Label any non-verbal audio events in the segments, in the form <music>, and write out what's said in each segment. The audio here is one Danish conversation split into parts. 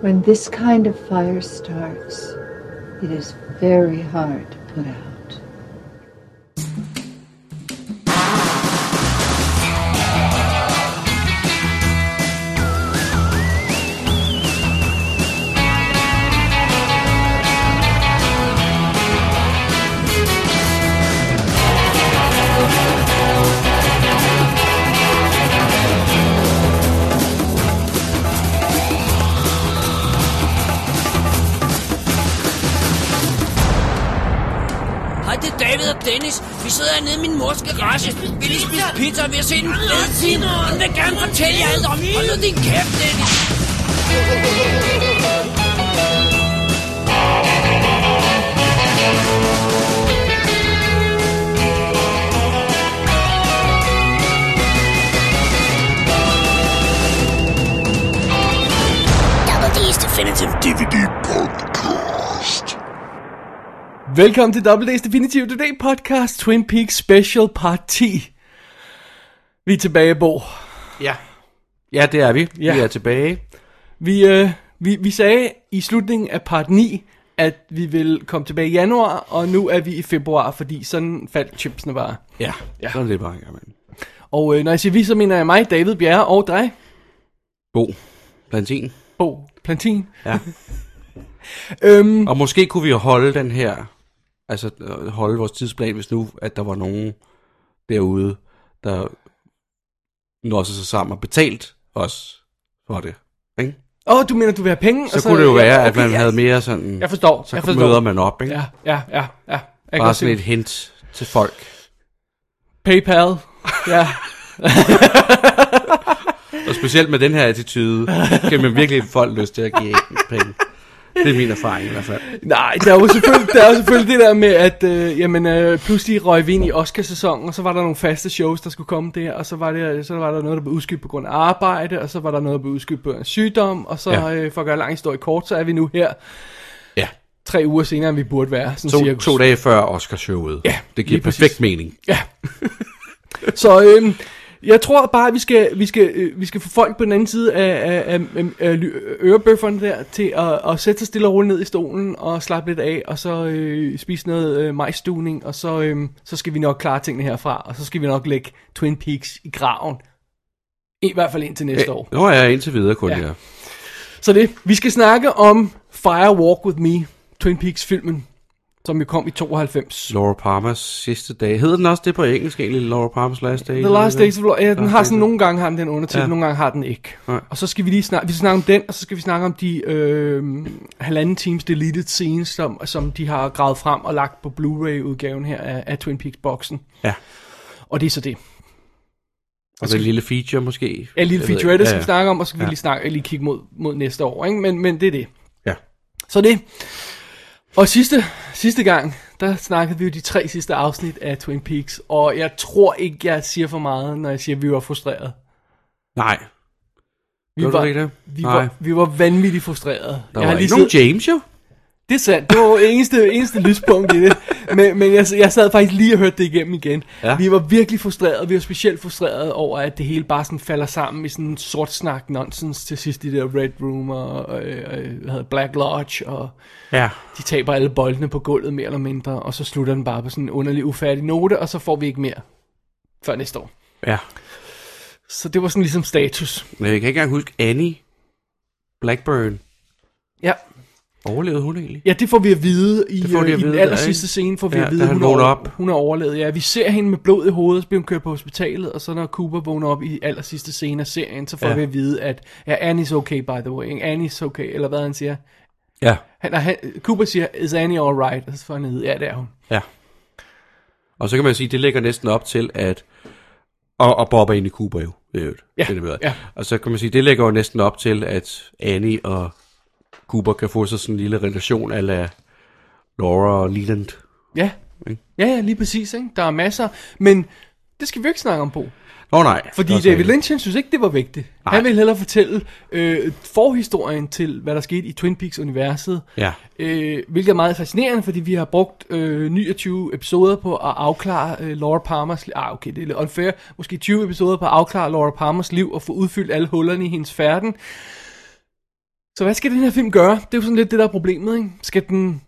When this kind of fire starts, it is very hard to put out. Hej, det er David og Dennis. Vi sidder hernede i min mors garage. Vi lige spise pizza og vi har set en fed film. Hun vil gerne fortælle jer alt om. Hold nu din kæft, Dennis. Double D's Definitive DVD Podcast. Velkommen til Double Days Definitive Today Podcast Twin Peaks Special Part 10. Vi er tilbage, Bo. Ja. Ja, det er vi. Ja. Ja. Vi er tilbage. Vi, øh, vi, vi sagde i slutningen af part 9, at vi ville komme tilbage i januar, og nu er vi i februar, fordi sådan faldt chipsene bare. Ja. ja. Sådan er det bare, ja, mand. Og øh, når jeg siger vi, så mener jeg mig, David Bjerre og dig, Bo. Plantin. Bo Plantin. Ja. <laughs> Øhm, Og måske kunne vi jo holde den her, altså øh, holde vores tidsplan, hvis nu, at der var nogen derude, der nåede sig sammen og betalt os for det. Ikke? åh, du mener, du vil have penge? Så, så kunne det jo Altså, ja, være, at okay, man ja, havde mere sådan... Jeg forstår, Så jeg kunne- forstår. møder man op, ikke? Ja, ja, ja. ja. Jeg kan Bare godt se sådan det. et hint til folk. Paypal. Ja, Og specielt med den her attitude, kan man virkelig få folk lyst til at give en penge. Det er min erfaring i hvert fald. Nej, der var selvfølgelig, der var selvfølgelig det der med, at øh, jamen, øh, pludselig røg vi ind i Oscarsæsonen, og så var der nogle faste shows, der skulle komme der, og så var, det, så var der noget, der blev udskudt på grund af arbejde, og så var der noget, der blev udskudt på grund af sygdom, og så ja. Ja. øh, for at gøre en lang historie kort, så er vi nu her Ja. tre uger senere, end vi burde være. Sådan To, cirkus. to dage før Oscarshowet. Ja, det lige giver præcis. perfekt mening. Ja. <laughs> så øhm, jeg tror bare, at vi skal, vi, skal, øh, vi skal få folk på den anden side af, af, af, af, af ly- øh, ørebøfferne der til at, at sætte sig stille og roligt ned i stolen og slappe lidt af, og så øh, spise noget øh, majstuning, og så, øh, så skal vi nok klare tingene herfra, og så skal vi nok lægge Twin Peaks i graven. I hvert fald indtil næste år. Nå ja, indtil videre kun, Ja. ja. ja. Så det, vi skal snakke om Fire Walk With Me, Twin Peaks-filmen, som jo kom i 92. Laura Palmers sidste dag. Hedder den også det på engelsk egentlig? Laura Palmers Last Day? The Last Days of Laura. Ja, den Last har Days sådan of- nogle gange har den, den undertitel, ja. Ja. nogle gange har den ikke. Nej. Og så skal vi lige snakke, vi skal snakke om den, og så skal vi snakke om de øh, halvanden times deleted scenes, som, som de har gravet frem og lagt på Blu-ray-udgaven her af, af Twin Peaks-boksen. Ja. Og det er så det. Og den lille feature måske? Ja, lille Jeg ved featurette, ikke. som vi snakker om, og så kan ja. vi Ja. lige, snakke, lige kigge mod, mod næste år. Ikke? Men, men det er det. Ja. Så det. Og sidste, sidste gang, der snakkede vi jo de tre sidste afsnit af Twin Peaks, og jeg tror ikke, jeg siger for meget, når jeg siger, at vi var frustrerede. Nej. Vi Gjorde du var, ikke det? Vi Nej. var, vi var vanvittigt frustrerede. Der var ikke nogen siddet- James jo. det er sandt, det var jo eneste, eneste lyspunkt i det. Men, men jeg, jeg sad faktisk lige og hørte det igennem igen. Ja. Vi var virkelig frustrerede, vi var specielt frustrerede over, at det hele bare sådan falder sammen i sådan en sort snak nonsens til sidst i det der Red Room og, og, øh, hvad hedder Black Lodge, og Ja. de taber alle boldene på gulvet mere eller mindre, og så slutter den bare på sådan en underlig ufærdig note, og så får vi ikke mere før næste år. Ja. Så det var sådan ligesom status. Men jeg kan ikke engang huske Annie Blackburn. Ja, Overlevede hun egentlig? Ja, det får vi at vide i, Det får øh, de i at den vide, aller ja, sidste ikke? scene, får vi Ja, at da vide, han hun er, vågner op. op. hun er overlevet. Ja, vi ser hende med blod i hovedet, så bliver hun kørt på hospitalet, og så når Cooper vågner op i aller sidste scene af serien, så får ja. Ja. vi at vide, at ja, Annie's okay, by the way. ikke? Annie's okay, eller hvad han siger. Ja. Han, nej, han, Cooper siger, is Annie alright? Og så får han at vide, ja, det er hun. Ja. Og så kan man sige, det lægger næsten op til, at... Og, og Bob er inde i Cuba jo, i øvrigt. Ja, Det er det med. ja. Og så kan man sige, det lægger jo næsten op til, at Annie og Cooper kan få sig sådan en lille relation ala Laura og Leland. Ja, ja, ja lige præcis. Ikke? Der er masser, men det skal vi jo ikke snakke om, på. Nå nej. Fordi det er så David ikke- Lynch, han synes ikke, det var vigtigt. Nej. Nej. Han ville hellere fortælle øh, forhistorien til, hvad der skete i Twin Peaks-universet. Ja. Øh, hvilket er meget fascinerende, fordi vi har brugt øh, 29 episoder på at afklare øh, Laura Palmers liv. Ah, okay, det er lidt unfair. Måske 20 episoder på at afklare Laura Palmers liv og få udfyldt alle hullerne i hendes færden. Så hvad skal den her film gøre? Det er jo sådan lidt det, der er problemet, ikke? Skal den,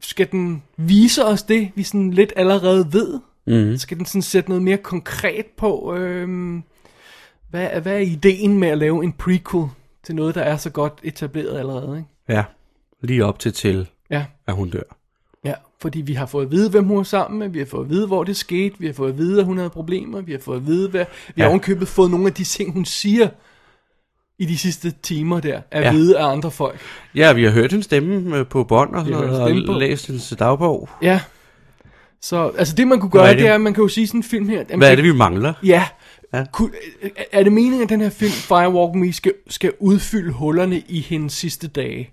skal den vise os det, vi sådan lidt allerede ved? Mm. Skal den sådan sætte noget mere konkret på? Øhm, hvad, er- hvad er ideen med at lave en prequel til noget, der er så godt etableret allerede, ikke? Ja. Lige op til til, Ja, at hun dør. ja. Fordi vi har fået at vide, hvem hun er sammen med, vi har fået at vide, hvor det skete, vi har fået at vide, at hun havde problemer, vi har fået at vide, hvad... Vi ja. har Ja. ovenkøbet fået nogle af de ting, hun siger i de sidste timer der, at ja. Ja. vide af andre folk. Ja, vi har hørt hendes stemme øh, på bånd og Vi har sådan hørt noget, og stemme på. læst hendes dagbog. Ja. Så, altså det man kunne Hvad gøre, er det? det er, at man kan jo sige sådan en film her... Jamen, Hvad er det, vi mangler? Ja. ja. Ja. Er det meningen, at den her film, Firewalk With Me, skal, skal udfylde hullerne i hendes sidste dage?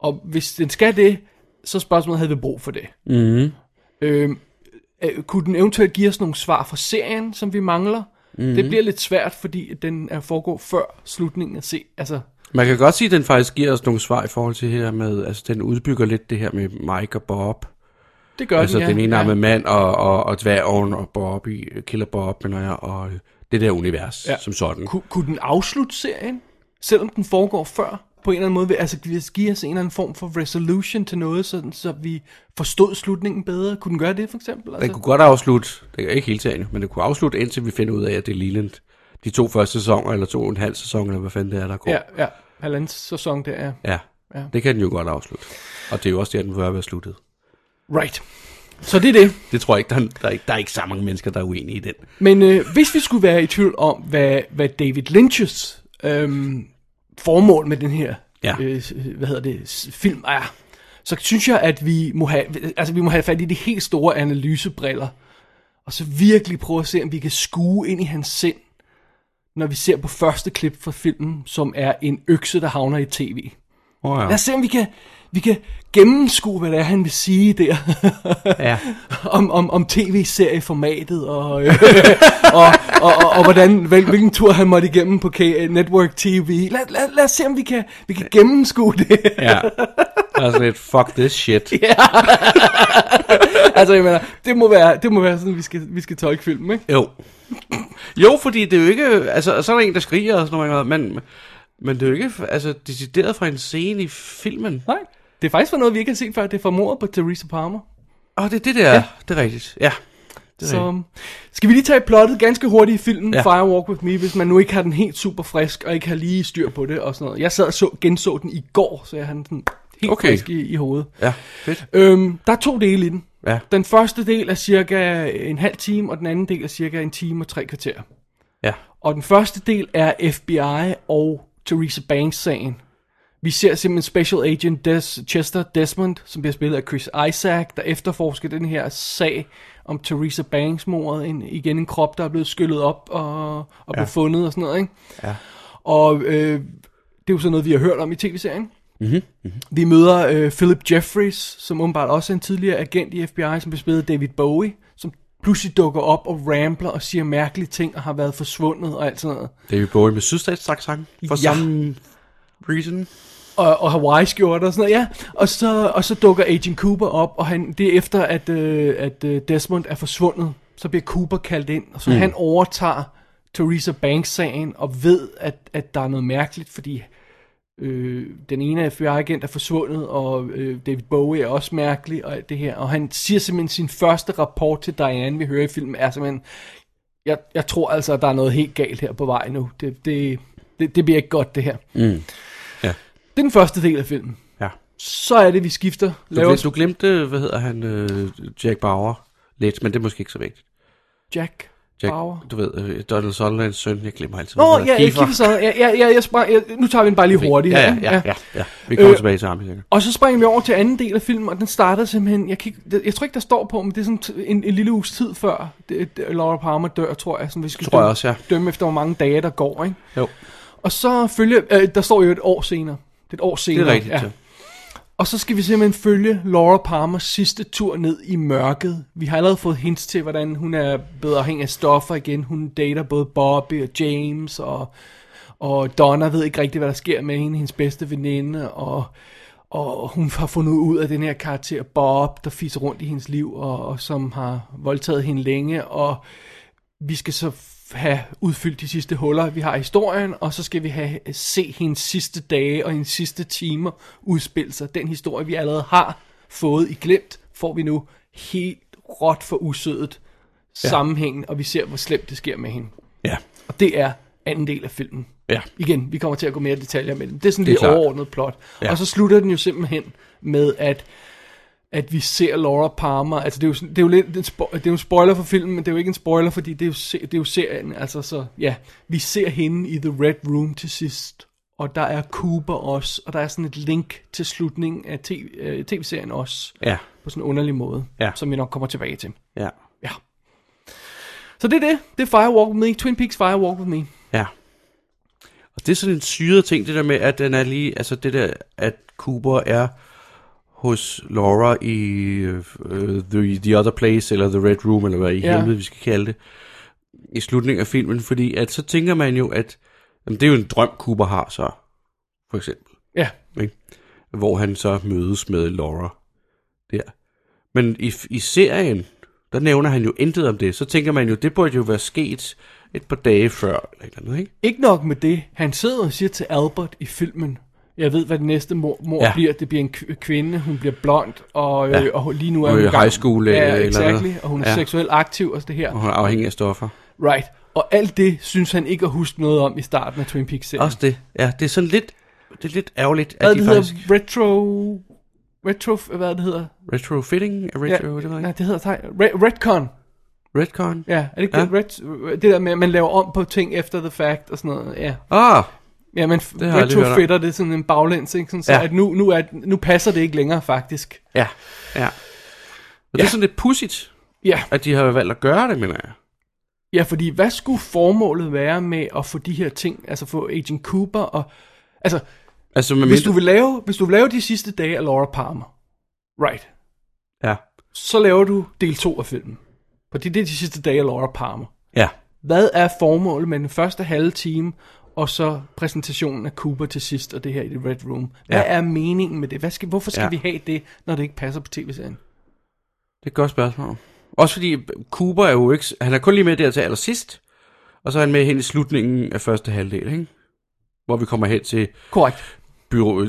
Og hvis den skal det, så er spørgsmålet, havde vi brug for det? Mm. Mm-hmm. Øhm, øh, kunne den eventuelt give os nogle svar fra serien, som vi mangler? Mm-hmm. Mm. Det bliver lidt svært, fordi den er foregår før slutningen af se. Altså, Man kan godt sige, at den faktisk giver os nogle svar i forhold til det her med, altså den udbygger lidt det her med Mike og Bob. det gør altså den, ja. den ene ja. arme mand og, og, og dværgen og Bob i Killer Bob, mener jeg, og det der univers Ja. ja. som sådan. Kun, Mm. kunne den afslutte serien, selvom den foregår før? På en eller anden måde, vil- altså gi- give os en eller anden form for resolution til noget, sådan, så vi forstod slutningen bedre. Kunne den gøre det, for eksempel? Den Altså, kunne godt afslutte, det er ikke hele serien, men den kunne afslutte, indtil vi finder ud af, at det er lignende de to første sæsoner, eller to og en halv sæson, eller hvad fanden det er, der går. ja, ja. Halvanden sæson, der er. ja. Ja. Det kan den jo godt afslutte. Og det er jo også der, den bør være sluttet. Right. Så det er det. Det tror jeg ikke, der er, der er, ikke- der er ikke så mange mennesker, der er uenige i den. Men øh, hvis vi skulle være i tvivl om, hvad, hvad David Lynch's øhm, formål med den her Ja. øh, hvad hedder det, s- film er, så synes jeg, at vi må have, altså, vi må have fat i de helt store analysebriller, og så virkelig prøve at se, om vi kan skue ind i hans sind, når vi ser på første klip fra filmen, som er en økse, der havner i tv. Oh, Lad os se, om vi kan, vi kan gennemskue, hvad det er, han vil sige der. Ja. om, om, om tv-serieformatet, og, øh, <laughs> og, og, og, og hvordan, hvil, hvilken tur han måtte igennem på K- Network TV. Lad, lad, lad os se, om vi kan, vi kan gennemskue det. <laughs> ja. Der er sådan lidt, fuck this shit. altså, jeg mener, det må være, det må være sådan, vi skal, vi skal tolke filmen, ikke? Jo. Jo, fordi det er jo ikke... Altså, så er der en, der skriger og sådan noget, men, men det er jo ikke altså, decideret fra en scene i filmen. Nej. Det er faktisk for noget, vi ikke har set før. Det er fra mordet på Theresa Palmer. Åh, oh, det er det der. Ja. Det er rigtigt. Ja. Det er rigtigt. Så skal vi lige tage plottet ganske hurtigt i filmen ja. Ja. Firewalk With Me, hvis man nu ikke har den helt super frisk, og ikke har lige styr på det og sådan noget. Jeg sad og så, genså den i går, så jeg har den sådan helt okay. Okay. frisk i, i hovedet. Ja, fedt. Øhm, der er to dele i den. Ja. Den første del er cirka en halv time, og den anden del er cirka en time og tre kvarter. Ja. Og den første del er FBI og Theresa Banks-sagen. Vi ser simpelthen Special Agent Des Chester Desmond, som bliver spillet af Chris Isaac, der efterforsker den her sag om Theresa Banks-mordet. En, igen en krop, der er blevet skyllet op og, og ja. blev fundet og sådan noget. Ikke? Ja. Og øh, det er jo sådan noget, vi har hørt om i tv-serien. Vi møder øh, Philip Jeffries, som åbenbart også er en tidligere agent i FBI, som blev spillet af David Bowie, som pludselig dukker op og rambler og siger mærkelige ting og har været forsvundet og alt sådan noget. Det er vi både med sydstatsaksang. For Ja. ja. some reason. og, og Hawaii-skjorter og sådan noget, ja. Og så, og så dukker Agent Cooper op, og han, det er efter, at, øh, at øh, Desmond er forsvundet, så bliver Cooper kaldt ind, og så mm. han overtager Theresa Banks-sagen, og ved, at, at der er noget mærkeligt, fordi øh, den ene FBI-agent er forsvundet, og øh, David Bowie er også mærkelig, og alt det her. Og han siger simpelthen, sin første rapport til Diane, vi hører i filmen, er simpelthen, jeg, jeg tror altså, at der er noget helt galt her på vej nu. Det, det, det, det bliver ikke godt, det her. Det er den første del af filmen. Ja. Så er det, vi skifter. Du, glemte, Laver du glemte, hvad hedder han, øh, Jack Bauer lidt, men det er måske ikke så vigtigt. Jack, Jack, Bauer. du ved, øh, Donald Sutherlands søn, jeg glemmer altid. hvad Nå, han ja, hedder. jeg kigger sådan. Ja, ja, ja, jeg sprang, ja, nu tager vi den bare lige hurtigt. Ja, her, ja, ikke? ja, ja, ja. Vi kommer Øh, tilbage til ham, sikkert. Og så springer vi over til anden del af filmen, og den starter simpelthen, jeg, kan, ikke- det- jeg tror ikke, der står på, men det er sådan t- en, en lille uges tid før det, det, Laura Palmer dør, tror jeg. Sådan, vi skal Tror jeg dømme, også, ja. dømme efter, hvor mange dage der går, ikke? Jo, Og så følger, øh, der står jo et år senere. Det er et år senere. det er rigtigt. Ja. Og så skal vi simpelthen følge Laura Palmers sidste tur ned i mørket. Vi har allerede fået hints til, hvordan hun er blevet afhængig af stoffer igen. Hun dater både Bobby og James, og, og Donna ved ikke rigtig, hvad der sker med hende, hendes bedste veninde, og, og hun har fundet ud af den her karakter Bob, der fiser rundt i hendes liv, og, og som har voldtaget hende længe, og vi skal så have udfyldt de sidste huller, vi har i historien, og så skal vi have øh, se hendes sidste dage og hendes sidste timer udspille sig. Den historie, vi allerede har fået i glemt, får vi nu helt råt for usødet ja. sammenhængen, og vi ser, hvor slemt det sker med hende. Ja. Og det er anden del af filmen. Ja. Igen, vi kommer til at gå mere i detaljer med den. Det er sådan Det er det, det klart. overordnet plot. Ja. Ja. Og så slutter den jo simpelthen med, at at vi ser Laura Palmer, altså det er jo, sådan- det er jo lidt, en spo- det er jo en spoiler for filmen, men det er jo ikke en spoiler, fordi det er jo, se, det er jo serien, altså så, ja, vi ser hende i The Red Room til sidst, og der er Cooper også, og der er sådan et link til slutningen af TV, øh, tv-serien også, Ja. på sådan en underlig måde, Ja. som vi nok kommer tilbage til. Ja. Ja. Så det er det, det er Firewalk With Me, Twin Peaks Firewalk With Me. Ja. Og det er sådan en syret ting, det der med, at den er lige, altså det der, at Cooper er hos Laura i uh, the, the Other Place, eller The Red Room, eller hvad i Ja. helvede, vi skal kalde det, i slutningen af filmen, fordi at så tænker man jo, at jamen, det er jo en drøm, Cooper har så, for eksempel, Ja, ikke? hvor han så mødes med Laura der. Men i, i serien, der nævner han jo intet om det, så tænker man jo, det burde jo være sket et par dage før, eller et eller andet, ikke? Ikke nok med det, han sidder og siger til Albert i filmen, jeg ved, hvad det næste mor, mor Ja. ja. bliver. Det bliver en kv- kvinde, hun bliver blond, og, ja. Ja. øh, og lige nu er Og hun i gammel. high school, øh, ja, eller exactly, noget. og hun er Ja. ja. seksuelt aktiv og det her. Og hun er afhængig af stoffer. Right. Og alt det synes han ikke at huske noget om i starten af Twin Peaks-serien. Også det. Ja, det er sådan lidt, det er lidt ærgerligt, hvad at det de hedder faktisk... faktisk... retro... Retro... Hvad det hedder? Retrofitting? Er Retro, ja. det ved jeg nej, ikke. det hedder... Nej, re- retcon. Redcon? Ja, er det ikke Ja. ja. det? Ret, det der med, at man laver om på ting efter the fact og sådan noget. Ja. Ah, Ja, man Det har jeg aldrig hørt om. retrofitter det sådan en baglæns, ikke? Sådan, så Ja. ja. at nu, nu, er, nu passer det ikke længere, faktisk. ja. Ja. Og ja. det er sådan lidt pudsigt, Ja. at de har valgt at gøre det, mener jeg. ja, fordi hvad skulle formålet være med at få de her ting, altså få Agent Cooper og... Altså, Altså, med hvis du, vil lave, hvis du vil lave de sidste dage af Laura Palmer, right, Ja. så laver du del 2 af filmen. Fordi det er de sidste dage af Laura Palmer. Ja. Hvad er formålet med den første halve time, og så præsentationen af Cooper til sidst, og det her i The Red Room? Hvad Ja. ja. er meningen med det? Hvad skal, hvorfor skal Ja. ja. vi have det, når det ikke passer på tv-serien? Det er et godt spørgsmål. Også fordi Cooper er jo ikke... Han er kun lige med der til allersidst, og så er han med hen i slutningen af første halvdel, ikke? Hvor vi kommer hen til Korrekt. byrå,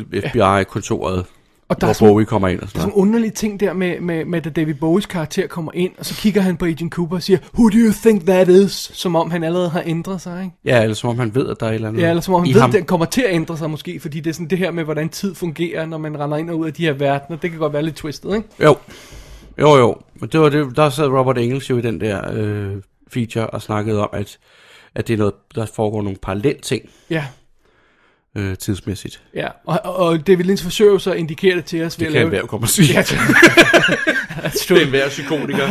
FBI-kontoret, Og der er hvor sådan, Bowie kommer ind og der er sådan sådan noget. underlige ting der med, med, med, da David Bowies karakter kommer ind, og så kigger han på Agent Cooper og siger, Who do you think that is? Som om han allerede har ændret sig, ikke? Ja, eller som om han ved, at der er et eller andet Ja, eller som om Mm. i han ved, ham. at den kommer til at ændre sig måske, fordi det er sådan det her med, hvordan tid fungerer, når man render ind og ud af de her verdener. Det kan godt være lidt twistet, ikke? Jo. Jo, jo. Men det var det, der sad Robert Engels jo i den der øh, feature og snakkede om, at, at det er noget, der foregår nogle parallelle ting Ja, øh, tidsmæssigt. ja. Og, og, og David Lynch forsøger jo så at indikere det til os ved at lave... komme og sige. <laughs> Ja, That's true. enhver psykotiker.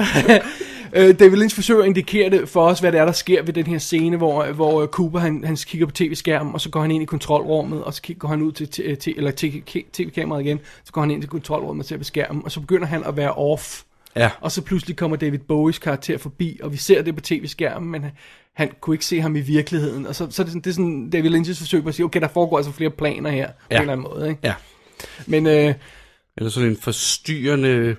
Øh, David Lynch forsøger at indikere det for os, hvad det er, der sker ved den her scene, hvor, hvor øh, Cooper han, han kigger på tv-skærmen, og så går han ind i kontrolrummet, og så kig- går han ud til, t- øh, til eller til k- tv-kameraet igen, så går han ind til kontrolrummet og ser på skærmen, og så begynder han at være off. ja. Og så pludselig kommer David Bowies karakter forbi, og vi ser det på tv-skærmen, men han, han kunne ikke se ham i virkeligheden. Og så, så er det, sådan, det er sådan David Lynch's forsøg på at sige, okay, der foregår altså flere planer her, ja. på en eller anden måde. Ikke? Ja. Men øh, Eller sådan en forstyrrende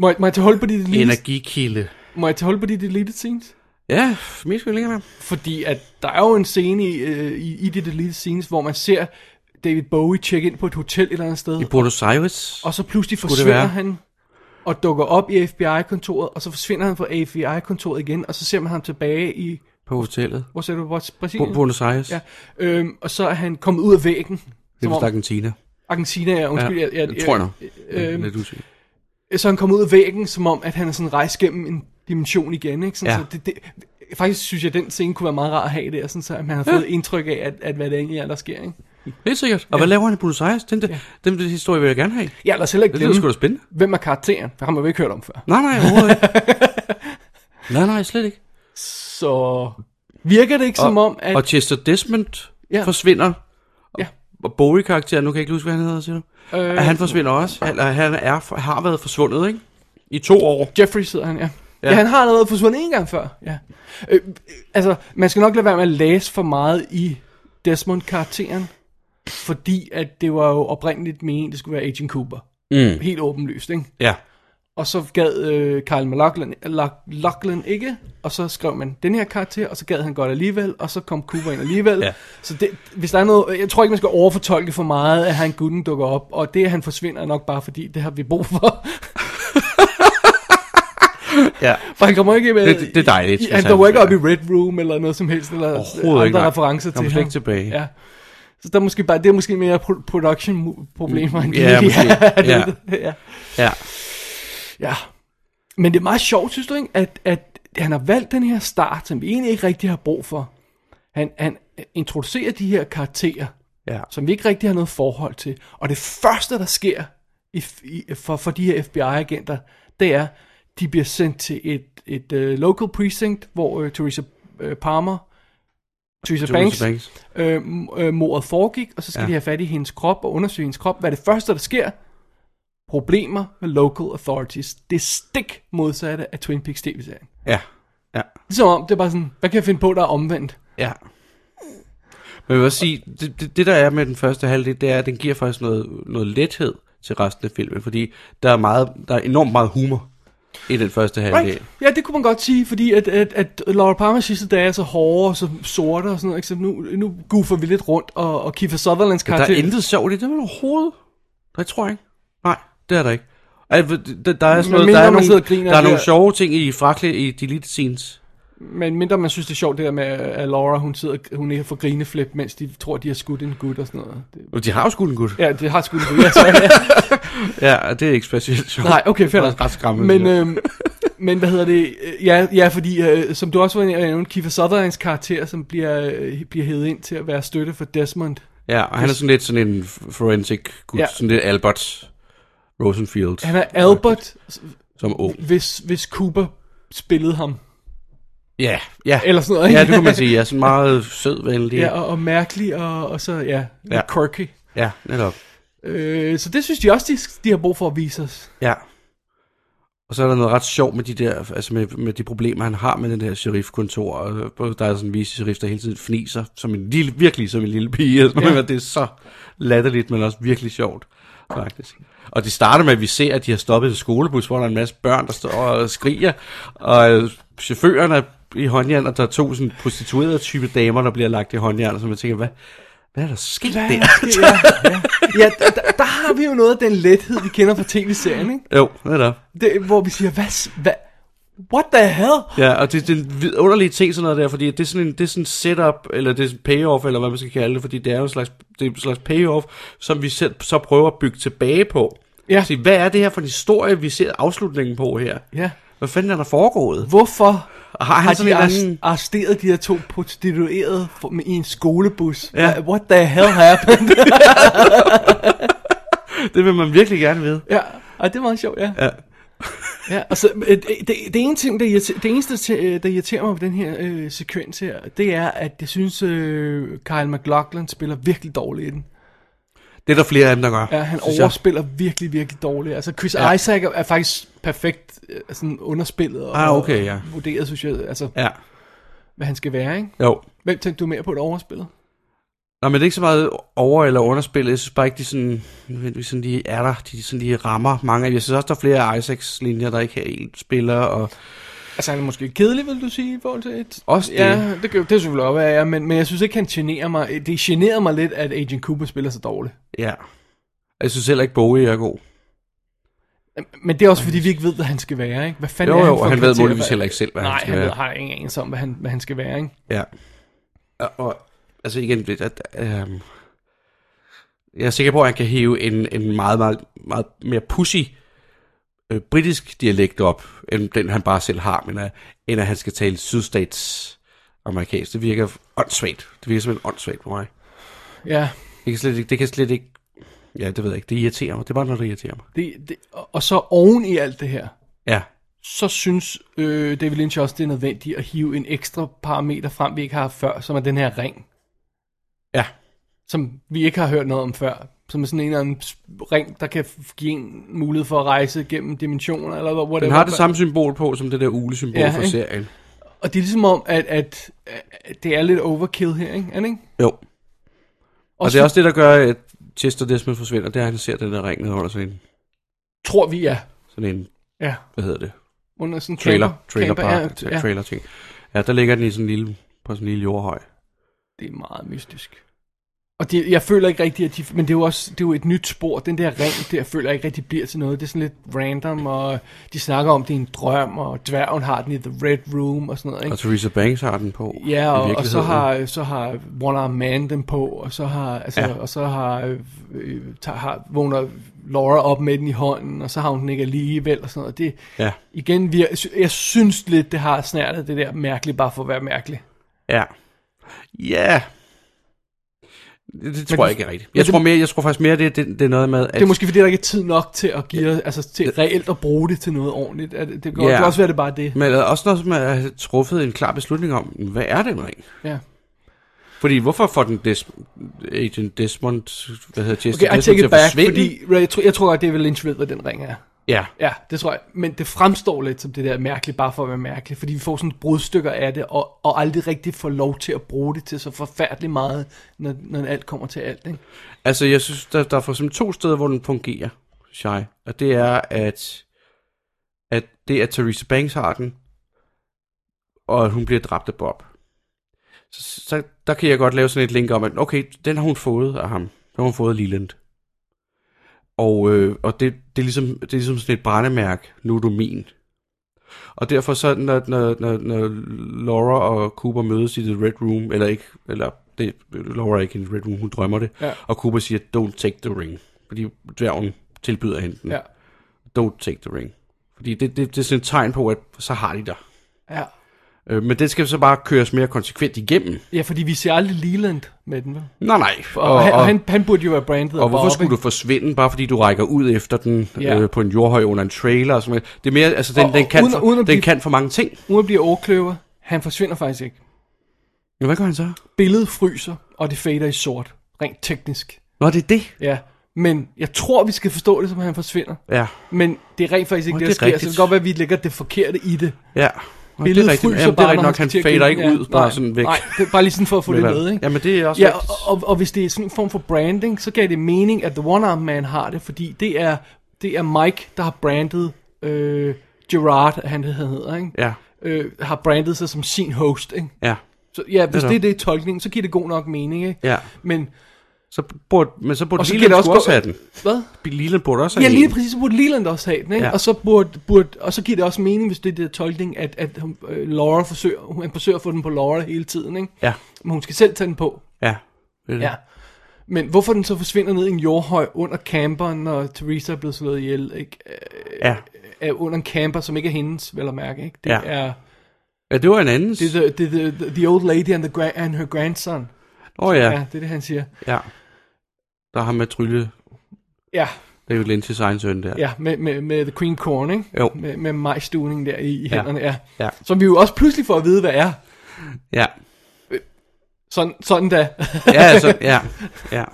må, jeg, må jeg tage hul på de deleted, energikilde. må jeg tage hul på de deleted scenes? Ja, for min skyld ikke engang. Fordi at der er jo en scene i, øh, i, i det lille scenes, hvor man ser David Bowie tjekke ind på et hotel et eller andet sted, I Buenos Aires. og så pludselig det forsvinder være? han og dukker op i FBI-kontoret, og så forsvinder han fra FBI-kontoret igen, og så ser man ham tilbage i, På hotellet. hvor ser du, hvor Bu- Brasilien? Buenos Aires. ja, øhm, og så er han kommet ud af væggen, Det er som vist om Argentina. Argentina er, undskyld, jeg, jeg, det tror jeg nok. øhm, Lidt usikker. så er han kommet ud af væggen, som om, at han er sådan rejst gennem en dimension igen, ikke? Sådan, Ja. ja. så det, det, faktisk synes jeg, at den scene kunne være meget rar at have der, sådan, så man har fået ja. indtryk af, at, at hvad det egentlig er, der sker, ikke? Helt sikkert. Og hvad laver han i Buenos Aires? Den der, den der historie vil jeg gerne have. Ja, lad os heller ikke Det lyder sgu da glemme, spændende. hvem er karakteren? For ham har vi ikke hørt om <laughs> før. Nej, nej, overhovedet ikke. nej, nej, slet ikke. Så virker det ikke og, som om, at... Og Chester Desmond Ja. ja. forsvinder. Ja. Og Bowie-karakteren, nu kan jeg ikke huske, hvad han hedder, siger du? Øh. Øh, han forsvinder også. Han, han er, har været forsvundet, ikke? I to år. Jeffrey sidder han, ja. Ja. Ja. ja, han har allerede forsvundet en gang før. Ja. Øh, øh, altså, man skal nok lade være med at læse for meget i Desmond-karakteren, fordi at det var jo oprindeligt meningen, det skulle være Agent Cooper. Mm. Helt åbenlyst, ikke? Ja. Og så gad øh, Kyle McLaughlin, Loch- Loughlin ikke, og så skrev man den her karakter, og så gad han godt alligevel, og så kom Cooper ind alligevel. Ja. Så det, hvis der er noget, jeg tror ikke, man skal overfortolke for meget, at han gutten dukker op, og det, at han forsvinder, er nok bare fordi, det har vi brug for. Ja. For han kommer ikke med... Det- det er dejligt, i- synes Han jeg. dukker ikke op i Red Room eller noget som helst, eller Overhovedet andre ikke, nej. referencer Kommer til slet ham. ikke tilbage. Ja. Så der er måske bare, det er måske mere pro- production-problemer, end Ja, det <laughs> lige måske. er. Det er Ja. det. ja. Ja. ja. Men det er meget sjovt, synes du ikke, at, at han har valgt den her start, som vi egentlig ikke rigtig har brug for. Han, han introducerer de her karakterer, Ja. som vi ikke rigtig har noget forhold til. Og det første, der sker i, i, for, for de her FBI-agenter, det er, de bliver sendt til et, et uh, local precinct, hvor uh, Theresa uh, Palmer, Theresa, Banks, Banks. Banks. Øh, m- øh, mordet foregik, og så skal Ja. ja. de have fat i hendes krop og undersøge hendes krop. Hvad er det første, der sker? Problemer med local authorities. Det er stik modsatte af Twin Peaks tv-serien. Ja. Ja. Ligesom om, det er bare sådan, hvad kan jeg finde på, der er omvendt? Ja. Men jeg vil også sige, det, det, det der er med den første halvdel, det er, at den giver faktisk noget, noget lethed til resten af filmen, fordi der er, meget, der er enormt meget humor i den første halvdel. Right. Ja, det kunne man godt sige, fordi at, at, at Laura Palmers sidste dage er så hårde og så sorte og sådan noget, ikke? så nu, nu goofer vi lidt rundt, og, og Kiefer Sutherlands Men der karakter... er intet sjovt i det, men overhovedet. Nej, tror jeg ikke. Nej, det er der ikke. Ej, ved- der, der er Men sådan noget, der mindre er man sidder nogle, og griner der er af det nogle her. sjove ting i frakle i delete scenes. Men mindre man synes, det er sjovt det der med, at Laura hun sidder, hun er for grineflip, mens de tror, de har skudt en gut og sådan noget. Det, Og de har jo sgu en gut. ja, det har skudt en gut, ja, sorry. <laughs> Ja, og det er ikke specielt sjovt. Nej, okay, fair Det er nok. ret skræmmende. Men, det der. øhm, men hvad hedder det? Øh, Ja, ja fordi øh, som du også var inde nævnt, Kiefer Sutherlands karakter, som bliver, øh, bliver hævet ind til at være støtte for Desmond. ja, og han er sådan lidt sådan en forensic gut, Ja. sådan lidt Albert Rosenfield, Han er Albert, som ung. hvis, hvis Cooper spillede ham. Ja, ja. Eller sådan noget, ikke? Ja, det kunne man sige. Ja, sådan meget sød, venlig. Ja, og, og mærkelig, og, og så, ja, ja. Ja. quirky. ja, netop. Øh, så det synes de også, de, de har brug for at vise os. Ja. Og så er der noget ret sjovt med de der, altså med, med de problemer, han har med den her sheriffkontor. Og øh, der er sådan en vice sheriff, der hele tiden fniser, som en lille, virkelig som en lille pige. Altså, ja. Det er så latterligt, men også virkelig sjovt, faktisk. Og det starter med, at vi ser, at de har stoppet en skolebus, hvor der er en masse børn, der står og skriger. Og øh, chaufføren er i håndjern, og der er to sådan prostituerede type damer, der bliver lagt i håndjern. Og så man tænker, hvad, hvad er der sket Hvad der? er der sket? Ja, ja. ja der, der har vi jo noget af den lethed, vi kender fra tv-serien, ikke? Jo, netop. Det, hvor vi siger, hvad, s- hvad, what the hell? Ja, og det, det er en vidunderlig ting sådan noget der, fordi det er sådan en det er sådan en setup, eller det er sådan en payoff, eller hvad man skal kalde det, fordi det er jo en slags, det er en slags payoff, som vi selv så prøver at bygge tilbage på. Ja. Så, hvad er det her for en historie, vi ser afslutningen på her? Ja. Hvad fanden er der foregået? Hvorfor Og Har han har sådan de en arres- anden... arresteret de her to prostituerede for, med, i en skolebus? Ja. Hva- What the hell happened? Det vil man virkelig gerne vide. ja, og det er meget sjovt, ja. Ja. <laughs> ja altså, øh, det, det, det, ene ting, der irriterer, det eneste, til- øh, der irriterer mig ved den her øh, sekvens her, det er, at jeg synes, øh, Kyle McLaughlin spiller virkelig dårligt i den. Det er der flere af dem, der gør. Ja, han synes jeg. overspiller virkelig, virkelig dårligt. Altså, Chris Ja. ja. Isaac er, er faktisk perfekt øh, sådan underspillet og, Ah, okay, ja. og vurderet, synes jeg, altså, Ja, hvad han skal være, ikke? jo. Hvem tænkte du mere på, der overspillet? Nå, men det er ikke så meget over- eller underspillet. Jeg synes bare ikke, de sådan, nødvendigvis sådan lige er der. De sådan lige rammer mange af Jeg synes også, der er flere af Isaacs linjer, der ikke helt spiller. Og Altså, han er måske kedelig, vil du sige, i forhold til et... Også det. Ja, det, kan- det er selvfølgelig op af, ja, men, men jeg synes ikke, han generer mig. Det generer mig lidt, at Agent Cooper spiller så dårligt. Ja. Og Jeg synes heller ikke, Bowie er god. Men det er også, fordi vi ikke ved, hvad han skal være, ikke? Hvad fanden Jo, er jo, han for og en han ved karakter? muligvis heller ikke selv, hvad Nej, han skal han være. ved, har ingen anelse om, hvad han, hvad han skal være, ikke? Ja. Og, og altså igen, det- at, øhm, jeg er sikker på, at han kan hive en, en meget, meget, meget mere pussy øh, britisk dialekt op, end den han bare selv har, men, øh, end at han skal tale sydstats amerikansk. Det virker åndssvagt. Det virker simpelthen åndssvagt på mig. Ja, Det kan slet ikke, det kan slet ikke Ja, det ved jeg ikke. Det irriterer mig. Det er bare noget, der irriterer mig. det, det, og, og så oven i alt det her, Ja, så synes øh, David Lynch også, det er nødvendigt at hive en ekstra parameter frem, vi ikke har haft før, som er den her ring, ja, som vi ikke har hørt noget om før. Som er sådan en eller anden sp- ring, der kan f- give en mulighed for at rejse gennem dimensioner, eller hvad- whatever. den har det samme symbol på, som det der ulesymbol Ja, ja, fra ikke? serien. Og det er ligesom om, at, at, at det er lidt overkill her, ikke? Er det ikke? Jo, Og det er også det, der gør, at Chester Desmond forsvinder, det er, at han ser den der ring ned under sådan en, tror vi, ja. sådan en Ja, hvad hedder det? under sådan en Trailer, camper- trailer, camper, ja, park, ja. trailer ting. Ja, der ligger den i sådan en lille, på sådan en lille jordhøj. Det er meget mystisk. Og det, jeg føler ikke rigtigt, at de, men det er jo også det er jo et nyt spor. Den der ring, der føler jeg ikke rigtig bliver til noget. Det er sådan lidt random, og de snakker om, det er en drøm, og dværgen har den i The Red Room og sådan noget. Ikke? Og Theresa Banks har den på. Ja, i og, og så virkeligheden. har så har One Arm Man dem på, og så har altså, Ja. ja. og så har, øh, øh, tager, har vågner Laura op med den i hånden, og så har hun den ikke alligevel og sådan noget. Det Ja, igen, vi, er- jeg synes lidt det har snærtet det der mærkeligt bare for at være mærkelig. ja. Ja. Det, det tror det- jeg ikke er rigtigt. men Jeg det- tror, mere, jeg tror faktisk mere, det, det, det er noget med, at... Det er måske fordi, der ikke er tid nok til at give, ja. altså til reelt at bruge det til noget ordentligt. Er Det, det, kan, Ja. Mm. det kan også være, det er bare det. Men er også noget, som er truffet en klar beslutning om, hvad er den ring? Ja. Fordi hvorfor får den Des- Agent Desmond, hvad hedder Jesse Okay, I take Desmond til it at back, forsvinde? fordi jeg tror, jeg tror godt, det er vel Lynch ved, hvad den ring er. Ja, Ja, det tror jeg. Men det fremstår lidt som det der mærkeligt, bare for at være mærkeligt. Fordi vi får sådan brudstykker af det, og, og aldrig rigtig får lov til at bruge det til så forfærdeligt meget, når, når alt kommer til alt. Ikke? altså jeg synes, der, der er for eksempel to steder, hvor den fungerer, synes jeg. Og det er, at, at det er Theresa Banks har den, og at hun bliver dræbt af Bob. Så, så der kan jeg godt lave sådan et link om, at okay, den har hun fået af ham. Den har hun fået af Leland. Og, øh, og det, det, er ligesom, det er ligesom sådan et brændemærk, nu er du min. Og derfor så, når, når, når, når Laura og Cooper mødes i The Red Room, eller ikke, eller det, Laura er ikke i The Red Room, hun drømmer det, Ja. og Cooper siger, don't take the ring, fordi dværgen tilbyder hende den. Ja. Don't take the ring. Fordi det, det, det er sådan et tegn på, at så har de dig. Ja. Øh, men det skal så bare køres mere konsekvent igennem. ja, fordi vi ser aldrig Leland med den, vel? Nej, nej. Og, og, han, og han, han burde jo være brandet og hvorfor Bob, skulle ikke? du forsvinde, bare fordi du rækker ud efter den Ja. øh, på en jordhøj under en trailer? Og sådan noget. Det er mere, altså den, Og- den, og kan, uden- for, uden at den blive- kan for mange ting. Uden at blive overkløver, han forsvinder faktisk ikke. Men hvad gør han så? Billedet fryser, og det fader i sort. Rent teknisk. Nå, det er det. Ja, men jeg tror, vi skal forstå det, som at han forsvinder. Ja, Men det er rent faktisk ikke Nå, det, der det er sker, rigtigt. så rigtigt. det kan godt være, at vi lægger det forkerte i det. ja. Nå, det er billedet rigtigt. fryser Jamen, det bare, når er rigtigt man nok, skal han til at fader grine. ikke Ja, ud, bare nej, sådan væk. Nej, det er bare lige sådan for at få Men det hvad- med, ikke? Jamen, det er også Ja, og, rigtigt. og, og hvis det er sådan en form for branding, så gav det mening, at The One Arm Man har det, fordi det er, det er Mike, der har brandet øh, Gerard, han det hedder, ikke? Ja, Øh, har brandet sig som sin host, ikke? ja. Så, ja, hvis Netop. det er det i tolkningen, så giver det god nok mening, ikke? Ja. Men, Så burde, men så burde Og så Leland kan det også, også også gå- have den. hvad? Leland burde også have Ja, en. lige præcis, så burde Leland også have den, ikke? Ja. Ja. Og, så burde, burde, og så giver det også mening, hvis det er det der tolkning, at, at hun, øh, Laura forsøger, hun han forsøger at få den på Laura hele tiden, ikke? Ja, Men hun skal selv tage den på. ja. Øh, Det er det. Ja. Men hvorfor den så forsvinder ned i en jordhøj under camperen, når Teresa er blevet slået ihjel, ikke? Øh, ja. Er under en camper, som ikke er hendes, vel at mærke, ikke? Det Ja. er Ja, det var en anden. det er the, the, the, the, the old lady and, the gra- and her grandson. Åh ja. Ja. ja, det er det, han siger. Ja. Der har med trylle Ja, David Lynch's egen søn der. ja med, med, med The Queen Corn, ikke? Jo. Med, med majstuning der i, i hænderne, ja. Ja. Som vi jo også pludselig får at vide, hvad er. Ja. Sådan, sådan da. <laughs> Ja, altså, ja. ja.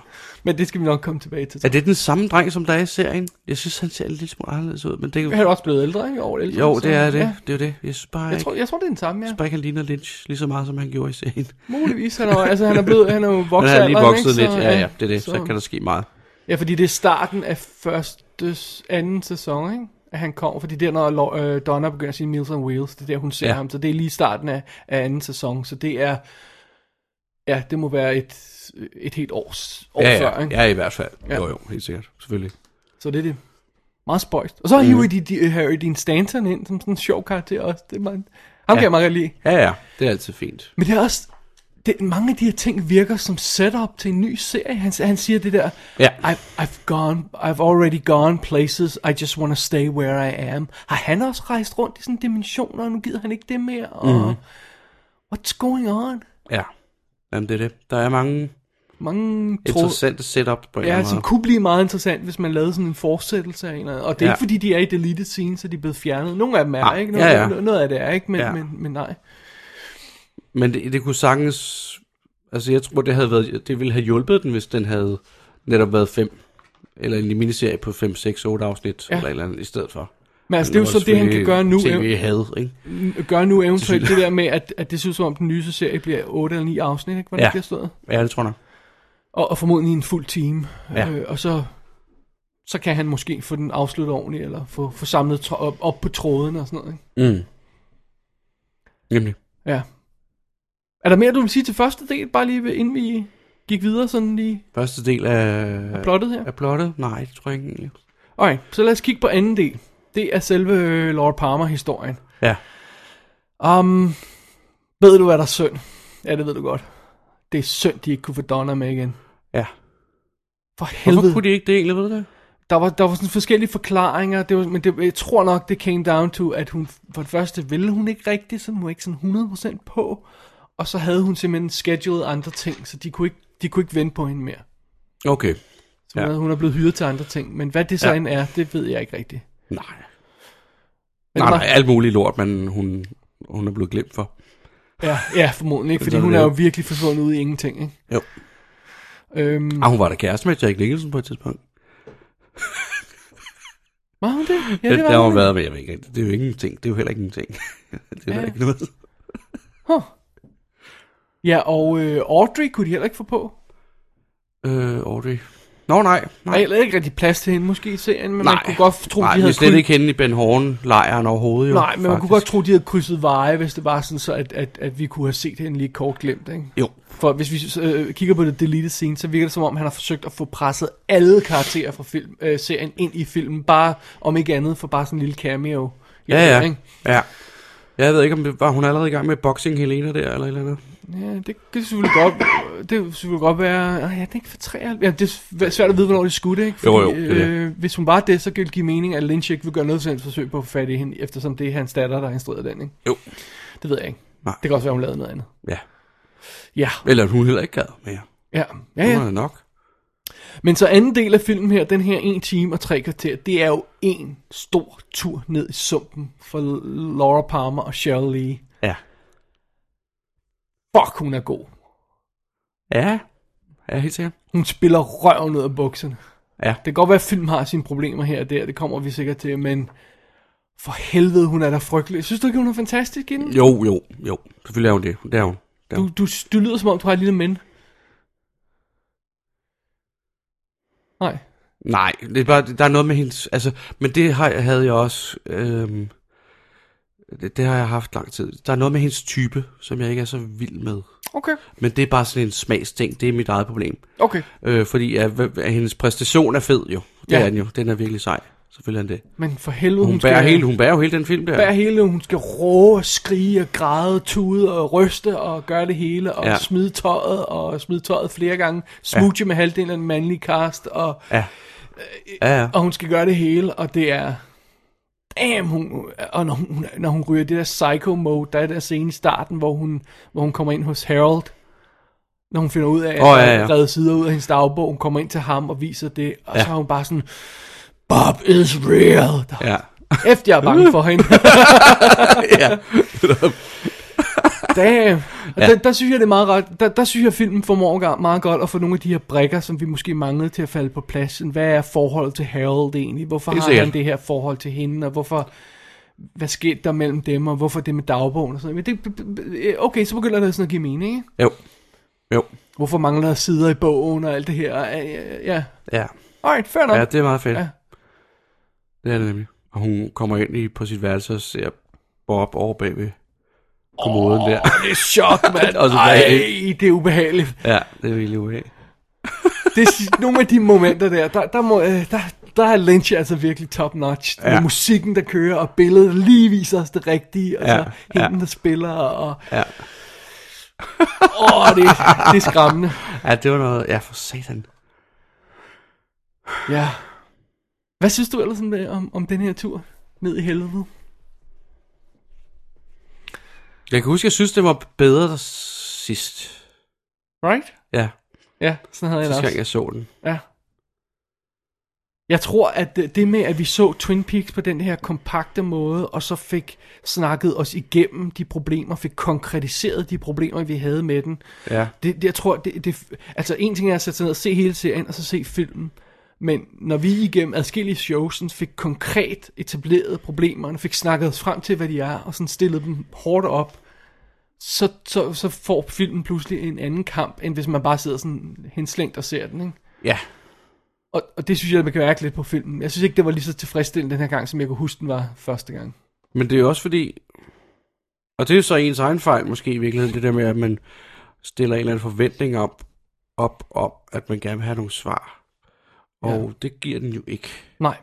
Men det skal vi nok komme tilbage til. Er det den samme dreng, som der er i serien? Jeg synes, han ser lidt smule anderledes ud, men det Han kan... er også blevet ældre, ikke? Over ældre, Jo, så- det er det. Ja. Det er jo det. Jeg synes bare, Jeg, tror, jeg tror, det er den samme, ja. jeg... bare ikke, han ligner Lynch lige så meget, som han gjorde i serien. Muligvis. Han er, jo- altså, han er, blevet, han er <laughs> jo Men vokset han er lige alderen, vokset ikke? lidt. Så, Ja, ja, det er det. Så, så- kan der ske meget. Ja, fordi det er starten af første, anden sæson, ikke? At han kommer, fordi det er, når Lo- øh, Donna begynder at sige Meals on Wheels, det er der, hun ser Ja. ja. ham. Så det er lige starten af, af anden sæson, så det er... Ja, det må være et, et helt års, år Ja, før, ja, ikke? ja, i hvert fald. Ja. Jo, jo, helt sikkert. Selvfølgelig. Så det er det. Meget spøjst. Og så har mm. Harry, de, Harry Dean Stanton ind som sådan en sjov karakter også. Det er meget, ham ja. Ja. kan jeg meget godt lide. Ja, ja. Det er altid fint. Men det er også... Det, mange af de her ting virker som setup til en ny serie. Han, han siger det der, Ja. I've, I've, gone, I've already gone places, I just want to stay where I am. Har han også rejst rundt i sådan dimensioner, og nu gider han ikke det mere? Og, Mhm. mm. What's going on? Ja. Jamen, det er det. Der er mange Mange tråde, interessante setup på en eller ja, altså, anden som måde. kunne blive meget interessant, hvis man lavede sådan en fortsættelse af en eller anden. Og det er Ja. ja. ikke fordi, de er i deleted scene, så de er blevet fjernet. Nogle af dem er, Nej, ikke? Nogle, ja, ja. no- Noget af det er, ikke? Men, Ja. ja. men, men nej. Men det, det kunne sagtens... Altså, jeg tror, det, havde været, det ville have hjulpet den, hvis den havde netop været fem. Eller en miniserie på 5, 6, 8 afsnit, ja. Ja. eller et eller andet, i stedet for. Men altså, det er jo så det, han kan gøre nu. ev- TV havde, ikke? gør nu eventuelt det der med, at, at det ser ud som om, den nye serie bliver 8 eller 9 afsnit, ikke? Hvordan Ja. det bliver stået? Ja, det tror jeg nok. Og, og formodentlig en fuld time. Ja. Øh, og så så kan han måske få den afsluttet ordentligt, eller få, få samlet tro- op, op på tråden og sådan noget. Ikke? Mm. Nemlig. Ja. Er der mere, du vil sige til første del, bare lige ved- inden vi gik videre sådan lige Første del af... af plottet her? Er plottet? Nej, det tror jeg ikke egentlig. Okay, så lad os kigge på anden del. Det er selve øh, Lord Palmer-historien. Ja. Um, ved du, hvad der er synd? Ja, det ved du godt. Det er synd, de ikke kunne få Donna med igen. Ja. For Hvorfor helvede. kunne de ikke det egentlig, ved du det? Der var, der var sådan forskellige forklaringer, det var, men det, jeg tror nok, det came down to, at hun for det første ville hun ikke rigtigt, så hun var ikke sådan 100% på, og så havde hun simpelthen scheduled andre ting, så de kunne ikke, de kunne ikke vente på hende mere. Okay. Så hun, Ja. ja. hun er blevet hyret til andre ting, men hvad det så Ja. ja. end er, det ved jeg ikke rigtigt. Nej. Men Nej, det var- nej, alt muligt lort, men hun, hun er blevet glemt for. Ja, ja formodentlig ikke, fordi Sådan hun er er jo det. virkelig forsvundet ud i ingenting. Ikke? Jo. Øhm, Ah, hun var da kæreste med Jack Nicholson på et tidspunkt. var hun det? Ja, det, det det, det har var hun hun. været, men jeg ved ikke rigtigt. Det er jo ikke en ting. Det er jo heller ikke en ting. <laughs> det er jo heller Ja. ikke noget. Huh. Ja, og øh, Audrey kunne de heller ikke få på. Øh, Audrey. Nå, nej. Nej, Nej, jeg lavede ikke rigtig plads til hende måske i serien, men nej. man kunne godt tro, nej, de vi er havde slet krydset... ikke henne i Ben Horn-lejren overhovedet, jo. Nej, men faktisk. man kunne faktisk. godt tro, de havde krydset veje, hvis det var sådan så, at, at, at vi kunne have set hende lige kort glemt, ikke? Jo, For hvis vi øh, kigger på det deleted scene, så virker det som om, han har forsøgt at få presset alle karakterer fra film, øh, serien ind i filmen, bare om ikke andet for bare sådan en lille cameo. ja, ja. Ikke? ja. Jeg ved ikke, om det, var hun allerede i gang med boxing Helena der, eller et eller andet. Ja, det, det kan selvfølgelig godt, det kan selvfølgelig godt være, ah, ja, det er ikke for 93, ja, det er sv- svært at vide, hvornår det skudte, ikke? Jo, jo, det er det. øh, hvis hun var det, så kan det give mening, at Lynch ikke vil gøre noget som helst forsøg på at få fat i hende, eftersom det er hans datter, der har instrueret den, ikke? Jo. Det ved jeg ikke. Nej. Det kan også være, hun lavede noget andet. Ja. Ja, Eller at hun heller ikke gad mere. ja, ja, Hun ja. er nok. Men så anden del af filmen her, den her 1 time og 3 kvarter, det er jo en stor tur ned i sumpen for Laura Palmer og Cheryl Lee. Ja. Fuck, hun er god. Ja. Ja, helt sikkert. Hun spiller røven ud af bukserne. Ja. Det kan godt være, at film har sine problemer her og der, det kommer vi sikkert til, men for helvede, hun er da frygtelig. Synes du ikke, hun er fantastisk inden? Jo, jo, jo. Selvfølgelig er hun det. Det er hun. Det er Du, hun. du, du lyder som om, du har et lille men. Nej. Nej, det er bare, der er noget med hendes... Altså, men det har, jeg- havde jeg også... Øhm, det, det, har jeg haft lang tid. Der er noget med hendes type, som jeg ikke er så vild med. Okay. Men det er bare sådan en smagsting. Det er mit eget problem. Okay. Øh, fordi at, hv- at hendes præstation er fed jo. Det Ja. er den jo. Den er virkelig sej. Selvfølgelig er den det. Men for helvede, Hun, hun, hun, bærer, skal... hele, hun bærer jo hele den film der. bærer hele, hun skal råbe og skrige og græde, tude og ryste og gøre det hele, og Ja. ja. smide tøjet, og smide tøjet flere gange, smooche ja. med halvdelen af den mandlige cast, og, Ja. Ja, ja. og hun skal gøre det hele, og det er... Damn, hun, og når hun, når hun ryger det der psycho mode, der er der scene i starten, hvor hun, hvor hun kommer ind hos Harold, når hun finder ud af, at Åh, oh, ja, ja, ja. ja. redde sider ud af hendes dagbog, hun kommer ind til ham og viser det, og Ja. ja. så er hun bare sådan, Bob is real. Der, Ja. Efter jeg er bange for hende. ja. Damn. Og Ja. ja. der, der synes jeg, det er meget ret. Der, der synes jeg, filmen formår ga- meget godt at få nogle af de her brækker, som vi måske manglede til at falde på plads. Sådan, Hvad er forholdet til Harold egentlig? Hvorfor Helt har sikkert. han det her forhold til hende? Og hvorfor... Hvad skete der mellem dem, og hvorfor det med dagbogen og sådan noget. Men det, øh, okay, så begynder det sådan at give mening, ikke? Jo. Jo. Hvorfor mangler der sider i bogen og alt det her? Ja, Ja, Ja. alright, fair nok. ja, det er meget fedt. Ja. Det er det nemlig. Og hun kommer ind i, på sit værelse og ser Bob over bagved kommoden oh. der. Det er chok, <laughs> mand. Og så Ej, bagved. det er ubehageligt. Ja, det er virkelig ubehageligt. det er si- nogle af de momenter der, der, der, må, øh, der, der er Lynch altså virkelig top notch. Ja. Ja. Med musikken, der kører, og billedet der lige viser os det rigtige, og Ja, ja. så ja. hende, der spiller, og... Ja. Åh, det, det er skræmmende. Ja, det var noget... Ja, for satan. Ja. Hvad synes du ellers om, det, om, om den her tur ned i helvede? Jeg kan huske, jeg synes, det var bedre der sidst. Right? Ja, Ja, sådan havde jeg det sidste også. gang jeg så den. Ja. Jeg tror, at det det med, at vi så Twin Peaks på den her kompakte måde, og så fik snakket os igennem de problemer, fik konkretiseret de problemer, vi havde med den, Ja. Det, det, jeg tror, det, det, altså en ting er at sætte sig ned og se hele serien, og så se filmen. Men når vi igennem adskillige shows sådan, fik konkret etableret problemerne, fik snakket os frem til, hvad de er, og sådan stillet dem hårdt op, så, så, så får filmen pludselig en anden kamp, end hvis man bare sidder sådan henslængt og ser den. Ikke? Ja. Og, og det synes jeg, man kan mærke lidt på filmen. Jeg synes ikke, det var lige så tilfredsstillende den her gang, som jeg kunne huske, den var første gang. Men det er jo også fordi, og det er jo så ens egen fejl måske i virkeligheden, det der med, at man stiller en eller anden forventning op, op om, at man gerne vil have nogle svar. Og ja. det giver den jo ikke. Nej.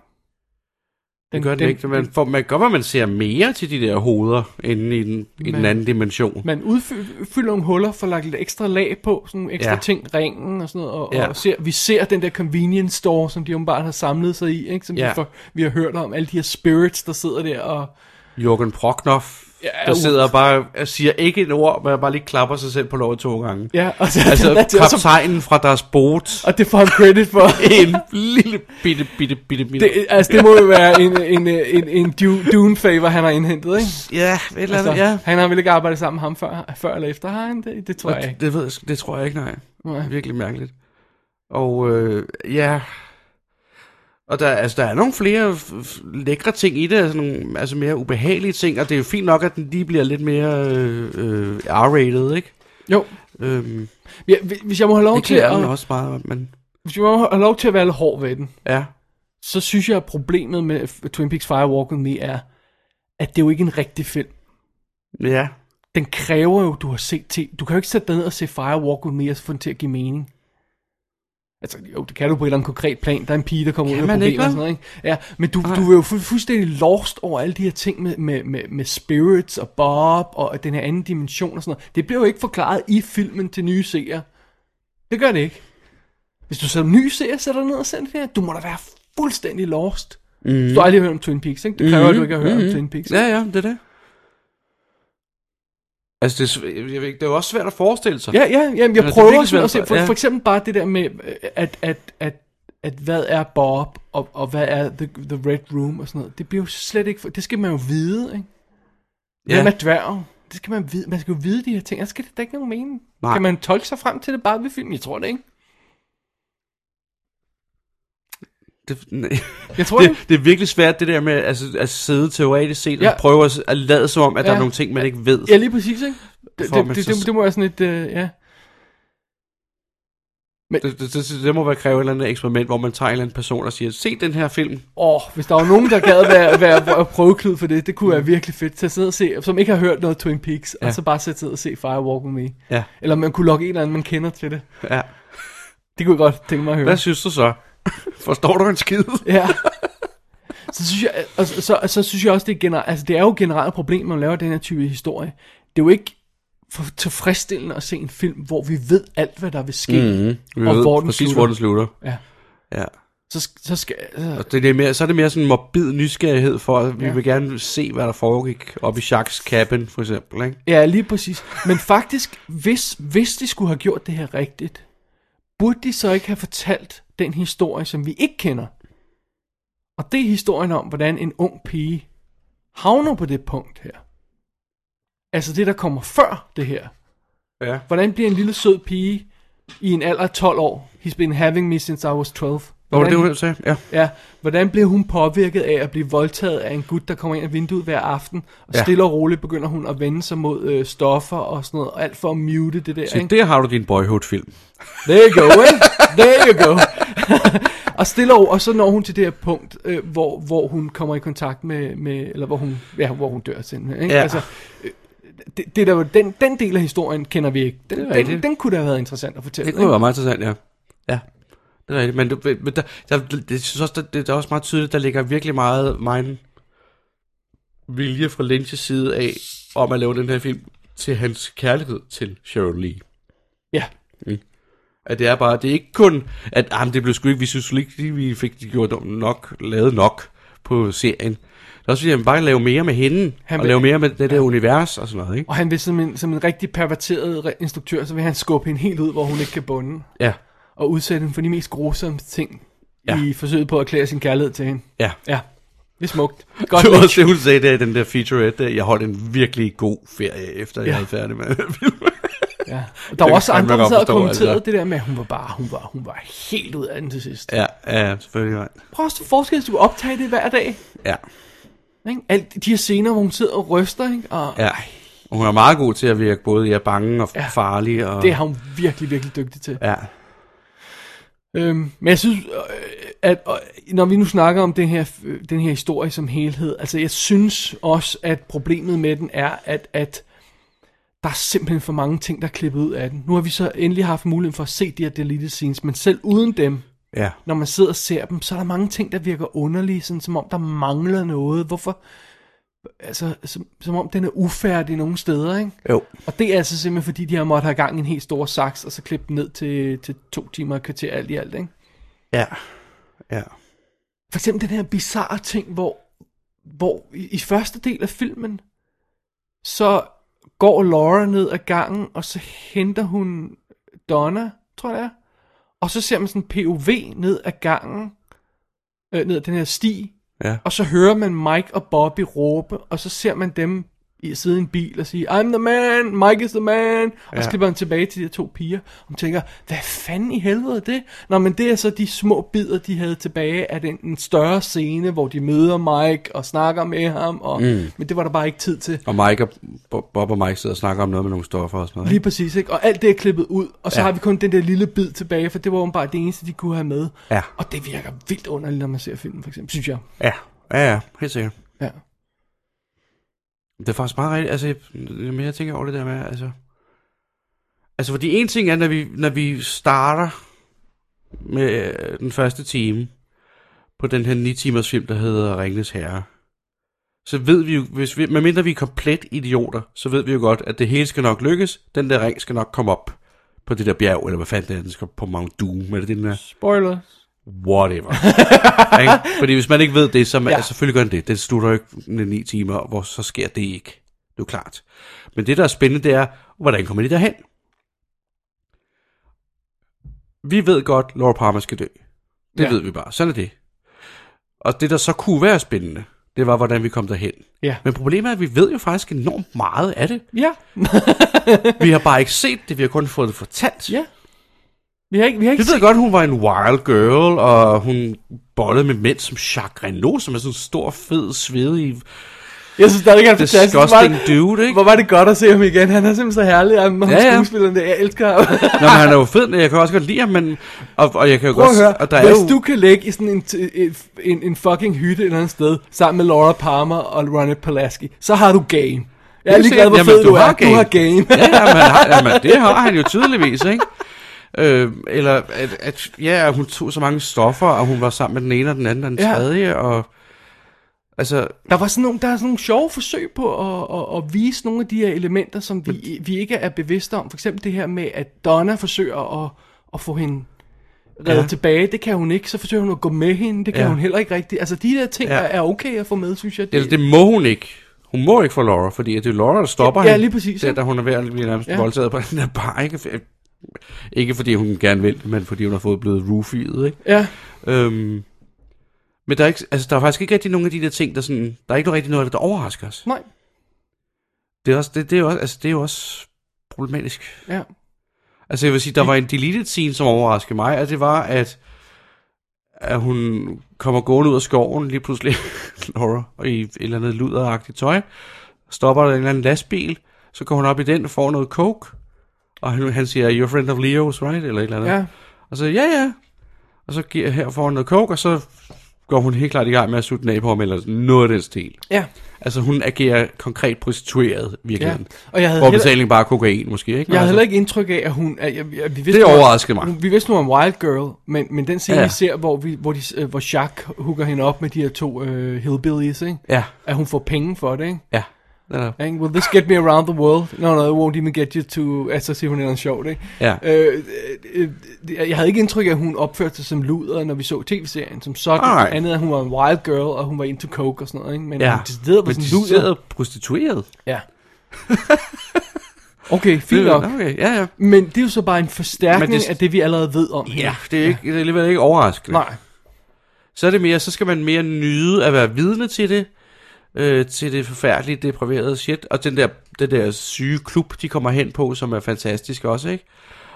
Den, det gør den, den ikke. Man, for, man gør, at man ser mere til de der hoveder, inde i den, i den Man- anden dimension. Man udfylder nogle huller, får lagt lidt ekstra lag på, sådan nogle ekstra ja. Ja. ting, ringen og sådan noget, og, ja. Ja. og ser, vi ser den der convenience store, som de åbenbart har samlet sig i, ikke? som ja. Ja. vi, får, vi har hørt om, alle de her spirits, der sidder der, og Jørgen Proknoff, Ja, ja, uh. der sidder og bare og siger ikke et ord, men bare lige klapper sig selv på låret to gange. ja, <laughs> og så, Altså, og, så, kaptajnen fra deres <laughs> båt. og det får han credit <laughs> for. en lille bitte, bitte, bitte, bitte. Det, altså, det må jo være en, en, en, en Dune-favor, han har indhentet, ikke? ja, et eller Altså, andet, ja. Han har vel ikke arbejdet sammen med ham før, før eller efter, har han det? Det tror jeg Og ikke. Det, det, ved, jeg sgu- det tror jeg ikke, nej. Nej. Det er virkelig mærkeligt. Og øh, ja... Og der, altså, der er nogle flere f- f- lækre ting i det, altså nogle altså mere ubehagelige ting, og det er jo fint nok, at den lige bliver lidt mere øh, øh, R-rated, ikke? Jo, Øhm, ja, hvis- hvis jeg må have lov ikke til at, læreren også meget, men hvis jeg må have lov til at være lidt hård ved den, ja. så synes jeg, at problemet med F- Twin Peaks Fire Walk With Me er, at det er jo ikke en rigtig film. Ja, Den kræver jo, at du har set til. Du kan jo ikke sætte dig ned og se Fire Walk With Me og få den til at give mening. Altså, jo, det kan du på et eller andet konkret plan. Der er en pige, der kommer Kan ud af man problemer ikke, og sådan vel? noget, ikke? Ja, men du, du er jo fu- fuldstændig lost over alle de her ting med, med, med, med spirits og Bob og den her anden dimension og sådan noget. Det bliver jo ikke forklaret i filmen til nye seere. Det gør det ikke. Hvis du som ny seer sætter dig ned og ser det her, du må da være fuldstændig lost. Mm. Du har aldrig hørt om Twin Peaks, ikke? Det kræver, mm. du ikke har hørt mm. om Twin Peaks. Mhm. Mm-hmm. ja, ja, det er det. Altså, det er, sv- jeg ved ikke, det er jo også svært at forestille sig. Ja, ja, ja, jeg det er prøver sådan virkelig svært at se, for- for, ja. for eksempel bare det der med, øh, at, at, at, at hvad er Bob, og, og hvad er the, the Red Room og sådan noget. Det bliver jo slet ikke, for, det skal man jo vide, ikke? Ja. Hvem er dværgen? Det skal man vide, man skal jo vide de her ting, ellers skal det da ikke nogen mening. Nej. Kan man tolke sig frem til det bare ved filmen? Jeg tror det ikke. Det, nej. Jeg tror det. det, det er virkelig svært det der med altså, at sidde teoretisk set Ja. ja. og prøve at, at lade som om, at ja. der Ja. er nogle ting, man ikke ved. Ja, lige præcis, ikke? Det, For at det, man det, så- det, det må være sådan et, øh, ja. Det, det, det, det må være kræve et eller andet eksperiment, hvor man tager en eller anden person og siger, se den her film. Åh, oh, hvis der var nogen, der gad være, være prøveklud for det, det kunne være virkelig fedt. Til at sidde og se, som ikke har hørt noget Twin Peaks, ja. Mm. Ja. og så bare sætte sig ned og se Firewalk With Me. Ja. Eller man kunne lokke en eller anden, man kender til det. ja. Det kunne jeg godt tænke mig at høre. Hvad synes du så? <laughs> Forstår du en skid? Ja. Så synes jeg, og så, så, så synes jeg også, det er, generelt, altså, det er jo generelt et problem, når man laver den her type historie. Det er jo ikke for tilfredsstillende at se en film, hvor vi ved alt, hvad der vil ske. Mm-hmm. Vi Og ved hvor den præcis, slutter. hvor den slutter. Ja. Ja. Så, sk- så skal... Altså, Og det, det er mere, så er det mere sådan en morbid nysgerrighed for, at vi Ja. ja. vil gerne se, hvad der foregik op i Jacques' cabin, for eksempel. Ikke? ja, lige præcis. Men faktisk, hvis, hvis de skulle have gjort det her rigtigt, burde de så ikke have fortalt den historie, som vi ikke kender? Og det er historien om, hvordan en ung pige havner på det punkt her. Altså det, der kommer før det her. Ja. Hvordan bliver en lille sød pige i en alder af 12 år? He's been having me since I was 12. Hvor var det, Hvordan, det, du sagde? Ja. ja, hvordan bliver hun påvirket af at blive voldtaget af en gut, der kommer ind af vinduet hver aften? Og ja. Ja. stille og roligt begynder hun at vende sig mod øh, stoffer og sådan noget, og alt for at mute det der. Se, Ikke? der har du din boyhood-film. There you go, eh? There you go. <laughs> og stille og, og så når hun til det her punkt, øh, hvor, hvor hun kommer i kontakt med, med eller hvor hun, ja, hvor hun dør simpelthen. Ikke? Ja. øh, det, det der, jo- den, den del af historien kender vi ikke. Den, den, rigtigt. den kunne da have været interessant at fortælle. Det kunne ikke? være meget interessant, ja. Ja, det er rigtigt. Men, du- men der, der, jeg synes også, der, det er også meget tydeligt, der ligger virkelig meget min vilje fra Lynch's side af, om at lave den her film til hans kærlighed til Sharon Lee. Ja, At det er bare, det er ikke kun, at ah, men det blev sgu ikke, vi synes ikke, lige, vi fik gjort nok, lavet nok på serien. Det er også fordi, han bare lave mere med hende, Han han vil- og lave mere med det der univers og sådan noget, ikke? og han vil som en, som en rigtig perverteret re- instruktør, så vil han skubbe hende helt ud, hvor hun ikke kan bunde, Ja, og udsætte hende for de mest grusomme ting ja. Ja. i forsøget på at erklære sin kærlighed til hende. ja. Ja, det er smukt. Godt <laughs> det Lynch. var også det, hun sagde der i den der featurette. der. Jeg holdt en virkelig god ferie, efter ja. jeg havde færdig med filmen. Ja. Og der var kan også jeg andre, fandme der godt sad og forstå, kommenterede altså. det der med, at hun var bare, hun var, hun var helt ud af den til sidst. Ja. <laughs> ja, ja, selvfølgelig. mand. Prøv også at forestille dig, at du optage det hver dag. Ja, Ikke? Alt de her scener, hvor hun sidder og ryster, ikke? og ja. ja. Og Hun er meget god til at virke både ja, bange og Ja. ja. farlig. Og, det er hun virkelig, virkelig dygtig til. Ja. Ja. Øhm, men jeg synes, øh, at øh, når vi nu snakker om den her, øh, den her historie som helhed, altså jeg synes også, at problemet med den er, at, at der er simpelthen for mange ting, der er klippet ud af den. Nu har vi så endelig haft muligheden for at se de her deleted scenes, men selv uden dem, Ja. når man sidder og ser dem, så er der mange ting, der virker underlige, sådan som om der mangler noget. Hvorfor? Altså, som, som om den er ufærdig nogle steder, ikke? Jo. Og det er altså simpelthen fordi, de har måttet have gang i en helt stor saks, og så klippe den ned til, til to timer og et kvarter alt i alt, ikke? Ja. Ja. For eksempel den her bizarre ting, hvor, hvor i, i første del af filmen, så går Laura ned ad gangen, og så henter hun Donna, tror jeg det er. Og så ser man sådan POV ned ad gangen, øh, ned ad den her sti, Ja. og så hører man Mike og Bobby råbe, og så ser man dem i sidde i en bil og sige, I'm the man, Mike is the man, ja. og så Ja. klipper han tilbage til de her to piger, og man tænker, hvad fanden i helvede er det? Nå, men det er så de små bidder, de havde tilbage af den en større scene, hvor de møder Mike og snakker med ham, og, mm. men det var der bare ikke tid til. Og Mike og Bo- Bob og Mike sidder og snakker om noget med nogle stoffer og sådan noget. Lige Ikke? præcis, ikke? Og alt det er klippet ud, og så ja. Ja. har vi kun den der lille bid tilbage, for det var jo bare det eneste, de kunne have med. Ja. Og det virker vildt underligt, når man ser filmen, for eksempel, synes jeg. Ja. Ja, ja. Helt sikkert. Ja. Det er faktisk meget rigtigt. Altså, jeg, jamen, jeg tænker over det der med, altså... Altså, fordi en ting er, når vi, når vi starter med øh, den første time på den her 9-timers film, der hedder Ringnes Herre, så ved vi jo, hvis vi, medmindre vi er komplet idioter, så ved vi jo godt, at det hele skal nok lykkes, den der ring skal nok komme op på det der bjerg, eller hvad fanden det er, den skal op på Mount Doom, eller det den der Spoiler. <laughs> whatever. Ikke? Fordi hvis man ikke ved det, så man, Ja. ja. selvfølgelig gør den det. Den slutter jo ikke med ni timer, hvor så sker det ikke. Det er jo klart. Men det, der er spændende, det er, hvordan kommer de derhen? Vi ved godt, Laura Palmer skal dø. Det Ja. ja. ved vi bare. Sådan er det. Og det, der så kunne være spændende, det var, hvordan vi kom derhen. Ja. Men problemet er, at vi ved jo faktisk enormt meget af det. Ja. Vi har bare ikke set det, vi har kun fået det fortalt. ja. Vi har ikke, vi har ikke Jeg ved godt, hun var en wild girl, og hun bollede med mænd som Jacques Renault, som er sådan en stor, fed, svedig, Jeg synes stadig, han er fantastisk. Hvor disgusting var- dude, ikke? Hvor var det godt at se ham igen. Han er simpelthen så herlig. Han ja, Ja, ja. ja. skuespilleren, det jeg elsker ham. <laughs> Nå, men han er jo fed, men jeg kan også godt lide ham, men... Og, og jeg kan jo Prøv godt... at høre, og der er hvis jo, du kan ligge i sådan en, t- en, en, en fucking hytte et eller andet sted, sammen med Laura Palmer og Ronnie Pulaski, så har du game. Jeg er Helt ligeglad, hvor sikkert. fed Jamen, du, du har er. Du game. har game. Ja, jamen, han har, jamen, det har han jo tydeligvis, ikke? Øh, eller, at, at, ja, at hun tog så mange stoffer, og hun var sammen med den ene og den anden og den Ja. tredje, og... Altså, Der var sådan nogle, der er sådan nogle sjove forsøg på at, at, at vise nogle af de her elementer, som vi, vi ikke er bevidste om. For eksempel det her med, at Donna forsøger at, at få hende reddet ja. Ja. tilbage. Det kan hun ikke. Så forsøger hun at gå med hende. Det kan ja. Ja. hun heller ikke rigtigt. Altså, de der ting ja. Ja. er, er okay at få med, synes jeg. Eller Altså, det må hun ikke. Hun må ikke få Laura, fordi det er Laura, der stopper Ja, ja, hende, lige præcis, Der, ikke? da hun er ved at blive nærmest Ja. ja. voldtaget på den der bar. Ikke, ikke fordi hun gerne vil, men fordi hun har fået blevet roofiet, ikke? Ja, Øhm, men der er, ikke, altså, der er faktisk ikke rigtig nogen af de der ting, der sådan... Der er ikke noget rigtig noget, der overrasker os. nej. Det er, også, det, det, er, også, altså, det er jo også problematisk. Ja. Altså jeg vil sige, der var en deleted scene, som overraskede mig, og det var, at, at hun kommer gående ud af skoven lige pludselig, <laughs> Laura, og i et eller andet luderagtigt tøj, stopper der en eller anden lastbil, så går hun op i den og får noget coke, og han, han siger, you're a friend of Leo's, right? Eller et eller andet. Ja. Og så, ja, ja. Og så giver, her får hun noget coke, og så går hun helt klart i gang med at sutte den af på ham, eller noget af den stil. ja. Altså hun agerer konkret prostitueret, virkelig. ja. Ja. Og jeg havde, Hvor heller, betalingen bare er kokain, måske, ikke? Men jeg havde altså- heller ikke indtryk af, at hun... At, jeg, jeg, vi vidste, Det hun var- overraskede mig. Vi vidste nu om Wild Girl, men, men den scene, ja. Ja. vi ser, hvor, vi, hvor, de, øh, hvor Jacques hooker hende op med de her to øh, hillbillies, ikke? Ja, at hun får penge for det, ikke? ja. Ja, Ikke? Will this get me around the world? No, no, it won't even get you to... Altså, siger hun noget sjovt, ikke? Ja. Øh, øh, øh, jeg havde ikke indtryk af, at hun opførte sig som luder, når vi så tv-serien, som sådan. Nej. Andet, end, at hun var en wild girl, og hun var into coke og sådan noget, ikke? Men ja. hun deciderede var Men sådan en luder. decideret prostitueret. Ja. Okay, fint nok. Okay, ja, ja. Men det er jo så bare en forstærkning Men det... det- af det, vi allerede ved om hende. Ja, det er, ikke, det er alligevel ikke overraskende. Nej. Så er det mere, så skal man mere nyde at være vidne til det, øh, til det forfærdelige, depriverede shit, og den der, den der syge klub, de kommer hen på, som er fantastisk også, ikke?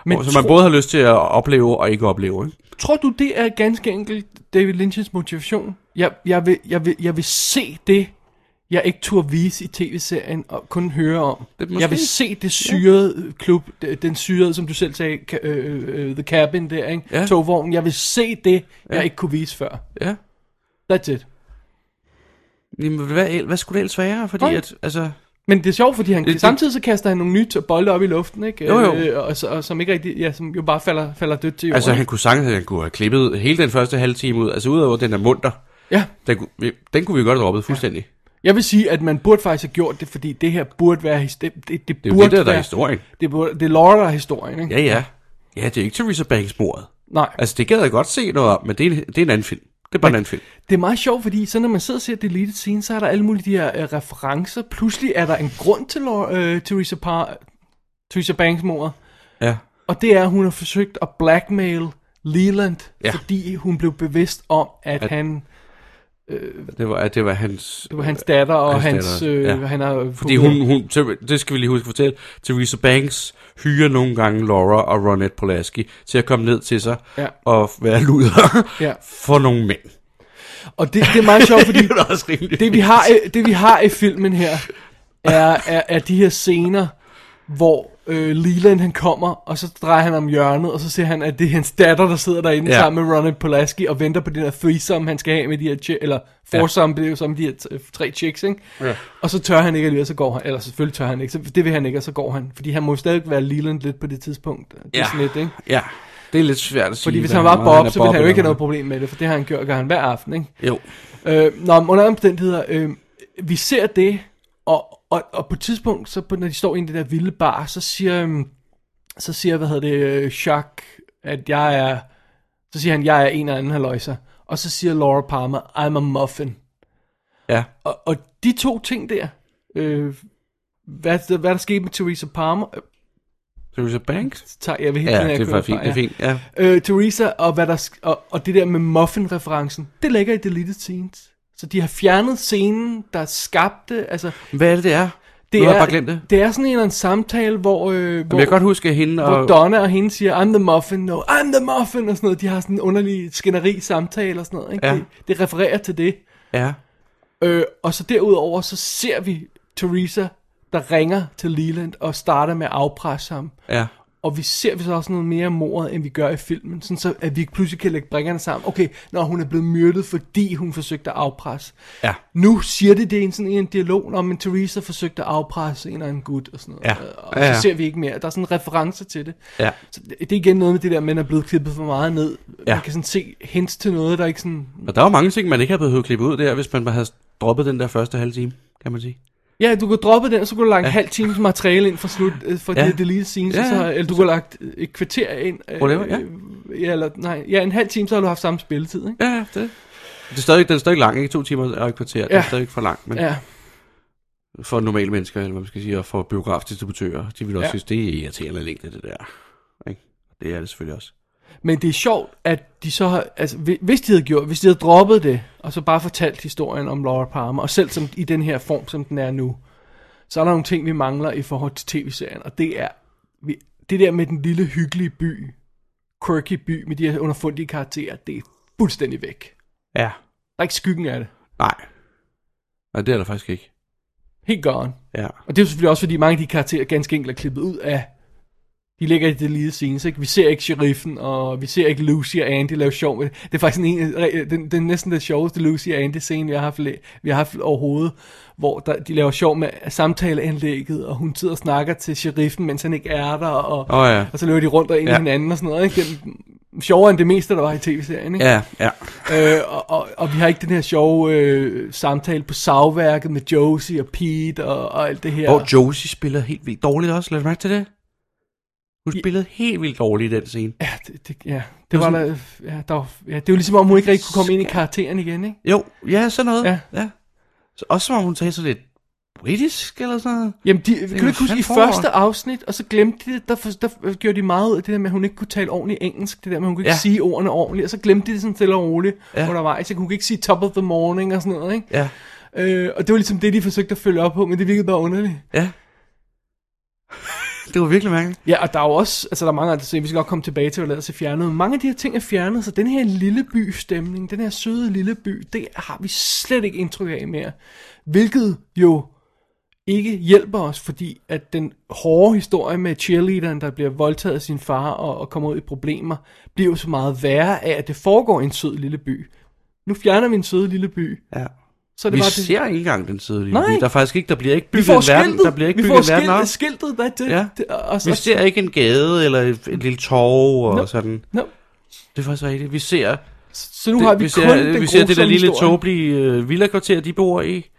Men Men som man tro- både har lyst til at opleve og ikke opleve, ikke? Tror du, det er ganske enkelt David Lynch's motivation? Jeg, jeg, vil, jeg, vil, jeg vil se det, jeg ikke turde vise i tv-serien og kun høre om. Det er Det måske- jeg vil se det syrede øh, klub, d- den syrede, som du selv sagde, ka- øh, øh, The Cabin der, ikke? Ja. Togvognen. Jeg vil se det, jeg Ja. ikke kunne vise før. Ja. That's it. Jamen, hvad, el- hvad skulle det ellers være? Fordi Nej. at, altså... Men det er sjovt, fordi han, Det- det- samtidig så kaster han nogle nye t- bolde op i luften, ikke? Jo, jo. Øh, og, så, og, som ikke rigtig, ja, som jo bare falder, falder dødt til jorden. Altså, han kunne sagtens, han kunne have klippet hele den første halve time ud. Altså, udover den der munter, Ja, den, kunne vi- den kunne vi godt have droppet fuldstændig. Ja. jeg vil sige, at man burde faktisk have gjort det, fordi det her burde være... his- Det, det, det, Det er jo burde det, der, der er være, historien. Det, burde, det er Laura, der er historien, ikke? Ja, ja. Ja, det er ikke Theresa Banks mordet. Nej. Altså, det gad jeg godt se noget om, men det er, en- det er en anden film. Det er bare en anden film. Det er meget sjovt, fordi så når man sidder og ser deleted scene, så er der alle mulige de her øh, referencer. Pludselig er der en grund til Laura, øh, Theresa, Par, Theresa Banks mordet, Ja. og det er, at hun har forsøgt at blackmail Leland, ja. Ja. fordi hun blev bevidst om, at, at At- han, Det var, at det var hans... det var hans datter, og hans, hans hans datter, øh, ja. ja. han har... Fordi hun, hun, Ther- det skal vi lige huske at fortælle, Theresa Banks hyrer nogle gange Laura og Ronette Polaski til at komme ned til sig Ja. og være luder <laughs> Ja. for nogle mænd. Og det, det er meget sjovt, <laughs> fordi Det er da også rimeligt. det vi har i, det vi har i filmen her er, er, er de her scener hvor øh, Leland han kommer og så drejer han om hjørnet og så ser han at det er hans datter der sidder derinde ja. Ja. sammen med Ronald Polaski og venter på den her threesome han skal have med de her chi- eller foursome ja. det er jo som de her t- øh, tre chicks, ikke? Ja. Og så tør han ikke alligevel så går han eller selvfølgelig tør han ikke så det vil han ikke og så går han fordi han må jo stadig være Leland lidt på det tidspunkt. Det er Ja. sådan lidt, ikke? Ja, det er lidt svært at sige. Fordi hvis hvad han var meget Bob, så ville han jo eller ikke have noget hvad. problem med det, for det har han gjort, gør han hver aften, ikke? Jo, Øh, nå, men under alle omstændigheder, øh, vi ser det, og, og, og på et tidspunkt, så på, når de står inde i den der vilde bar, så siger, øhm, så siger hvad hedder det, øh, Jacques, at jeg er, så siger han, jeg er en eller anden haløjser. Og så siger Laura Palmer, I'm a muffin. ja. Og, og de to ting der, øh, hvad, der- hvad der skete med Theresa Palmer, øh, Theresa Banks? tager jeg ved hele Ja, tiden, jeg det kører var fint, fra, det er fint, ja. øh, Teresa og, hvad der, sk- og, og det der med muffin-referencen, det ligger i Deleted Scenes. Så de har fjernet scenen, der skabte, altså... Hvad er det, det er? Det nu har er, jeg bare glemt det. det er sådan en eller anden samtale, hvor, øh, hvor, Men jeg kan godt huske, at hende hvor og... Donna og hende siger, I'm the muffin, no, I'm the muffin, og sådan noget. De har sådan en underlig skænderi samtale og sådan noget. Ikke? Ja. Det, det refererer til det. Ja, Øh, og så derudover, så ser vi Teresa, der ringer til Leland og starter med at afpresse ham. ja. Og vi ser så også noget mere mordet, end vi gør i filmen. Sådan så, at vi pludselig kan lægge brækkerne sammen. Okay, når hun er blevet myrdet, fordi hun forsøgte at afpresse. Ja. Nu siger de det i en, sådan, i en dialog, om en Teresa forsøgte at afpresse en eller anden gut og sådan noget. Øh, Ja. Og Ja, så ja. ser vi ikke mere. Der er sådan en reference til det. Ja. Så det, det er igen noget med det der, men er blevet klippet for meget ned. Ja. Man kan sådan se hints til noget, der ikke sådan... Og der var mange ting, man ikke havde behøvet at klippe ud der, hvis man bare havde droppet den der første halve time, kan man sige. Ja, du kunne droppe den, og så kunne du lagt ja. en halv times materiale ind fra slut, øh, fra ja. Ja. det her deleted scenes, Ja, ja, ja. Så, eller du kunne have lagt øh, et kvarter ind. Øh, Whatever, ja. øh, ja. eller, nej, ja, en halv time, så har du haft samme spilletid, ikke? Ja, ja, det. Det er stadig, den er stadig lang, ikke? To timer og et kvarter. Ja. Det Ja. er stadig for langt, men ja. Ja, for normale mennesker, eller hvad man skal sige, og for biografdistributører, de vil også Ja. ja. synes, det er irriterende længde, det der. Ikke? Det er det selvfølgelig også. men det er sjovt, at de så har, altså, hvi- hvis de havde gjort, hvis de havde droppet det, og så bare fortalt historien om Laura Palmer, og selv som, i den her form, som den er nu, så er der nogle ting, vi mangler i forhold til tv-serien, og det er, vi, det der med den lille hyggelige by, quirky by, med de her underfundige karakterer, det er fuldstændig væk. Ja. Der er ikke skyggen af det. Nej. Nej, det er der faktisk ikke. Helt gone. Ja. Og det er jo selvfølgelig også, fordi mange af de karakterer ganske enkelt er klippet ud af... De ligger i det lille scenes, ikke? Vi ser ikke sheriffen, og vi ser ikke Lucy og Andy lave sjov. med det. Det er faktisk en, en- den, den, næsten den sjoveste Lucy og Andy scene, vi har haft, la- vi har haft overhovedet, hvor der, de laver sjov med samtaleanlægget, og hun sidder og snakker til sheriffen, mens han ikke er der, og, Åh, ja. og så løber de rundt og ind ja. Ja. i hinanden og sådan noget, ikke? Det er sjovere end det meste, der var i tv-serien, ikke? Ja, ja. øh, og, og, og vi har ikke den her sjove øh, samtale på savværket med Josie og Pete og, og alt det her. Hvor Josie spiller helt vildt dårligt også. Lad os mærke til det. Hun Ja. spillede helt vildt dårligt i den scene. Ja, det, det, ja. det var, der, ja, der var, ja, det var ligesom om hun ikke rigtig kunne komme ind i karakteren igen, ikke? Jo, ja, sådan noget. Ja. ja. Så også som om hun talte så lidt britisk eller sådan noget. Jamen, de, kan du jo ikke huske, i fandme forår. første afsnit, og så glemte de det, der, for- der, der gjorde de meget ud af det der med, at hun ikke kunne tale ordentligt engelsk, det der med, at hun kunne ikke Ja. sige ordene ordentligt, og så glemte de det sådan stille og roligt ja. Ja. undervejs, ikke? hun kunne ikke sige top of the morning og sådan noget, ikke? Ja, Øh, og det var ligesom det, de forsøgte at følge op på, men det virkede bare underligt. ja. <laughs> Det var virkelig mærkeligt. Ja, og der er jo også, altså der er mange andre ting, vi skal nok komme tilbage til, hvad der ellers er fjernet. Mange af de her ting er fjernet, så den her lille by stemning, den her søde lille by, det har vi slet ikke indtryk af mere. Hvilket jo ikke hjælper os, fordi at den hårde historie med cheerleaderen, der bliver voldtaget af sin far og, og kommer ud i problemer, bliver jo så meget værre af, at det foregår i en sød lille by. Nu fjerner vi en sød lille by. Ja. Så er det Vi bare det. ser ikke engang den side. Nej. Der er faktisk ikke, der bliver ikke vi bygget får en verden. skiltet, Der bliver ikke vi bygget får en verden op. skiltet, skiltet, hvad er det? Ja. det og, og, Vi og, ser ikke en gade eller et, et lille torv og Nå. sådan. no. Det er faktisk rigtigt. Vi ser Så nu har vi, kun vi ser, den vi ser det der grusomme lille historie. tåbelige øh, villakvarter, de bor i.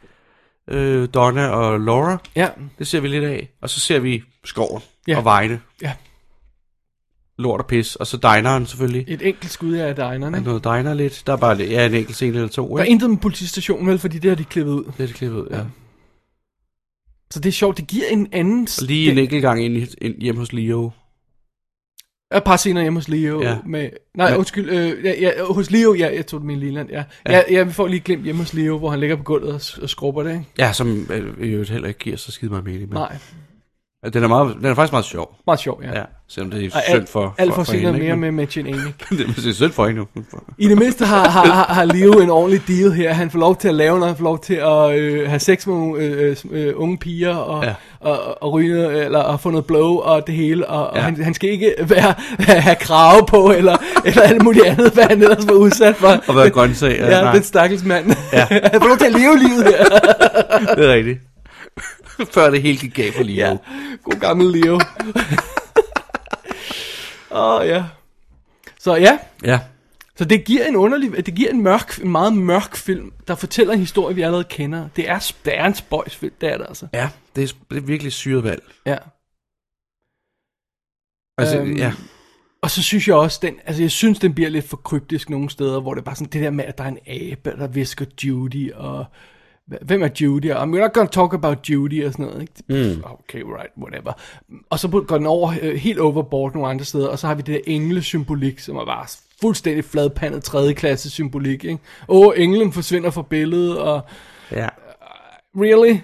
Øh, Donna og Laura. Ja, Det ser vi lidt af. Og så ser vi skoven Ja. og vejene. Ja. Lort og pis. Og så dineren selvfølgelig. et enkelt skud af dinerne. Der er ikke? noget diner lidt. Der er bare lidt- ja, en enkelt scene eller to. Der er Ikke? intet med politistationen, vel, fordi det har de klippet ud. Lidt klippet, ud, ja. Så det er sjovt, det giver en anden... Og lige en det, enkelt gang ind, i- ind hjem hos Leo. Et par scener hjemme hos Leo ja. Ja. med... Nej, Men- undskyld, øh, ja, ja, hos Leo, ja, jeg tog det med i Liland, ja. Ja. ja. ja, vi får lige et glimt hjemme hos Leo, hvor han ligger på gulvet og, s- og skrubber det, ikke? Ja, som øh, i øvrigt heller ikke giver så skide meget mening. Men. Nej, Ja, Den er, meget, den er faktisk meget sjov. meget sjovt, ja. Ja, selvom det er Og synd for, alt for, for, for senere hende. mere ikke? med Magic Amy. Men <laughs> det er- det er synd for hende jo. I det mindste har, har, har- har Leo en ordentlig deal her. Han får lov til at lave noget, han får lov til at øh, have sex med nogle, øh, øh, øh, unge piger, og, ja. Ja. og, og, og ryge noget, eller og få noget blow og det hele. Og, ja. og Ja. han, han skal ikke være, <laughs> have krave på, eller, eller alt muligt andet, hvad han ellers var udsat for. Og været grøntsag. Ja, Ja, nej, den stakkels mand. Ja. <laughs> han får lov til at leve livet her. det er rigtigt. <laughs> Før det hele gik galt for Leo. Ja, <laughs> god gammel Leo. <laughs> Åh, oh, ja. Så ja, ja. Så det giver en underlig, det giver en mørk, en meget mørk film, der fortæller en historie, vi allerede kender. Det er, det er en spøjs film, det er det altså. Ja, det er, det er virkelig syret valg. Ja. Altså, Øhm, ja. Og så synes jeg også, den, altså jeg synes, den bliver lidt for kryptisk nogle steder, hvor det er bare sådan, det der med, at der er en abe, der visker Judy, og hva- hvem er Judy, og I'm not gonna talk about Judy, og sådan noget, ikke? Mm. Okay, right, whatever. Og så går den over, øh, helt overboard nogle andre steder, og så har vi det der engle-symbolik, som er bare fuldstændig fladpandet tredje klasse symbolik, ikke? Åh, englen forsvinder fra billedet, og Ja. really?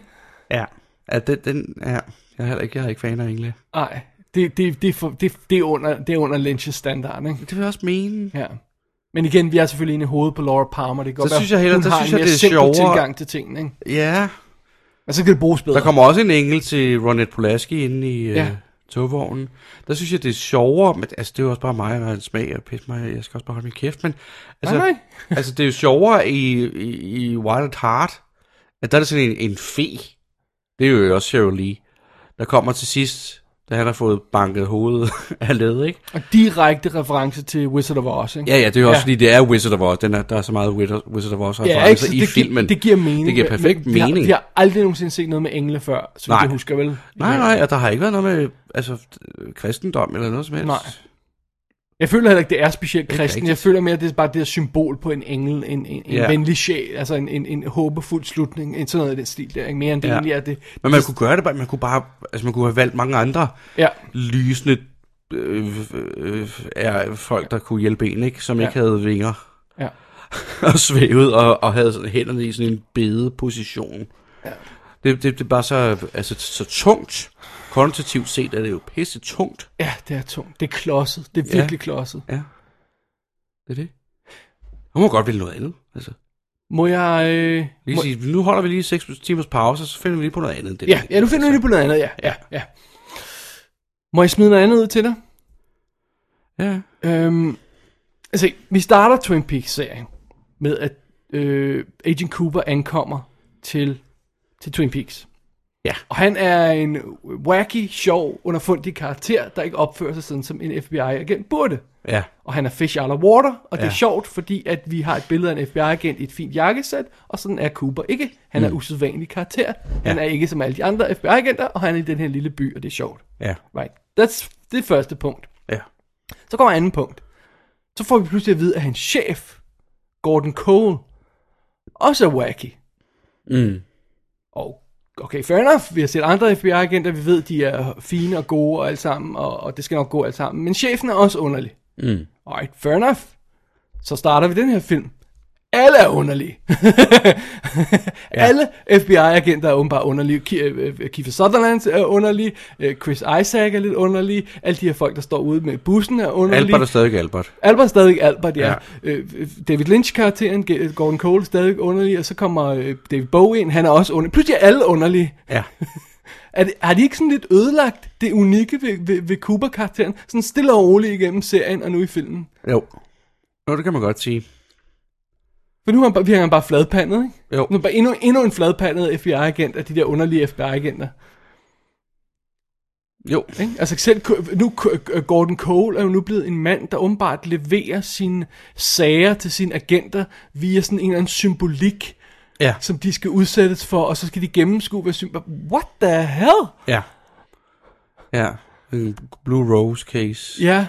Ja. ja den, den, ja. Jeg er heller ikke, jeg er ikke fan af engle. Nej, det, det, det, er for, det, det, er under, det er under Lynch's standard, ikke? Det vil jeg også mene. Ja. Men igen, vi er selvfølgelig inde i hovedet på Laura Palmer. Det kan Så godt være, synes jeg hellere- hun så har synes en jeg, mere det er simpel sjovere. tilgang til tingene, ikke? Ja. Og så kan det bruges bedre. Der kommer også en enkelt til Ronette Polaski inde i ja. Ja. øh, togvognen. Der synes jeg, det er sjovere, men altså, det er jo også bare mig, der har en smag, og pisse mig, jeg skal også bare holde min kæft, men altså, Nej, nej. <laughs> altså det er jo sjovere i, i, i Wild at Heart, at der er det sådan en, en fe, det er jo også Cheryl Lee, der kommer til sidst, da han har fået banket hovedet <laughs> af led, ikke? Og direkte reference til Wizard of Oz, ikke? Ja, ja, det er jo også Ja. fordi, det er Wizard of Oz, den er, der er så meget Wizard Wizard of Oz Ja, ikke? Så referencer det, i gi- filmen. det giver mening. Det giver men- perfekt men vi har- mening. Vi har aldrig nogensinde set noget med engle før, som Nej. jeg husker vel. Nej, nej, og der har ikke været noget med altså, øh, kristendom eller noget som helst. Nej. Jeg føler heller ikke, det er specielt kristen. rigtigt. Jeg føler mere, at det er bare det der symbol på en engel, en, en, en Ja. venlig sjæl, altså en, en, en håbefuld slutning, en sådan noget i den stil der. Ikke? Mere end det Ja. egentlig er det. Men man kunne gøre det bare, man kunne bare, altså man kunne have valgt mange andre Ja, lysende øh, øh, er folk, der kunne hjælpe en, ikke? Som Ja. ja. ikke havde vinger ja. <laughs> og svævede og, og havde sådan hænderne i sådan en bedeposition. Ja. Det, det, det er bare så, altså, så tungt. Kvantitativt set er det jo pisse tungt. Ja, det er tungt. Det er klodset. Det er Ja. virkelig klodset. Ja. Det er det. Hun må godt ville noget andet. Altså, Må jeg... Øh, lige må, sige, nu holder vi lige 6 timers pause, så finder vi lige på noget andet. end Altså. Det ja, der. ja, nu finder vi det på noget andet, ja, ja, ja. Må jeg smide noget andet ud til dig? Ja. Øhm, altså, vi starter Twin Peaks-serien med, at øh, Agent Cooper ankommer til, til Twin Peaks. Ja. Og han er en wacky, sjov, underfundig karakter, der ikke opfører sig sådan, som en FBI-agent burde. Ja. Og han er fish out of water, og det er Ja. sjovt, fordi at vi har et billede af en FBI-agent i et fint jakkesæt, og sådan er Cooper ikke. Han Mm. er usædvanlig karakter. Han er ikke som alle de andre FBI-agenter, og han er i den her lille by, og det er sjovt. Ja. Right. That's det første punkt. Ja. Så kommer anden punkt. Så får vi pludselig at vide, at hans chef, Gordon Cole, også er wacky. Mm. Og okay, fair enough. Vi har set andre FBI-agenter, vi ved, de er fine og gode og alt sammen, og, og det skal nok gå alt sammen. Men chefen er også underlig. Mm. Alright, fair enough. Så starter vi den her film. Alle er <laughs> underlige. Alle FBI-agenter er åbenbart underlige. Ki- øh, øh, Kiefer Sutherland er underlig. Øh, Chris Isaac er lidt underlig. Alle de her folk, der står ude med bussen, er underlige. Albert er stadig Albert. Albert er stadig Albert, ja. Ja. ja. Øh, David Lynch-karakteren, G- Gordon Cole, er stadig underlig, og så kommer øh, David Bowie ind, han er også underlig. Pludselig er alle underlige. <laughs> Ja. Er det, har de ikke sådan lidt ødelagt det unikke ved, ved, ved Cooper-karakteren? Sådan stille og roligt igennem serien og nu i filmen. Jo. Nå, det kan man godt sige. For nu har han bare, vi har han bare fladpandet, ikke? Jo. Nu er bare endnu, endnu en fladpandet FBI-agent af de der underlige FBI-agenter. Jo. Ikke? Altså selv K- nu K- Gordon Cole er jo nu blevet en mand, der åbenbart leverer sine sager til sine agenter via sådan en eller anden symbolik, Ja. som de skal udsættes for, og så skal de gennemskue, hvad symbolik... What the hell? Ja. Ja. En Blue Rose case. Ja.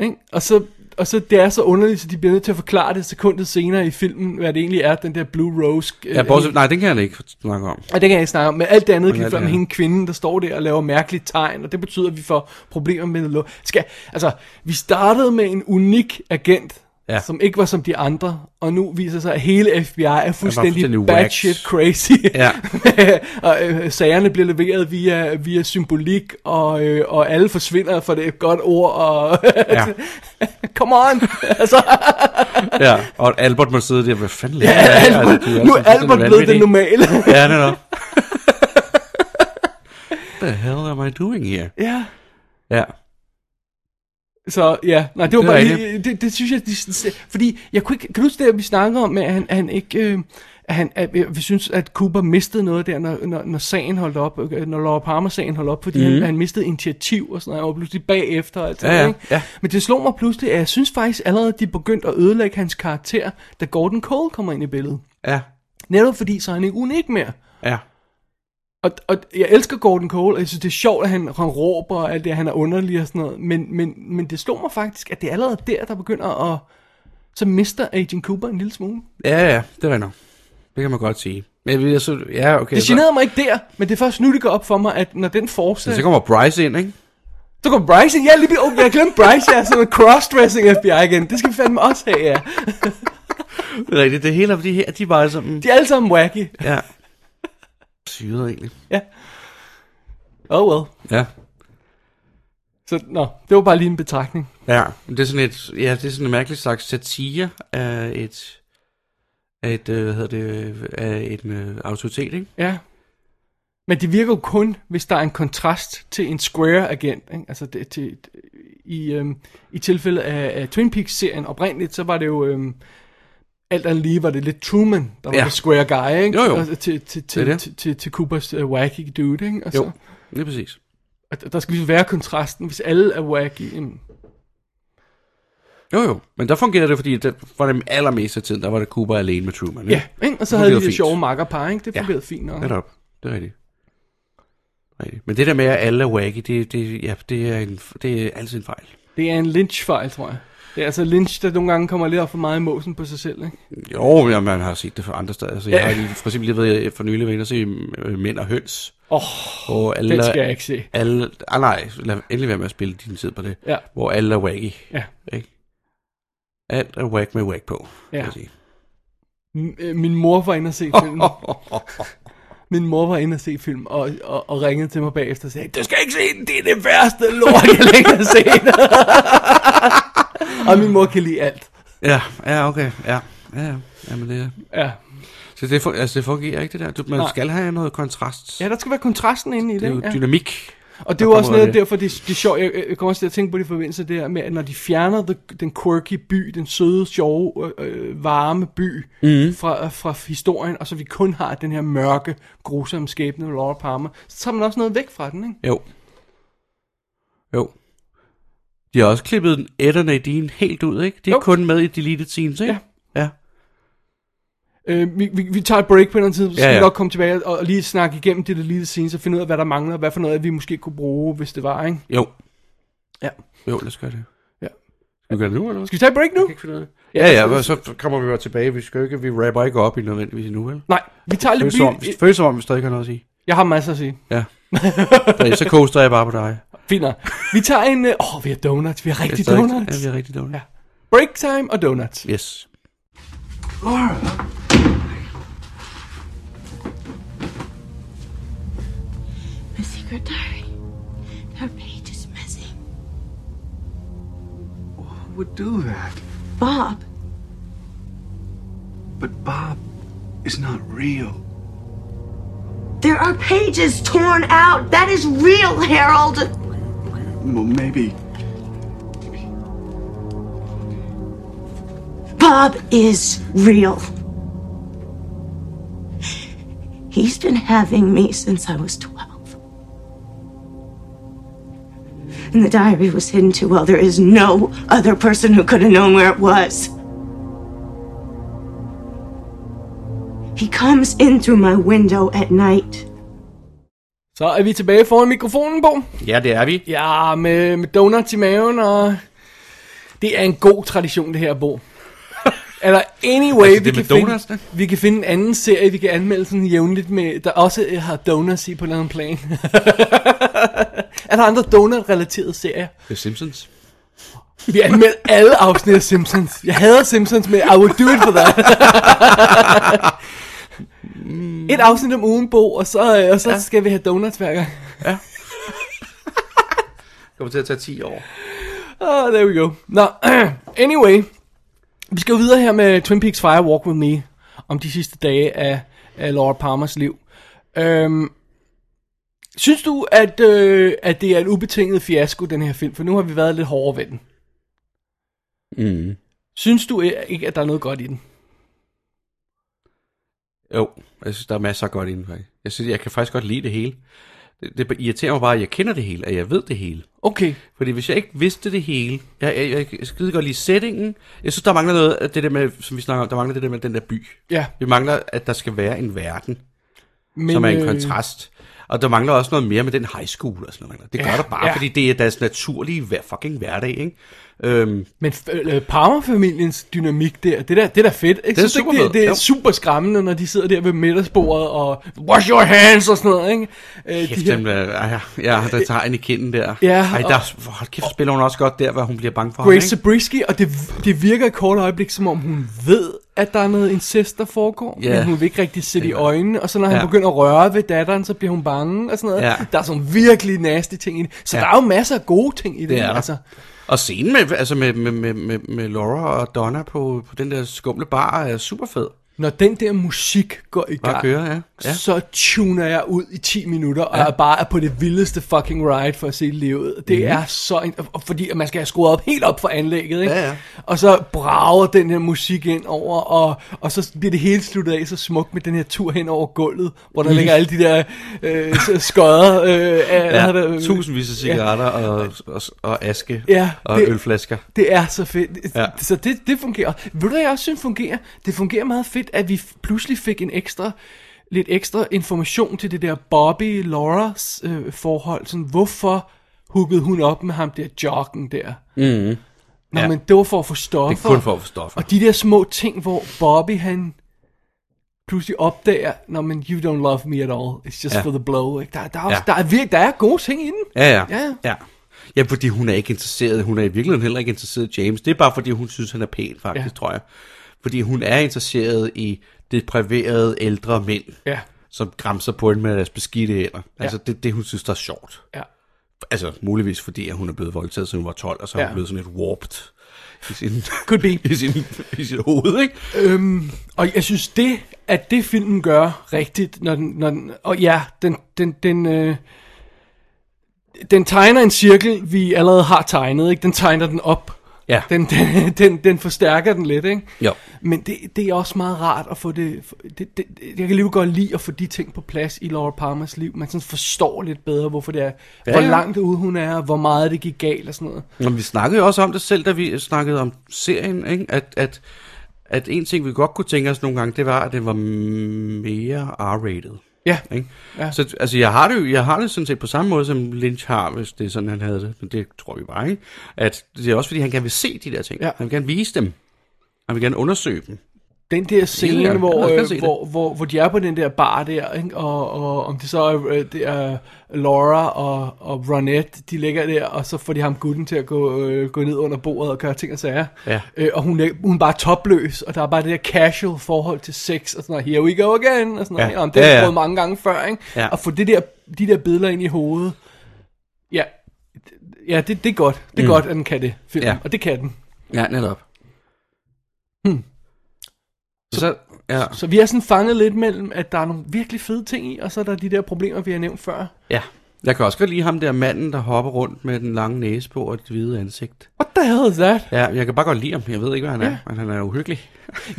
Ikke? Og så, og så det er så underligt, så de bliver nødt til at forklare det sekundet senere i filmen, hvad det egentlig er, den der Blue Rose... øh, Ja, bortset, nej, den kan jeg ikke snakke om. Og det kan jeg ikke snakke om, men alt det andet Men kan vi alt om det hende kvinden, der står der og laver mærkelige tegn, og det betyder, at vi får problemer med lo- Skal, altså, vi startede med en unik agent, Ja. ja. som ikke var som de andre, og nu viser det sig, at hele FBI er fuldstændig fuldstændig whacked. batshit crazy. Ja. <laughs> og øh, sagerne bliver leveret via, via symbolik, og, øh, og alle forsvinder for det er et godt ord, og <laughs> Altså, Ja. come on! altså, ja. Og at Albert må sidde der, hvad fanden laver ja, jeg? Albert, Altså, det er nu er altså fuldstændig Albert blevet det vanvittigt. normale. Ja, det er The hell am I doing here? ja. Ja. Så ja, nej, det var Det er bare, rigtigt. det, det, det synes jeg, de, fordi jeg kunne ikke, kan du huske det, at vi snakkede om, at han, han ikke, øh, at han, at, øh, vi synes, at Cooper mistede noget der, når, når, når sagen holdt op, øh, når Laura Palmer-sagen holdt op, fordi mm. han, han mistede initiativ og sådan noget, og var pludselig bagefter og alt sådan Mhm. Ja, ja, noget, ikke? ja. Men det slog mig pludselig, at jeg synes faktisk allerede, de begyndte at ødelægge hans karakter, da Gordon Cole kommer ind i billedet. Ja. Netop fordi, så er han ikke unik mere. Ja. Og, og jeg elsker Gordon Cole, og jeg synes, det er sjovt, at han, han råber og alt det, han er underlig og sådan noget. Men, men, men det slog mig faktisk, at det er allerede der, der begynder at... Så mister Agent Cooper en lille smule. Ja, ja, det er nok. Det kan man godt sige. Men jeg, jeg, så, ja, okay. Det så- generede mig ikke der, men det er først nu, det går op for mig, at når den Men fortsætter... så kommer Bryce ind, ikke? Så går Bryce ind. Ja, lige oh, jeg glemte Bryce. Jeg er sådan en crossdressing FBI igen. Det skal vi fandme også have, ja. Det er rigtigt. Det hele, de her, de er bare sådan... De er alle sammen wacky. Ja. <laughs> Syret egentlig. Oh well. Ja. Så, nå, det var bare lige en betragtning. Ja. Men det er sådan et, ja, det er sådan en mærkelig slags satire af et, af et, øh, hvad hedder det, øh, af en øh, autoritet, ikke? Ja. Men det virker jo kun, hvis der er en kontrast til en square-agent. Ikke? Altså det, til, i, øhm, i tilfælde af, af Twin Peaks-serien oprindeligt, så var det jo... Øhm, alt andet lige var det lidt Truman, der var Ja. ja. the square guy, ikke? Jo, jo. Og, til, til, til, Det er det. til, til, til Coopers uh, wacky dude, ikke? Og Jo. Så, Det er præcis. at, der skal lige være kontrasten, hvis alle er wacky. Jamen, Jo, jo. Men der fungerede det, fordi der, for dem allermeste af tiden, der var det Cooper alene med Truman, ikke? ja, ikke? Og så Det havde de fungerede det fint. sjove makkerpar, ikke? Det Ja. fungerede fint nok. Netop. Det er rigtigt. rigtigt. Men det der med, at alle er wacky, det, det, ja, det, er, en, det er altid en fejl. Det er en Lynch-fejl, tror jeg. Det er altså Lynch, der nogle gange kommer lidt op for meget i måsen på sig selv, ikke? Jo, ja, man har set det fra andre steder. Altså, jeg Ja. har lige, for eksempel lige været for nylig ved at se øh, Mænd og Høns. Åh, Hvor alle, den skal jeg ikke se. Alle, ah, nej, lad endelig være med at spille din tid på det. Ja. Hvor alle er wacky. Ja. Ikke? Alt er whack med whack på. Ja. vil jeg sige. M- øh, Min mor var inde og se filmen. <laughs> Min mor var inde og se film og, og, og ringede til mig bagefter og sagde, du skal ikke se den, det er det værste lort, jeg længe har set. <laughs> og min mor kan lide alt. Ja, ja, okay. Ja, ja, ja. Jamen, det, Ja. så det, fun- altså, det fungerer ikke, det der. Du, man Nej. skal have noget kontrast. ja, der skal være kontrasten inde i det er jo det. Ja. dynamik. Og det er der jo også kommer noget det. derfor, det, det er sjovt, jeg, jeg kommer også til at tænke på det i forbindelse der med, at når de fjerner the, den quirky by, den søde, sjove, øh, øh, varme by mm. fra, fra historien, og så vi kun har den her mørke, grusomme skæbne med Laura Palmer, så tager man også noget væk fra den, ikke? Jo. Jo. De har også klippet Ed og Nadine helt ud, ikke? De er Jo. jo. kun med i deleted scenes, ikke? Ja. ja. Øh, vi, vi, vi tager et break på en eller anden tid, så Ja, skal vi ja. nok komme tilbage og, og lige snakke igennem det der lille scene, så finde ud af, hvad der mangler, og hvad for noget, vi måske kunne bruge, hvis det var, ikke? Jo. Ja. Jo, lad os gøre det. Ja. Skal vi gøre det nu, eller hvad? Skal vi tage et break nu? Ja, ja, og så kommer vi jo tilbage. Vi skal jo ikke, vi rapper ikke op i nødvendigvis endnu, vel? Nej, vi tager lidt... Føles som, om, Vi, føles som om, vi stadig har noget at sige. jeg har masser at sige. <laughs> Ja. Nej, så coaster jeg bare på dig. Fint nok. Vi tager en... øh, Åh, oh, vi har donuts. Vi har rigtig Jeg er stadig- donuts. Ja, vi er rigtig donuts. Break time og donuts. Yes. Laura! My secret diary. There are pages missing. Who would do that? Bob, But Bob is not real. there are pages torn out. That is real, Harold. Well, maybe. Bob is real. He's been having me since I was 12. And the diary was hidden too well. There is no other person who could have known where it was. He comes in through my window at night. Så er vi tilbage foran mikrofonen, Bo. Ja, det er vi. Ja, med, med donuts i maven, og det er en god tradition, det her, <laughs> Bo. Eller anyway, Altså, det vi, med kan finde, donutsene? vi kan finde en anden serie, vi kan anmelde sådan jævnligt med, der også øh, har donuts i på en eller anden plan. <laughs> er der andre donut-relaterede serier? The Simpsons. Vi anmeldte alle afsnit af Simpsons. Jeg hader Simpsons, men I would do it for that. Mm. Et afsnit om ugen, Bo, og så, øh, og så ja. skal vi have donuts hver gang. Kommer til at tage 10 år. Oh, there we go. Nå, <clears throat> anyway. Vi skal jo videre her med Twin Peaks Fire Walk With Me. Om de sidste dage af, af Laura Palmers liv. Øhm, synes du, at, øh, at det er en ubetinget fiasko, den her film? For nu har vi været lidt hårdere ved den. Mm. Synes du øh, ikke, at der er noget godt i den? Jo, jeg synes, der er masser af godt inden faktisk. Jeg, synes, jeg kan faktisk godt lide det hele. Det, det irriterer mig bare, at jeg kender det hele, at jeg ved det hele. Okay. Fordi hvis jeg ikke vidste det hele, jeg, jeg, jeg, jeg skide godt lide settingen. Jeg synes, der mangler noget af det der med, som vi snakker om, der mangler det der med den der by. Ja. Vi mangler, at der skal være en verden, Men, som er en øh, kontrast. Og der mangler også noget mere med den high school og sådan noget. Det gør Ja, der bare, ja. fordi det er deres naturlige hver- fucking hverdag, ikke? Øhm, Men f- øh, Palmer-familiens dynamik der, det der, det der fedt. Ikke? Det er Synes du ikke, super det, det er fedt, jo. super skræmmende, når de sidder der ved middagsbordet og wash your hands og sådan noget. Ikke? Øh, Kæft, den, øh, ej, ja, der tager en i kinden der. Ja, ej, og- der, og, hold kæft, spiller hun også godt der, hvor hun bliver bange for Grace ham, Zabriskie, og det, det virker et kort øjeblik, som om hun ved, at der er noget incest, der foregår, Ja. men hun vil ikke rigtig se det i Ja. øjnene, og så når han Ja. begynder at røre ved datteren, så bliver hun bange og sådan noget. Ja. Der er sådan virkelig nasty ting i det. Så Ja. der er jo masser af gode ting i det. Det er der. altså. Og scenen med, altså med, med, med, med, med Laura og Donna på, på den der skumle bar er super fed. Når den der musik går i Bare gang, kører, ja. ja. så tuner jeg ud i 10 minutter, og jeg bare er på det vildeste fucking ride for at se livet. Det Mhm. er så... En, og- og fordi at man skal have skruet op helt op for anlægget, ikke? Ja, ja. Og så brager den her musik ind over, og, og så bliver det hele sluttet af så smukt med den her tur hen over gulvet, hvor der ligger alle de der øh, så skodder øh, af... hvad hedder Mhm. Ja, det? tusindvis af cigaretter og, og, og aske Ja, og det- ølflasker. Det er så fedt. Ja. Ja. Så det, det fungerer. Ved du, hvad jeg også synes fungerer? Det fungerer meget fedt, at vi f- pludselig fik en ekstra lidt ekstra information til det der Bobby Lauras øh, forhold. Sådan, hvorfor huggede hun op med ham der joggen der? Mm. Nå, ja. Mm-hmm. Ja. men det var for at få stoffer. Det er kun for at få stoffer. Og de der små ting, hvor Bobby han pludselig opdager, Nå, men you don't love me at all. It's just ja. Ja. for the blow. Ikke? Der, der, er også, Ja. der, er vir- der er gode ting i den. Ja, ja. Ja, ja. ja. Ja, fordi hun er ikke interesseret. Hun er i virkeligheden heller ikke interesseret i James. Det er bare, fordi hun synes, han er pæn, faktisk, Ja. ja. tror jeg. Fordi hun er interesseret i depriverede ældre mænd, Ja, som græmser på hende med deres beskidte hænder. Ja. Ja. Altså, det er det, hun synes, der er sjovt. ja. Altså, muligvis fordi, at hun er blevet voldtaget, siden hun var 12, og så er hun Ja. blevet sådan lidt warped i sin, <laughs> Could be. <laughs> i sin, i sin hoved, ikke? Øhm, og jeg synes det, at det filmen gør rigtigt, når den, når den og ja, den, den, den, øh, den tegner en cirkel, vi allerede har tegnet, ikke? Den tegner den op. Ja. Den, <laughs> den, den, den forstærker den lidt, ikke? Jo. Men det, det er også meget rart at få det, få- det, det, det jeg kan lige godt lide at få de ting på plads i Laura Palmers liv. Man sådan forstår lidt bedre, hvorfor det er, ja, Ja, hvor ja. langt ude hun er, og hvor meget det gik galt og sådan noget. Men vi snakkede jo også om det selv, da vi snakkede om serien, ikke? At, at, at en ting, vi godt kunne tænke os nogle gange, det var, at det var mere R-rated. Ja, Ikke? Ja. Ja. Så altså, jeg har det jo, jeg har det sådan set på samme måde, som Lynch har, hvis det er sådan, han havde det. Men det tror vi bare, ikke? At det er også, fordi han gerne vil se de der ting. Ja. Han vil gerne vise dem. Han vil gerne undersøge dem. Den der scene, gerne. Jeg vil hvor, også øh, gerne se det. hvor, hvor, hvor de er på den der bar der, ikke? Og, og om det så er øh, det er Laura og, og Ronette, de ligger der, og så får de ham gutten til at gå, øh, gå ned under bordet og gøre ting og sager. Ja. Øh, og hun, er- hun er bare topløs, og der er bare det der casual forhold til sex, og sådan noget, here we go again, og sådan noget. Ja. Ja. Om det Ja, har ja. jeg prøvet mange gange før, ikke? Ja. Og få det der, de der billeder ind i hovedet. Ja, ja det, det er godt. Det er mm. godt, at den kan det, filmen. Ja. Ja. Og det kan den. Ja, netop. Hmm. Så, så, ja. Så vi er sådan fanget lidt mellem, at der er nogle virkelig fede ting i, og så er der de der problemer, vi har nævnt før. ja. Jeg kan også godt lide ham der manden, der hopper rundt med den lange næse på og et hvide ansigt. What the hell is that? Ja, jeg kan bare godt lide ham. Jeg ved ikke, hvad han er, ja. men han er uhyggelig.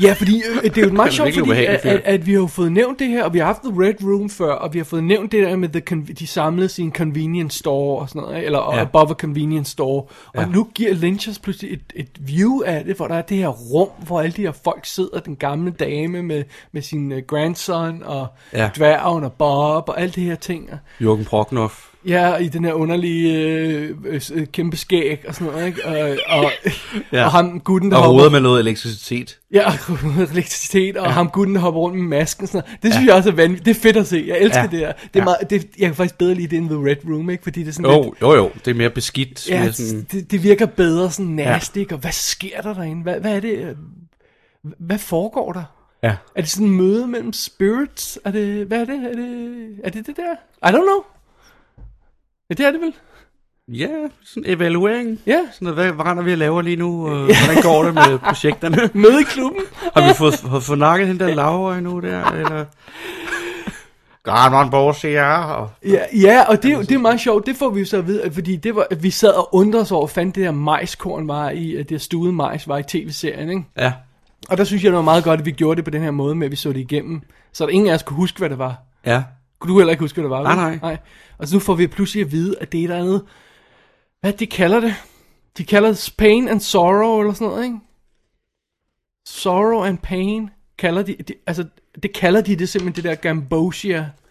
Ja, fordi øh, det er <laughs> jo meget er sjovt, virkelig fordi ubehagelig at, fyr. at, at vi har jo fået nævnt det her, og vi har haft The Red Room før, og vi har fået nævnt det der med, the con- de samledes i en convenience store og sådan noget, ikke? eller Ja. ja. above a convenience store. Og Ja. nu giver Lynch os pludselig et, et view af det, hvor der er det her rum, hvor alle de her folk sidder, den gamle dame med, med sin uh, grandson, og Ja. ja. dværgen og Bob, og alt det her ting. Og, Jørgen Proknoff. Ja, og i den her underlige øh, øh, øh, kæmpe skæg og sådan noget, ikke? Og, og, ja. og ham gutten, der Og hopper... roder med noget elektricitet. Ja, <laughs> og rodet elektricitet, og ja. ham gutten, der hopper rundt med masken og sådan noget. Det synes ja. jeg også er vanvittigt. Det er fedt at se. Jeg elsker Ja. ja. det der. Det er Ja. ja. meget, det, jeg kan faktisk bedre lide det end The Red Room, ikke? Fordi det er sådan lidt... Jo, jo, jo. Det er mere beskidt. Ja, mere sådan, det, det virker bedre sådan nasty, ja. og hvad sker der derinde? Hvad, hvad er det? øh, Hvad foregår der? ja. Er det sådan et møde mellem spirits? Er det... Hvad er det? Er det er det, det der? I don't know. Ja, det er det vel? ja, sådan evaluering. Ja. Sådan, hvad, hvad render vi og laver lige nu? Øh, hvordan går det <laughs> med projekterne? Møde i klubben? Har vi fået, har fået nakket hende der Laura endnu der? Eller? <laughs> God man, boss, ja. Og, Ja, ja og det, er jo- det er meget sjovt, det får vi jo så at vide, at fordi det var, at vi sad og undrede os over, fandt det der majskorn var i, at det der stuede majs var i tv-serien, ikke? ja. Og der synes jeg, det var meget godt, at vi gjorde det på den her måde, med at vi så det igennem, så der ingen af os kunne huske, hvad det var. Ja. Kunne du heller ikke huske, hvad det var? Nej, vel? nej. nej. Og så nu får vi pludselig at vide, at det er et eller andet, hvad de kalder det? De kalder det pain and sorrow, eller sådan noget, ikke? Sorrow and pain, kalder de, de altså, det kalder de det simpelthen, det der gambosia. Gam-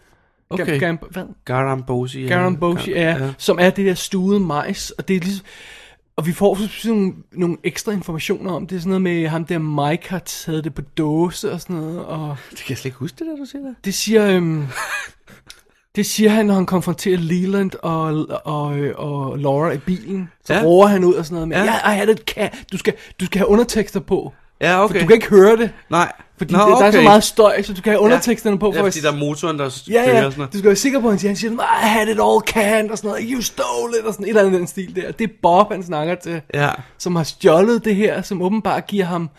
Okay. Gam, hvad? Garambosi. ja. Garamboshi er, Ja. som er det der stuede majs, og det er ligesom, og vi får sådan nogle, nogle ekstra informationer om det, er sådan noget med ham der Mike har taget det på dåse og sådan noget, og Det kan jeg slet ikke huske, det der, du siger der. det siger, <laughs> øhm, det siger han, når han konfronterer Leland og, og, øh, og Laura i bilen, så Ja. ja. roer han ud og sådan noget med, Ja. ja, I had it, ca- du, skal, du skal have undertekster på, Ja, okay. for du kan ikke høre det, Nej. fordi Nå, der, okay. der er så meget støj, så du skal have underteksterne på, for Ja, at- fordi der er motoren, der Ja, kører ja, og sådan noget. du skal være sikker på, at han siger, han siger, I had it all canned, og sådan noget, you stole it, og sådan et eller andet i den stil der. Det er Bob, han snakker til, Ja. som har stjålet det her, som åbenbart giver ham,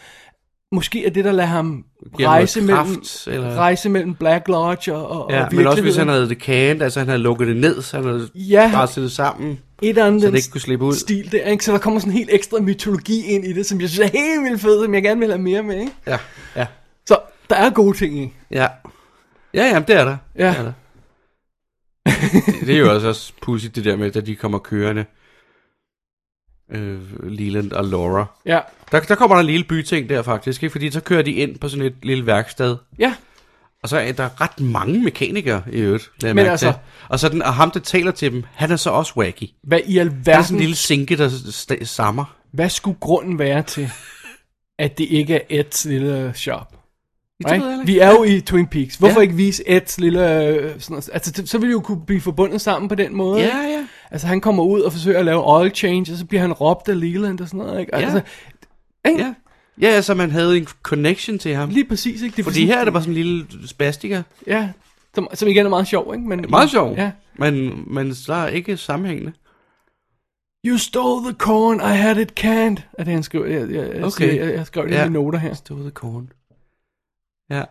måske er det, der lader ham Giver ham rejse noget mellem, kraft, eller- rejse mellem Black Lodge og, og, Ja, og men også hvis han virkeligheden. havde det canned, altså han havde lukket det ned, så han havde Ja. presset det sammen. et eller andet så det ikke kunne slippe ud. stil der, ikke? Så der kommer sådan en helt ekstra mytologi ind i det, som jeg synes er helt vildt fed, som jeg gerne vil have mere med, ikke? Ja, ja, Så der er gode ting i. ja. Ja, jamen, det er der. Ja. Det er, der. Det- det er jo også, også pudsigt det der med, da de kommer kørende. Øh, Leland og Laura. Ja. Der, der kommer der en lille byting der faktisk, ikke? fordi så kører de ind på sådan et lille værksted, Ja, og så er der ret mange mekanikere i øvrigt, lader jeg Men mærke altså- til. Og, så den, og ham, der taler til dem, han er så også wacky. Han hvad i er sådan en alverden lille sinke, der st- sammer. Hvad skulle grunden være til, at det ikke er Eds lille øh, shop? ved jeg heller Right? ikke. Vi er jo i Twin Peaks. Hvorfor Ja. ja. ikke vise Eds lille... øh, Sådan, noget? altså, det- så ville de jo kunne blive forbundet sammen på den måde. Ja, ikke? ja. Altså, han kommer ud og forsøger at lave oil change, og så bliver han råbt af Leland og sådan noget. Ikke? Ja. Altså, ikke? Ja, ja altså man havde en connection til ham. Lige præcis, ikke? Det er Fordi sådan- her er der bare sådan en lille spastiker. Ja, som, som igen er meget sjov, ikke? Men, Meget sjov, Ja. men, men så er ikke sammenhængende. You stole the corn, I had it canned. Er det, han skrev? Jeg, jeg, jeg, Okay. okay. jeg, jeg skrev det Ja. i mine noter her. Stod the corn. Ja.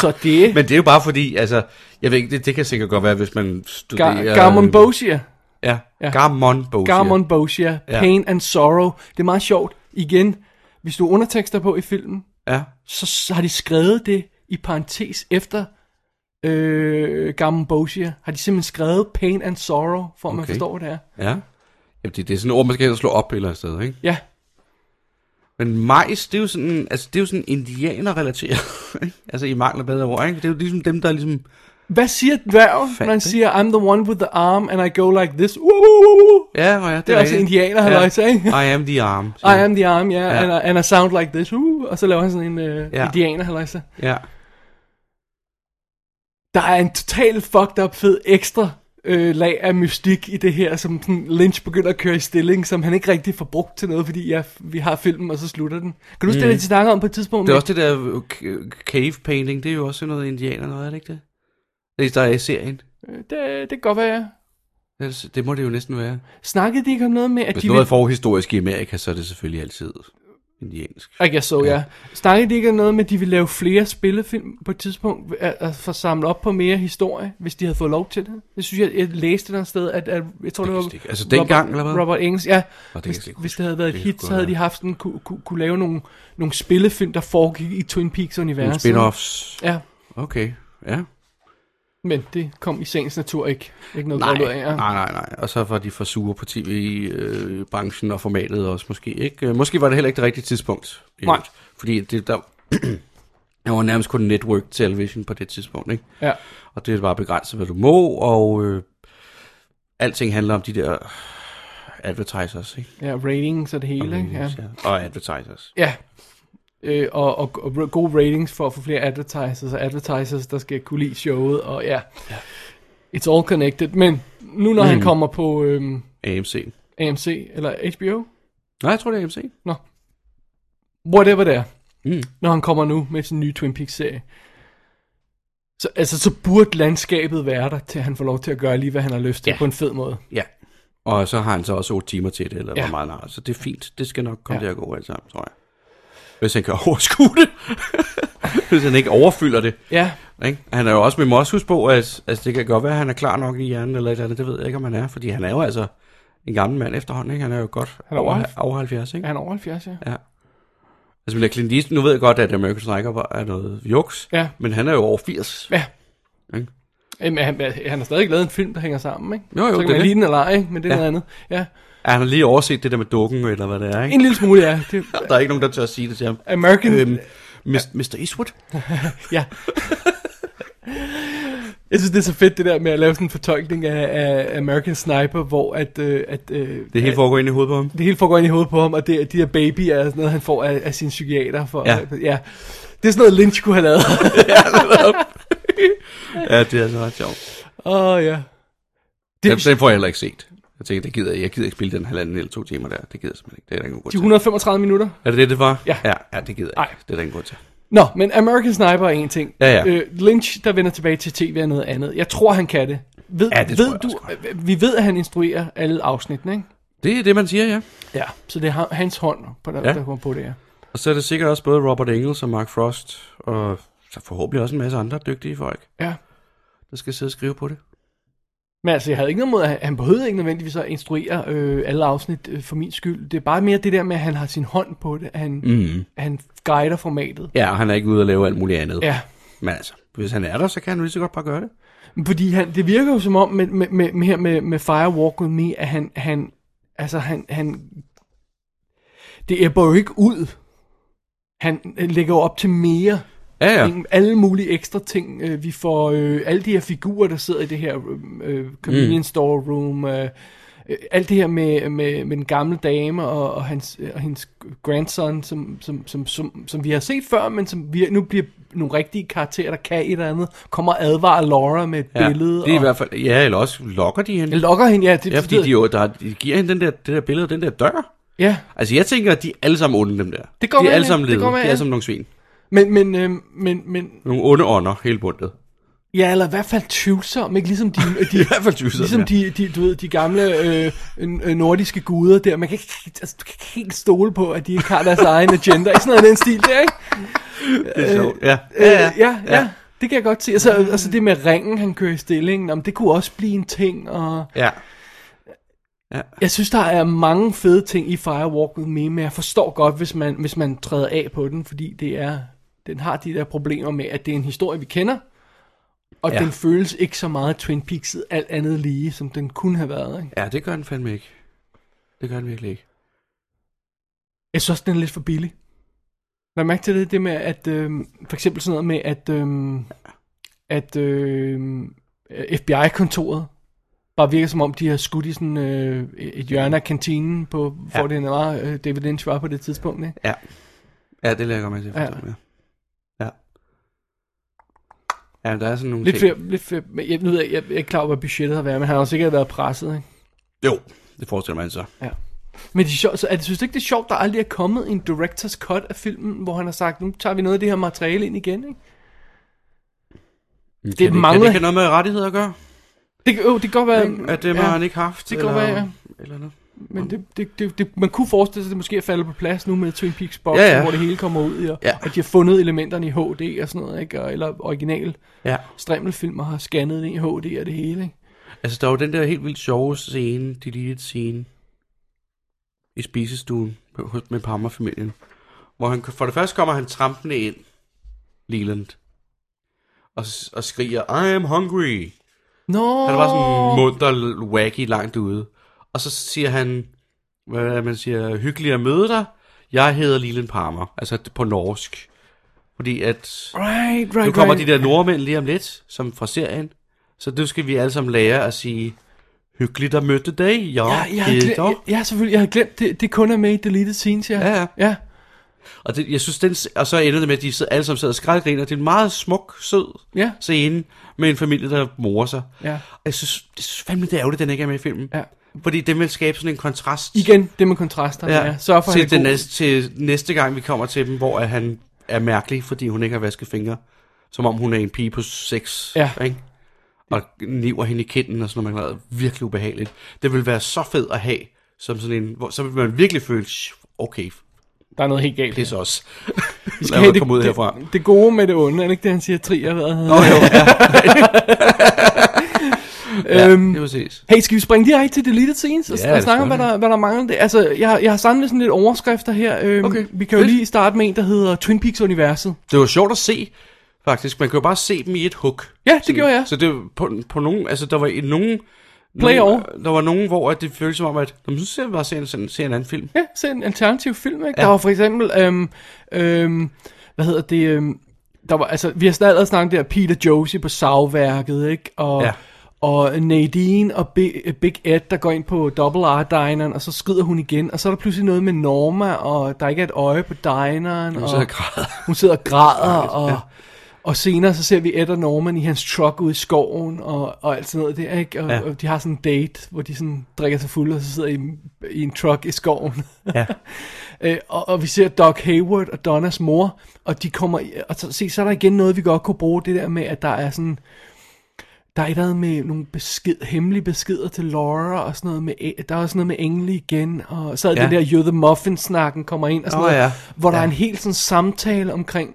Så det er Men det er jo bare fordi, altså, jeg ved ikke, det, det kan sikkert godt være, hvis man studerer... Ga- Gammon Bosia. Ja, Ja. Gammon Bosia. Garmon Bosia, Ja. Pain and Sorrow. Det er meget sjovt. Igen, hvis du har undertekster på i filmen, Ja, så, så har de skrevet det i parentes efter øh, Garmon Bosia. Har de simpelthen skrevet Pain and Sorrow, for at man Okay. forstår, hvad det er. ja. Jamen, det, det er sådan et ord, man skal helst slå op et eller andet sted, ikke? Ja, Men majs, det er jo <laughs> sådan, altså, det er jo sådan indianerrelateret, ikke? Altså, i mangel af bedre ord, ikke? Det er jo ligesom dem, der ligesom Hvad siger dværgen, Fandt når han det. siger, I'm the one with the arm, and I go like this? Uh, uh, uh, uh. Ja, og ja, det, Det er altså rigtigt. indianer, halløjsa, ikke? I am the arm. siger I am the arm, yeah, Ja. And, I, and I sound like this. Uh, og så laver han sådan en uh, Ja. indianer, halløjsa. han. Ja. Der er en total fucked up fed ekstra øh, lag af mystik i det her, som sådan, Lynch begynder at køre i stilling, som han ikke rigtig får brugt til noget, fordi ja, vi har filmen, og så slutter den. Kan du stille mm. til snakker om på et tidspunkt? Det er Nick? også det der øh, k- cave painting, det er jo også sådan noget indianer noget, er det ikke det? Det der er i serien. Øh, det, det kan godt være, ja. Ellers- Det må det jo næsten være. Snakkede de ikke om noget med, at Hvis de noget er ville... forhistorisk i Amerika, så er det selvfølgelig altid indiansk. I guess so, ja. Yeah. Snakkede de ikke om noget med, at de ville lave flere spillefilm på et tidspunkt, at, at få samlet op på mere historie, hvis de havde fået lov til det? Det synes jeg, jeg læste et eller andet sted, at, at jeg tror, det, Det kan var... jeg ikke- altså Robert- dengang, eller hvad? Robert Engels, ja. jeg Hvis, slet ikke hvis huske. det havde været et Det hit, kunne så havde godt de være. haft sådan, kunne, kunne, kunne lave nogle, nogle spillefilm, der foregik i Twin Nogle Peaks-universet. spin-offs. Ja, Okay, ja. men det kom i sagens natur ikke, ikke noget Nej, godt ud af. ja. nej, nej, nej. Og så var de for sure på tv-branchen og formatet også måske ikke. Øh, Måske var det heller ikke det rigtige tidspunkt. i Nej. øvrigt. Fordi det, der, <clears throat> der var nærmest kun network television på det tidspunkt, ikke? Ja. Og det er bare begrænset, hvad du må, og øh, alting handler om de der advertisers, ikke? ja, ratings og det hele. Ikke? Ja. Og advertisers. Ja. Øh, og, og, og gode ratings for at få flere advertisers, og advertisers, der skal kunne lide showet, og ja. It's all connected, men nu når mm. han kommer på øhm, AMC. AMC, eller HBO, Nej, jeg tror, det er AMC. whatever det er, Mm. når han kommer nu med sin nye Twin Peaks-serie, så, altså, så burde landskabet være der, til han får lov til at gøre lige, hvad han har lyst til, Ja. på en fed måde. Ja. Og så har han så også 8 timer til det, eller Ja. ja. hvor meget han har. Så det er fint. Det skal nok komme Ja. ja. til at gå alt sammen, tror jeg. Hvis han kan <laughs> overskue det. Hvis han ikke overfylder det. Ja, Ikke? Han er jo også med moskus på, altså, altså det kan godt være, at han er klar nok i hjernen eller et eller andet. Det ved jeg ikke, om han er. Fordi han er jo altså en gammel mand efterhånden. Ikke? Han er jo godt Han han er er over over, halv- over 70, ikke? er han over 70, ja? Ja. Altså, men Clint Eastwood, nu ved jeg godt, at American Sniper var- er noget juks. Ja. Men han er jo over 80. Ja. Ikke? Jamen, han, han har stadig lavet en film, der hænger sammen, ikke? Jo, jo, så det kan er man det. lide den eller ej, ikke? men det er Ja. noget andet. Ja, Er han har lige overset det der med dukken, eller hvad det er, ikke? en lille smule, ja. Det, Der er ikke nogen, der tør at sige det til ham. American, Øhm, Mis- Mr. Eastwood? Ja. Jeg synes, det er så fedt, det der med at lave sådan en fortolkning af, af American Sniper, hvor at, øh, at, øh, Det hele at, foregår ind i hovedet på ham. det hele foregår ind i hovedet på ham, og det, de der babyer er sådan noget, han får af, af sin psykiater. For, Ja. ja. Det er sådan noget, Lynch kunne have lavet. <laughs> Ja, det er altså ret sjovt. Åh, oh, ja. Det, Den, den får jeg heller ikke set. Jeg tænker, det gider jeg. jeg gider ikke spille den halvanden eller to timer der. Det gider jeg simpelthen ikke. Det er der ingen grund de til. 135 minutter. Er det det, det var? Ja. Ja, ja det gider jeg Nej. ikke. Det er der ingen grund til. Nå, men American Sniper er en ting. Ja, ja. Øh, Lynch, der vender tilbage til tv, er noget andet. Jeg tror, han kan det. Ved, Ja, det tror ved jeg du, øh, også Vi ved, at han instruerer alle afsnittene, ikke? Det er det, man siger, ja. Ja. Så det er ham- hans hånd, på, der, ja. Ja. der kommer på det, ja. Og så er det sikkert også både Robert Engels og Mark Frost, og så forhåbentlig også en masse andre dygtige folk, ja. der skal sidde og skrive på det. Men altså, jeg havde ikke noget mod, at han- han behøvede ikke nødvendigvis at instruere øh, alle afsnit øh, for min skyld. Det er bare mere det der med, at han har sin hånd på det. Han, mm. han guider formatet. Ja, og han er ikke ude og lave alt muligt andet. Ja. Men altså, hvis han er der, så kan han jo lige så godt bare gøre det. Fordi han, det virker jo som om, med, med, med, med, her med, med Fire Walk With Me, at han, han, altså han, han, det æbber jo ikke ud. Han øh, lægger jo op til mere. Ja, ja. ting, alle mulige ekstra ting. Øh, Vi får øh, alle de her figurer, der sidder i det her øh, convenience mm. store room. Øh, øh, alt det her med, med, med den gamle dame og, og, hans, øh, og hendes grandson, som, som, som, som, som vi har set før, men som vi, nu bliver nogle rigtige karakterer, der kan et eller andet, kommer og advarer Laura med et ja. billede. Det er i og, hvert fald, ja, eller også lokker de hende. Jeg lokker hende, ja. Det, Ja, fordi de, jo, der, de giver hende den der, det der billede, den der dør. ja. Altså, jeg tænker, at de er alle sammen onde, dem der. Det går de med, er alle ja. sammen Det lede. går med, de er ja. alle sammen nogle svin. Men, men, øh, men, men, Nogle onde ånder, hele bundet. ja, eller i hvert fald tvivlsom, ikke? Ligesom de, de, I <laughs> hvert fald tyvsomme, Ligesom ja. de, de, du ved, de gamle øh, øh, nordiske guder der. Man kan ikke, altså, du kan ikke helt stole på, at de ikke har deres egen agenda. Ikke sådan noget i den stil der, ikke? Det er sjovt. Ja. Øh, ja, ja, ja. Det kan jeg godt se. Altså, altså det med ringen, han kører i stillingen, om det kunne også blive en ting. Og ja. jeg synes, der er mange fede ting i Firewalk With Me, men jeg forstår godt, hvis man, hvis man træder af på den, fordi det er, den har de der problemer med, at det er en historie, vi kender, og ja. Ja. den føles ikke så meget Twin Peakset, alt andet lige, som den kunne have været. Ikke? Ja, det gør den fandme ikke. Det gør den virkelig ikke. Jeg synes også, den er lidt for billig. Lad mærke til det, det med, at øhm, for eksempel sådan noget med, at øhm, at øh, FBI-kontoret bare virker som om, de har skudt i sådan øh, et hjørne af kantinen på, Ja. hvor ja. det var, øh, David Lynch var på det tidspunkt, ikke? Ja. Ja, det lærer jeg godt med til. Ja. Ja. ja. Ja, men der er sådan nogle Lidt ting. flere, lidt flere, men jeg, nu ved jeg, jeg, jeg er ikke klar over, hvad budgettet har været, men han har jo sikkert været presset, ikke? Jo, det forestiller man sig. Ja. Men det er sjovt, så er det, synes du ikke, det er sjovt, der aldrig er kommet en director's cut af filmen, hvor han har sagt, nu tager vi noget af det her materiale ind igen, ikke? Det, det mangler- Kan det ikke have noget med rettigheder at gøre? Det, kan- øh, det kan godt være... At det har ja, han ikke haft? det kan godt være, ja. Eller noget. Men det, det, det, det, man kunne forestille sig, at det måske er faldet på plads nu med Twin Peaks box, Ja, ja. hvor det hele kommer ud, i, og Ja. at de har fundet elementerne i HD og sådan noget, ikke? Og, eller original Ja. strimmelfilm og har scannet det ind i HD og det hele, ikke? Altså, der er jo den der helt vildt sjove scene, deleted scene, i spisestuen på- hos- med Palmer-familien, hvor han, for det første kommer han trampende ind, Leland, og, s- og skriger, I am hungry. Nå! Han var sådan munter, wacky langt ude. Og så siger han, hvad er det, man siger, hyggeligt at møde dig. Jeg hedder Leland Palmer, altså på norsk. Fordi at Right, right, nu kommer right. de der nordmænd lige om lidt, som fra serien. Så nu skal vi alle sammen lære at sige, hyggeligt at mødte dig, ja, Ja, jeg, har glemt, jeg, ja, selvfølgelig. Jeg har glemt, det, det kun er med i Deleted Scenes, ja. Ja, ja. ja. Og, det, jeg synes, den, s- og så ender det med, at de sidder, alle sammen sidder og skraldgriner. Det er en meget smuk, sød Ja. scene med en familie, der morer sig. Ja. Og jeg synes, jeg synes fandme, det er ærgerligt, at den ikke er med i filmen. Ja. Fordi det vil skabe sådan en kontrast. Igen, det med kontraster. Ja. ja. Sørg for, at til, han er den god. næste, til næste gang, vi kommer til dem, hvor at han er mærkelig, fordi hun ikke har vasket fingre. Som om hun er en pige på 6. Ja. Ikke? Og niver hende i kinden og sådan noget. man er Virkelig ubehageligt. Det vil være så fedt at have, som sådan en, hvor, så vil man virkelig føle, "Shh, okay, Der er noget helt galt. det er så <laughs> os. Vi have skal det- komme <laughs> ud herfra. Det, det gode med det onde, er det ikke det, han siger, trier hvad hedder jo, <laughs> ja, det? øhm, det er præcis. Hey, skal vi springe direkte til Deleted Scenes og, Ja, ja, og det snakke om, hvad skal vi. der, hvad der mangler? Det, altså, jeg, har- jeg har samlet sådan lidt overskrifter her. Øhm, Okay, vi kan jo fedt. lige starte med en, der hedder Twin Peaks-universet. Det var sjovt at se, faktisk. Man kan jo bare se dem i et hook. Ja, det gjorde jeg. Så det var på, på nogen, altså der var i nogen... Play nogen, over. Der var nogen, hvor at det føltes som om, at "Nå, men så ser jeg bare se en, sådan- se en anden film. Ja, se en alternativ film, ikke? Ja. Der var for eksempel, øhm, øhm, hvad hedder det, øhm, der var, altså, vi har snart allerede snakket om det her Peter Josie på savværket, ikke? Og, Ja. og Nadine og Big, Big Ed, der går ind på Double R Dineren, og så skrider hun igen, og så er der pludselig noget med Norma, og der ikke er et øje på dineren, Og og så jeg græder. hun sidder og græder, og, og senere så ser vi Ed og Norman i hans truck ude i skoven, og, og alt sådan noget der, ikke? Og, ja. Ja. og de har sådan en date, hvor de sådan drikker sig fulde, og så sidder i, i en truck i skoven. Ja. <laughs> Øh, og, og vi ser Doc Hayward og Donnas mor, og de kommer, i- og så, se, så er der igen noget, vi godt kunne bruge, det der med, at der er sådan, der er et eller andet med nogle besked, hemmelige beskeder til Laura, og sådan noget med, der er også noget med Engle igen, og så er ja. Ja. den der You're the Muffin-snakken kommer ind, og sådan Åh, noget, ja. hvor der er Ja. en helt sådan samtale omkring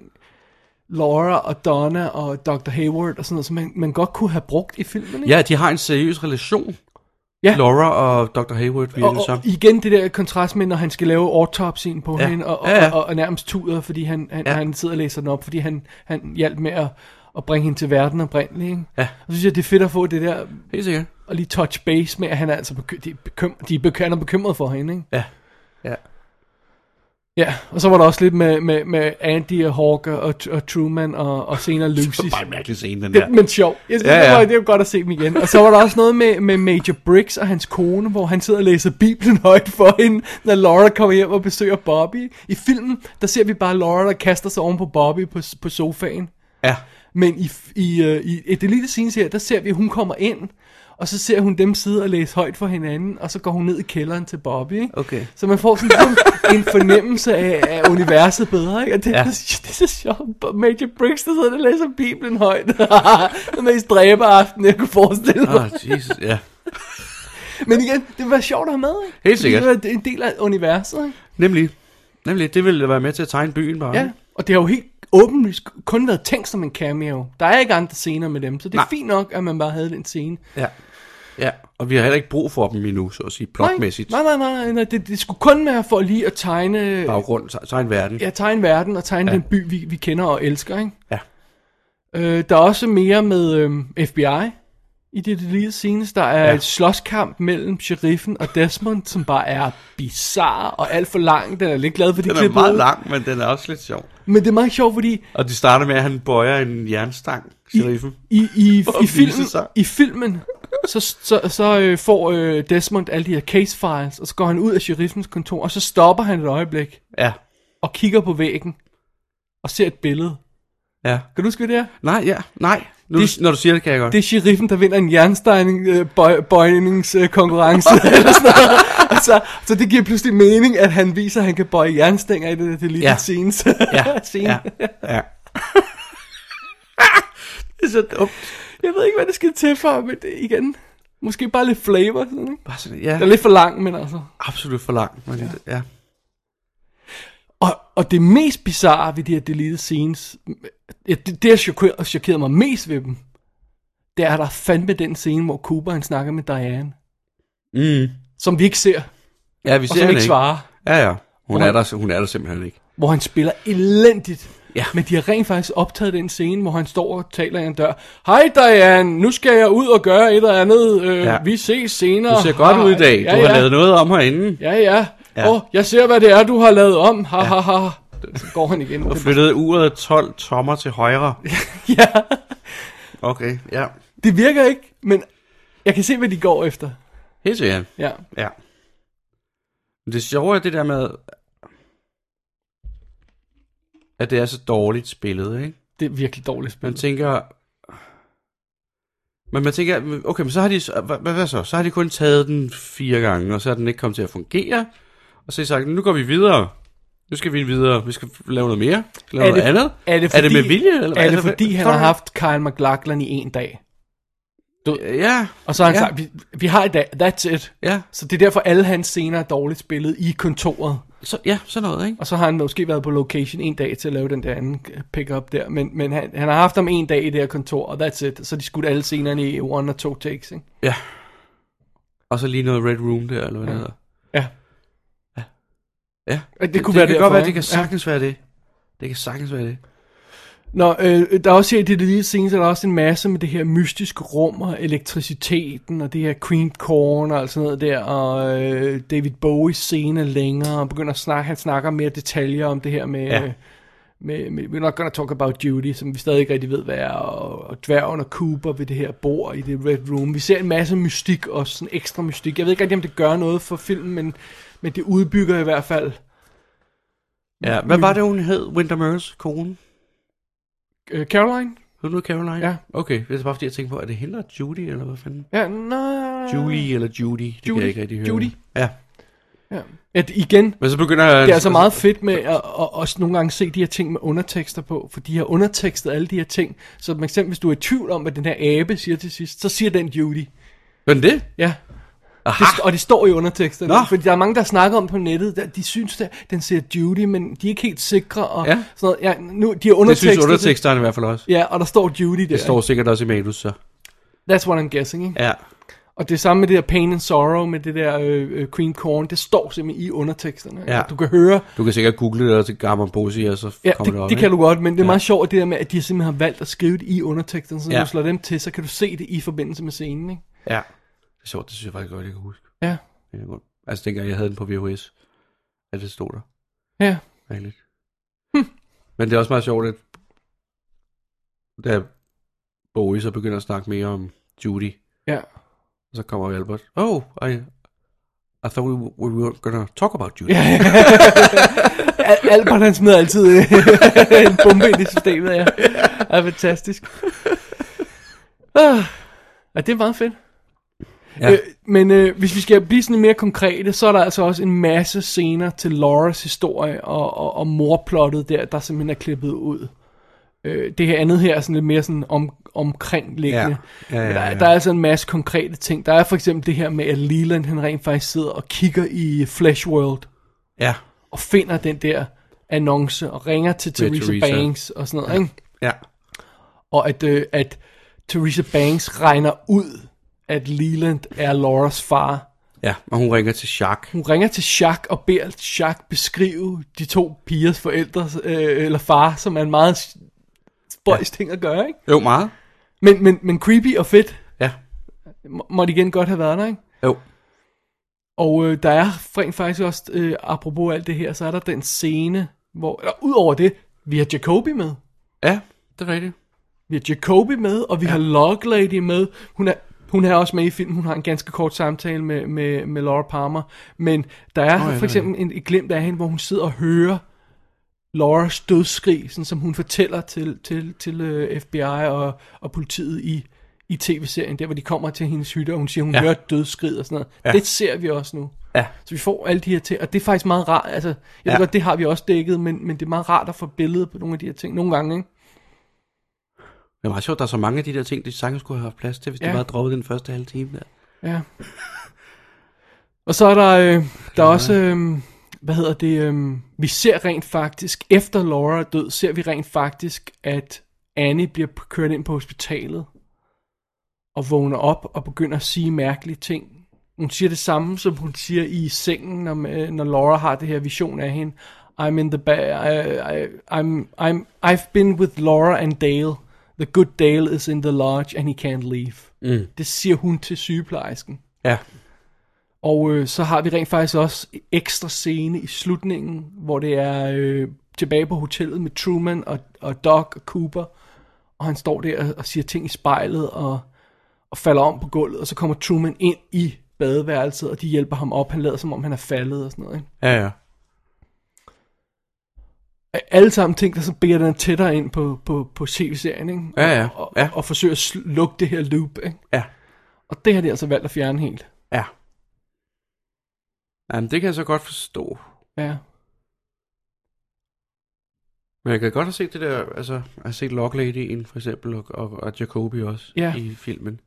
Laura og Donna og Dr. Hayward og sådan noget, som man, man godt kunne have brugt i filmen, ikke? ja, de har en seriøs relation. Ja. Laura og Dr. Hayward virker Og, det og som. igen det der kontrast med, når han skal lave autopsien på ja. Ja. hende, og, og, Ja, ja. og, og nærmest tuder, fordi han, han, ja. Ja. han sidder og læser den op, fordi han, han hjalp med at, at bringe hende til verden oprindeligt. Ikke? Ja. Og så synes jeg, det er fedt at få det der, Helt sikkert. og lige touch base med, at han er altså bekym- de er bekym- de er bekym- han er bekymret for hende. Ikke? Ja. Ja. Ja, og så var der også lidt med, med, med Andy og Hawker og, og Truman og, og senere Lucy. <laughs> Det er bare en mærkelig scene, den Det, der. men sjov. Jeg synes, ja, Ja, ja. Det, ja. var, det var godt at se dem igen. Og så var der også noget med, med Major Briggs og hans kone, hvor han sidder og læser Bibelen <laughs> højt for hende, når Laura kommer hjem og besøger Bobby. I filmen, der ser vi bare Laura, der kaster sig oven på Bobby på, på sofaen. Ja. Men i, i, øh, i et lille scene her, der ser vi, at hun kommer ind, og så ser hun dem sidde og læse højt for hinanden, og så går hun ned i kælderen til Bobby. Ikke? Okay. Så man får sådan ligesom en, en fornemmelse af, af universet bedre, ikke? Og det, ja. Ja. det, det er så sjovt. Major Briggs, der sidder og læser Bibelen højt. <laughs> det er mest dræber aften, jeg kunne forestille mig. Ah, Jesus, ja. Men igen, det var sjovt at have med, ikke? Helt sikkert. Det var en del af universet, ikke? Nemlig. Nemlig, det ville være med til at tegne byen bare. Ja, og det har jo helt åbenlyst kun været tænkt som en cameo. Der er ikke andre scener med dem, så det er Nej. Nej. fint nok, at man bare havde den scene. ja. Ja, og vi har heller ikke brug for dem endnu, så at sige, plotmæssigt. Nej, nej, nej, nej, nej. Det, det skulle kun være for lige at tegne, Baggrund, te- tegne verden. ja, tegne verden og tegne ja. den by, vi, vi kender og elsker, ikke? ja. Øh, der er også mere med øh, FBI i det lille seneste. Der er ja. Ja. et slåskamp mellem sheriffen og Desmond, som bare er bizarre og alt for lang. Den er lidt glad for de Den er klipper meget ud. lang, men den er også lidt sjov. Men det er meget sjovt, fordi Og de starter med, at han bøjer en jernstang, sheriffen. i, i, For i, at vise filmen, sig. i filmen, så, så, så øh, får øh, Desmond alle de her case files, og så går han ud af sheriffens kontor, og så stopper han et øjeblik Ja. og kigger på væggen og ser et billede. Ja. Kan du huske, hvad det er? Nej, ja, nej. Nu, Det- det, når du siger det, kan jeg godt. Det er sheriffen, der vinder en øh, <laughs> jernstejningskonkurrence. så, Altså, så det giver pludselig mening, at han viser, at han kan bøje jernstænger i det der deleted Ja. scenes. <laughs> ja, scene. ja, ja. <laughs> det er så dumt. Jeg ved ikke, hvad det skal til for, men det, igen, måske bare lidt flavor. Sådan, ikke? Bare sådan, ja, Det er lidt for lang, men altså. absolut for langt. Men ja. Det, ja. Og, og det mest bizarre ved de her deleted scenes, ja, det, det har chokeret, chokeret mig mest ved dem, det er, at der er fandme den scene, hvor Cooper han snakker med Diane, Mm. som vi ikke ser, ja, vi og ser som hende ikke svarer. Ja, ja. Hun Hvor er, han- der, hun er der simpelthen ikke. hvor han spiller elendigt. Ja. Men de har rent faktisk optaget den scene, hvor han står og taler i en dør. Hej Diane, nu skal jeg ud og gøre et eller andet. Øh, Ja. ja. Vi ses senere. Du ser godt ud i dag. Ja, Du har ja. lavet noget om herinde. Ja, ja. Ja. ja. Oh, jeg ser, hvad det er, du har lavet om. Ha, ha, ha. Så går han <laughs> igen. Og flyttede uret 12 tommer til højre. ja. Okay, ja. Det virker ikke, men jeg kan se, hvad de går efter. Helt sikkert. Ja. Ja. Men det sjove er det der med, at det er så dårligt spillet, ikke? Det er virkelig dårligt Man spil. tænker... Men man tænker, okay, men så har de, hvad, hvad hvad så? Så har de kun taget den fire gange, og så er den ikke kommet til at fungere. Og så har de sagt, nu går vi videre. Nu skal vi videre. Vi skal lave noget mere. Vi skal Lave Er noget det- andet. Er det, er det med vilje? Eller hvad? Er det Altså, fordi, han fuck. har haft Kyle McLachlan i en dag? Ja, Og så har han Ja. ja. sagt, vi, vi har i dag, that's it. ja. Så det er derfor, alle hans scener er dårligt spillet i kontoret. Så, ja, sådan noget, ikke? Og så har han måske været på location en dag til at lave den der anden øh, pickup der. Men, men han, han har haft dem en dag i det her kontor, og that's it. Så de skudt alle scenerne i one og to takes, ikke? Ja. Og så lige noget Red Room der, eller hvad ja. Ja. det hedder. Ja. Ja. Det, det kunne det, være det kan derfor, godt være, det ikke? kan sagtens være det. Det kan sagtens være det. Nå, øh, der er også her i det lille scene, så er der også en masse med det her mystiske rum og elektriciteten og det her creamed corn og alt sådan noget der, og øh, David Bowie scene længere, og begynder at snakke, han snakker mere detaljer om det her med, Ja. ja. med, med We're not gonna talk about Judy, som vi stadig ikke rigtig ved, hvad er, og, og dværgen og Cooper ved det her bord i det Red Room. Vi ser en masse mystik og sådan ekstra mystik. Jeg ved ikke rigtig, om det gør noget for filmen, men, men det udbygger i hvert fald Ja, hvad var det, hun hed? Winter Mers kone? øh, Caroline. Hun hed Caroline? Ja. Okay, det er bare fordi, jeg tænkte på, er det hende og Judy, eller hvad fanden? Ja, nej. Julie eller Judy, det Øh. kan Judy. jeg ikke rigtig høre. Judy. Ja. Ja. At igen, Men så begynder jeg... Det er altså meget fedt med at, at også nogle gange se de her ting med undertekster på, for de har undertekstet alle de her ting. Så for eksempel, hvis du er i tvivl om, hvad den her abe siger til sidst, så siger den Judy. Men det? Ja. Det, st- og det står i underteksterne, Nå. Nå. fordi der er mange, der snakker om på nettet, der, de synes, at den siger Judy, men de er ikke helt sikre. Og Ja. ja. sådan noget. Ja, nu, de har Det undertekstet synes underteksterne i hvert fald også. Ja, og der står Judy der. Det står sikkert også i manus, så. ikke? That's what I'm guessing, ikke? Ja. Og det samme med det der Pain and Sorrow, med det der øh, øh, Cream Corn, det står simpelthen i underteksterne. ikke? Ja. Du kan høre, Du kan sikkert google det, og så gammel Bosi, og så Ja, kommer det, det op. det kan ikke? du godt, men det er ja. meget sjovt, at det der med, at de simpelthen har valgt at skrive det i underteksten, så når Ja. ja. du slår dem til, så kan du se det i forbindelse med scenen, ikke? Ja. Det er sjovt, det synes jeg faktisk godt, jeg kan huske. Ja, Det kan jeg godt. Altså, dengang jeg havde den på VHS, at det stod der. ja, Rigtigt. <laughs> Men det er også meget sjovt, at da Bowie så begynder at snakke mere om Judy, ja. og så kommer Albert, oh, I, I thought we, we were gonna talk about Judy. ja. Al- Albert, han smider altid øh, <laughs> en bombe ind i systemet, ja. Det er fantastisk. Ah, ja, det er meget fedt. Ja. Øh, men øh, hvis vi skal blive sådan mere konkrete, så er der altså også en masse scener til Lauras historie og, og, og morplottet der, der simpelthen er klippet ud. Øh, det her andet her er sådan lidt mere sådan om, omkringliggende. Ja. Ja, ja, Men ja. Der, der er altså en masse konkrete ting. Der er for eksempel det her med, at Leland han rent faktisk sidder og kigger i Flash World ja. og finder den der annonce og ringer til Med Theresa, Theresa. Banks og sådan noget, ikke? ja. Og at, øh, at Theresa Banks regner ud, at Leland er Lauras far. Ja, og hun ringer til Jacques. Hun ringer til Jacques og beder Jacques beskrive de to pigers forældre, øh, eller far, som er en meget spøjs ting at gøre, ikke? Jo, meget. Men, men, men creepy og fedt Ja. må, må det igen godt have været der, ikke? Jo. Og øh, der er rent faktisk også, øh, apropos alt det her, så er der den scene, hvor, eller ud over det, Vi har Jacobi med. Ja, det er rigtigt. Vi har Jacobi med, og vi ja. har Log Lady med. Hun er, hun er også med i filmen. Hun har en ganske kort samtale med, med, med Laura Palmer. Men der er oh, ja, for eksempel en, et glimt af hende, hvor hun sidder og hører Lauras dødsskrig, sådan som hun fortæller til, til, til øh, FBI og, og politiet i, i tv-serien, der hvor de kommer til hendes hytte, og hun siger, hun ja. hører dødsskrig og sådan noget. Ja. Det ser vi også nu. Ja. Så vi får alle de her ting, og det er faktisk meget rart. Altså, jeg ja. ved Ja. godt, det har vi også dækket, men, men det er meget rart at få billedet på nogle af de her ting. Nogle gange, ikke? Det er meget sjovt, der er så mange af de der ting, de sagtens skulle have haft plads til, hvis ja. Ja. de bare havde droppet den første halve time der. Ja. Og så er der, øh, der er også, øh, hvad hedder det, øh, vi ser rent faktisk, efter Laura er død, ser vi rent faktisk, at Annie bliver p- kørt ind på hospitalet, og vågner op og begynder at sige mærkelige ting. Hun siger det samme, som hun siger i sengen, når, øh, når Laura har det her vision af hende. I'm in the ba- I, I, I'm, I'm, I've been with Laura and Dale. The good Dale is in the lodge, and he can't leave. Mm. Det siger hun til sygeplejersken. Ja. Og øh, så har vi rent faktisk også ekstra scene i slutningen, hvor det er øh, tilbage på hotellet med Truman og, og Doc og Cooper. Og han står der og, og siger ting i spejlet og, og falder om på gulvet. Og så kommer Truman ind i badeværelset, og de hjælper ham op. Han lader som om han er faldet og sådan noget. Ikke? Ja, ja. alle sammen ting, der så beder den tættere ind på, på, på tv-serien, ikke? Ja, ja, Og, ja. og, og forsøger at sl- lukke det her loop, ikke? Ja. Og det har de altså valgt at fjerne helt. Ja. Jamen, det kan jeg så godt forstå. Ja. Men jeg kan godt have set det der, altså, jeg har set Lock Lady for eksempel, og, og, og Jacobi også Ja. i filmen.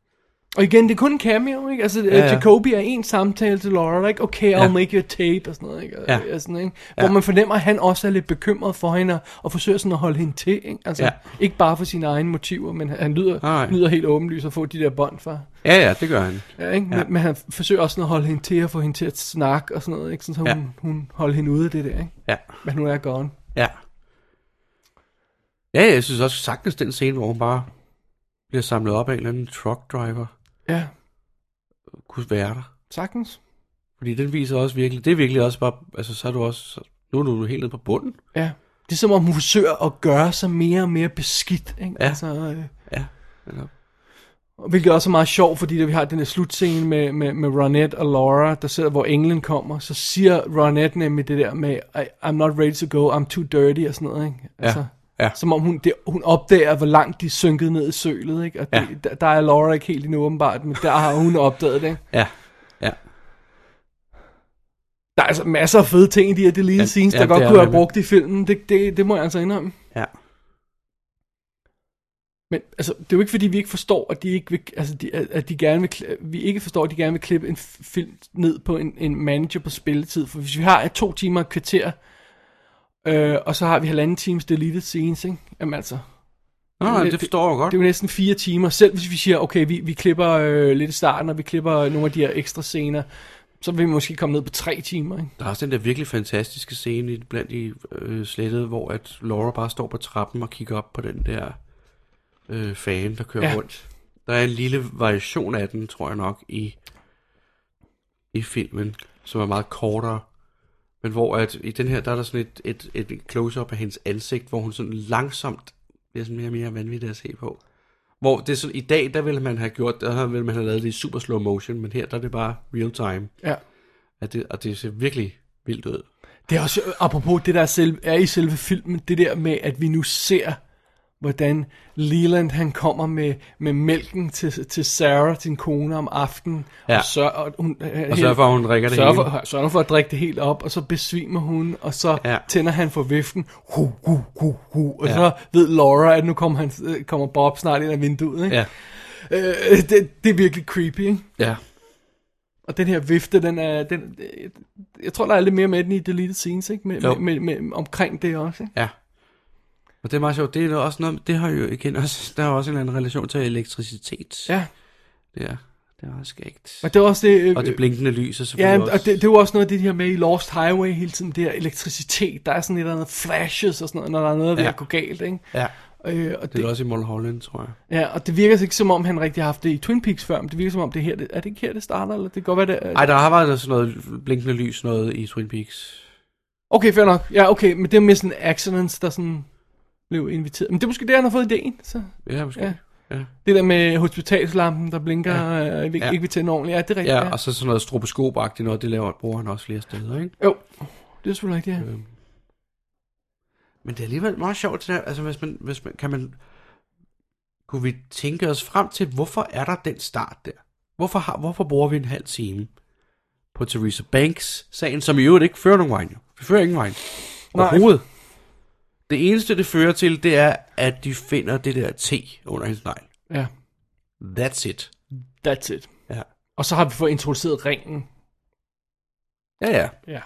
Og igen, det er kun en cameo, ikke? Altså, ja, Ja, ja. ja. Jacobi er en samtale til Laura, ikke? Okay, I'll ja. Ja. make you a tape, og sådan noget, ikke? Og, Ja. og sådan, ikke? Hvor man fornemmer, at han også er lidt bekymret for hende, og, og forsøger sådan at holde hende til, ikke? Altså, ja. Ja. Ah, ikke bare for sine egne motiver, men han- han lyder, Nej. lyder helt åbenlyst at få de der bånd fra. Ja, ja, det gør han. Ja, ikke? Ja. Men, men han forsøger også sådan at holde hende til og få hende til at snakke og sådan noget, ikke? Sådan, så hun, ja. Ja. hun holder hende ude af det der, ikke? Ja. Men hun er gone. Ja. Ja, jeg synes også sagtens den scene, hvor hun bare bliver samlet op af en eller anden truck driver, Ja, kunne være der. sagtens. Fordi den viser også virkelig, det er virkelig også bare, altså så er du også, så- nu er du helt nede på bunden. Ja. Det er som om hun forsøger at gøre sig mere og mere beskidt. Ikke? Ja. Altså, øh, Ja. Eller, og hvilket også er meget sjovt, fordi da vi har den her slutscene med, med, med Ronette og Laura, der sidder, hvor englen kommer, så siger Ronette nemlig det der med, I, I'm not ready to go, I'm too dirty og sådan noget. Ikke? Altså, ja. Som om hun, det, hun opdager, hvor langt de er synket ned i sølet. Ikke? Og det, ja. der, der er Laura ikke helt endnu åbenbart, men der har hun opdaget det. Ikke? Ja. Ja. Der er altså masser af fede ting i de her delete Ja, scenes, der ja, ja, det godt er kunne der have brugt i filmen. Det, det, det må jeg altså indrømme. Ja. Men altså, det er jo ikke fordi, vi ikke forstår, at de ikke vil, altså, de, at at de gerne vil, kli- vi ikke forstår, at de gerne vil klippe en f- film ned på en, en manager på spilletid. For hvis vi har et to timer og et kvarter, øh, og så har vi halvanden times deleted scenes, ikke? Jamen altså, Nå, nej, Det- det forstår jeg godt. det er jo næsten fire timer. Selv hvis vi siger, okay, vi, vi klipper øh, lidt i starten, og vi klipper nogle af de her ekstra scener, så vil vi måske komme ned på tre timer, ikke? Der er også den der virkelig fantastiske scene i- blandt de øh, slettede, hvor at Laura bare står på trappen og kigger op på den der øh, fan, der kører Ja. ja. rundt. Der er en lille variation af den, tror jeg nok, i, i filmen, som er meget kortere. Men hvor at i den her, der er der sådan et, et, et close-up af hendes ansigt, hvor hun sådan langsomt bliver sådan mere og mere vanvittig at se på. Hvor det er sådan, i dag, der ville man have gjort, der ville man have lavet det i super slow motion, men her, der er det bare real time. Ja. At det, og det ser virkelig vildt ud. Det er også, apropos det, der er, selv, er i selve filmen, det der med, at vi nu ser, hvordan Leland han kommer med, med mælken til, til Sarah, sin kone, om aftenen. Ja. Og, sør, og, hun, øh, Og sørger for, at hun drikker det sørger hele. for, øh, sørger for at drikke det helt op, og så besvimer hun, og så ja. Ja. tænder han for viften, hu, hu, hu, hu, og ja. Ja. så ved Laura, at nu kommer, han, øh, kommer Bob snart ind af vinduet. Ikke? Ja. Øh, det, det er virkelig creepy, ikke? Ja. Og den her vifte, den er, den, øh, jeg tror, der er lidt mere med den i deleted scenes, ikke? Med, Jo. med, med, med, omkring det også, ikke? Ja. Og det er meget sjovt. Det er også noget, det har jo igen også, der er også en eller anden relation til elektricitet. Ja, Det er, det er også skægt. og det er også det... øh, Og det blinkende lys er Ja, selvfølgelig og det, også. det er jo også noget af det her med i Lost Highway hele tiden, det her elektricitet, der er sådan et eller andet flashes og sådan noget, når der er noget, der ja. Ja. går galt, ikke? Ja. Øh, og Det er det, også i Mulholland, tror jeg. ja, og det virker altså ikke som om, han rigtig har haft det i Twin Peaks før, men det virker som om, det er her, det, er det ikke her, det starter, eller det kan godt være, det er- Ej, der har været sådan noget blinkende lys noget i Twin Peaks. Okay, fair nok. Ja, okay, men det er mere sådan accidents, der sådan... blev inviteret. Men det er måske der, han har fået idéen. Så. Ja, måske. Ja. Ja. Ja. Det der med hospitalslampen, der blinker, ja. øh, ikke, Ja. ikke vil tænde ordentligt. Ja, det er rigtigt. ja, og så sådan noget stroboskopagtigt noget, det laver, bruger han også flere steder, ikke? Jo, det er selvfølgelig rigtigt, ja. Men det er alligevel meget sjovt, det der. altså hvis man, hvis man, kan man, kunne vi tænke os frem til, hvorfor er der den start der? Hvorfor, har, hvorfor bruger vi en halv time på Theresa Banks sagen, som i øvrigt ikke fører nogen vej? jo. Det fører ingen vej. Overhovedet. Det eneste, det fører til, det er, at de finder det der te under hendes negl. ja. That's it. That's it. Ja. Og så har vi fået introduceret ringen. Ja, ja. Ja.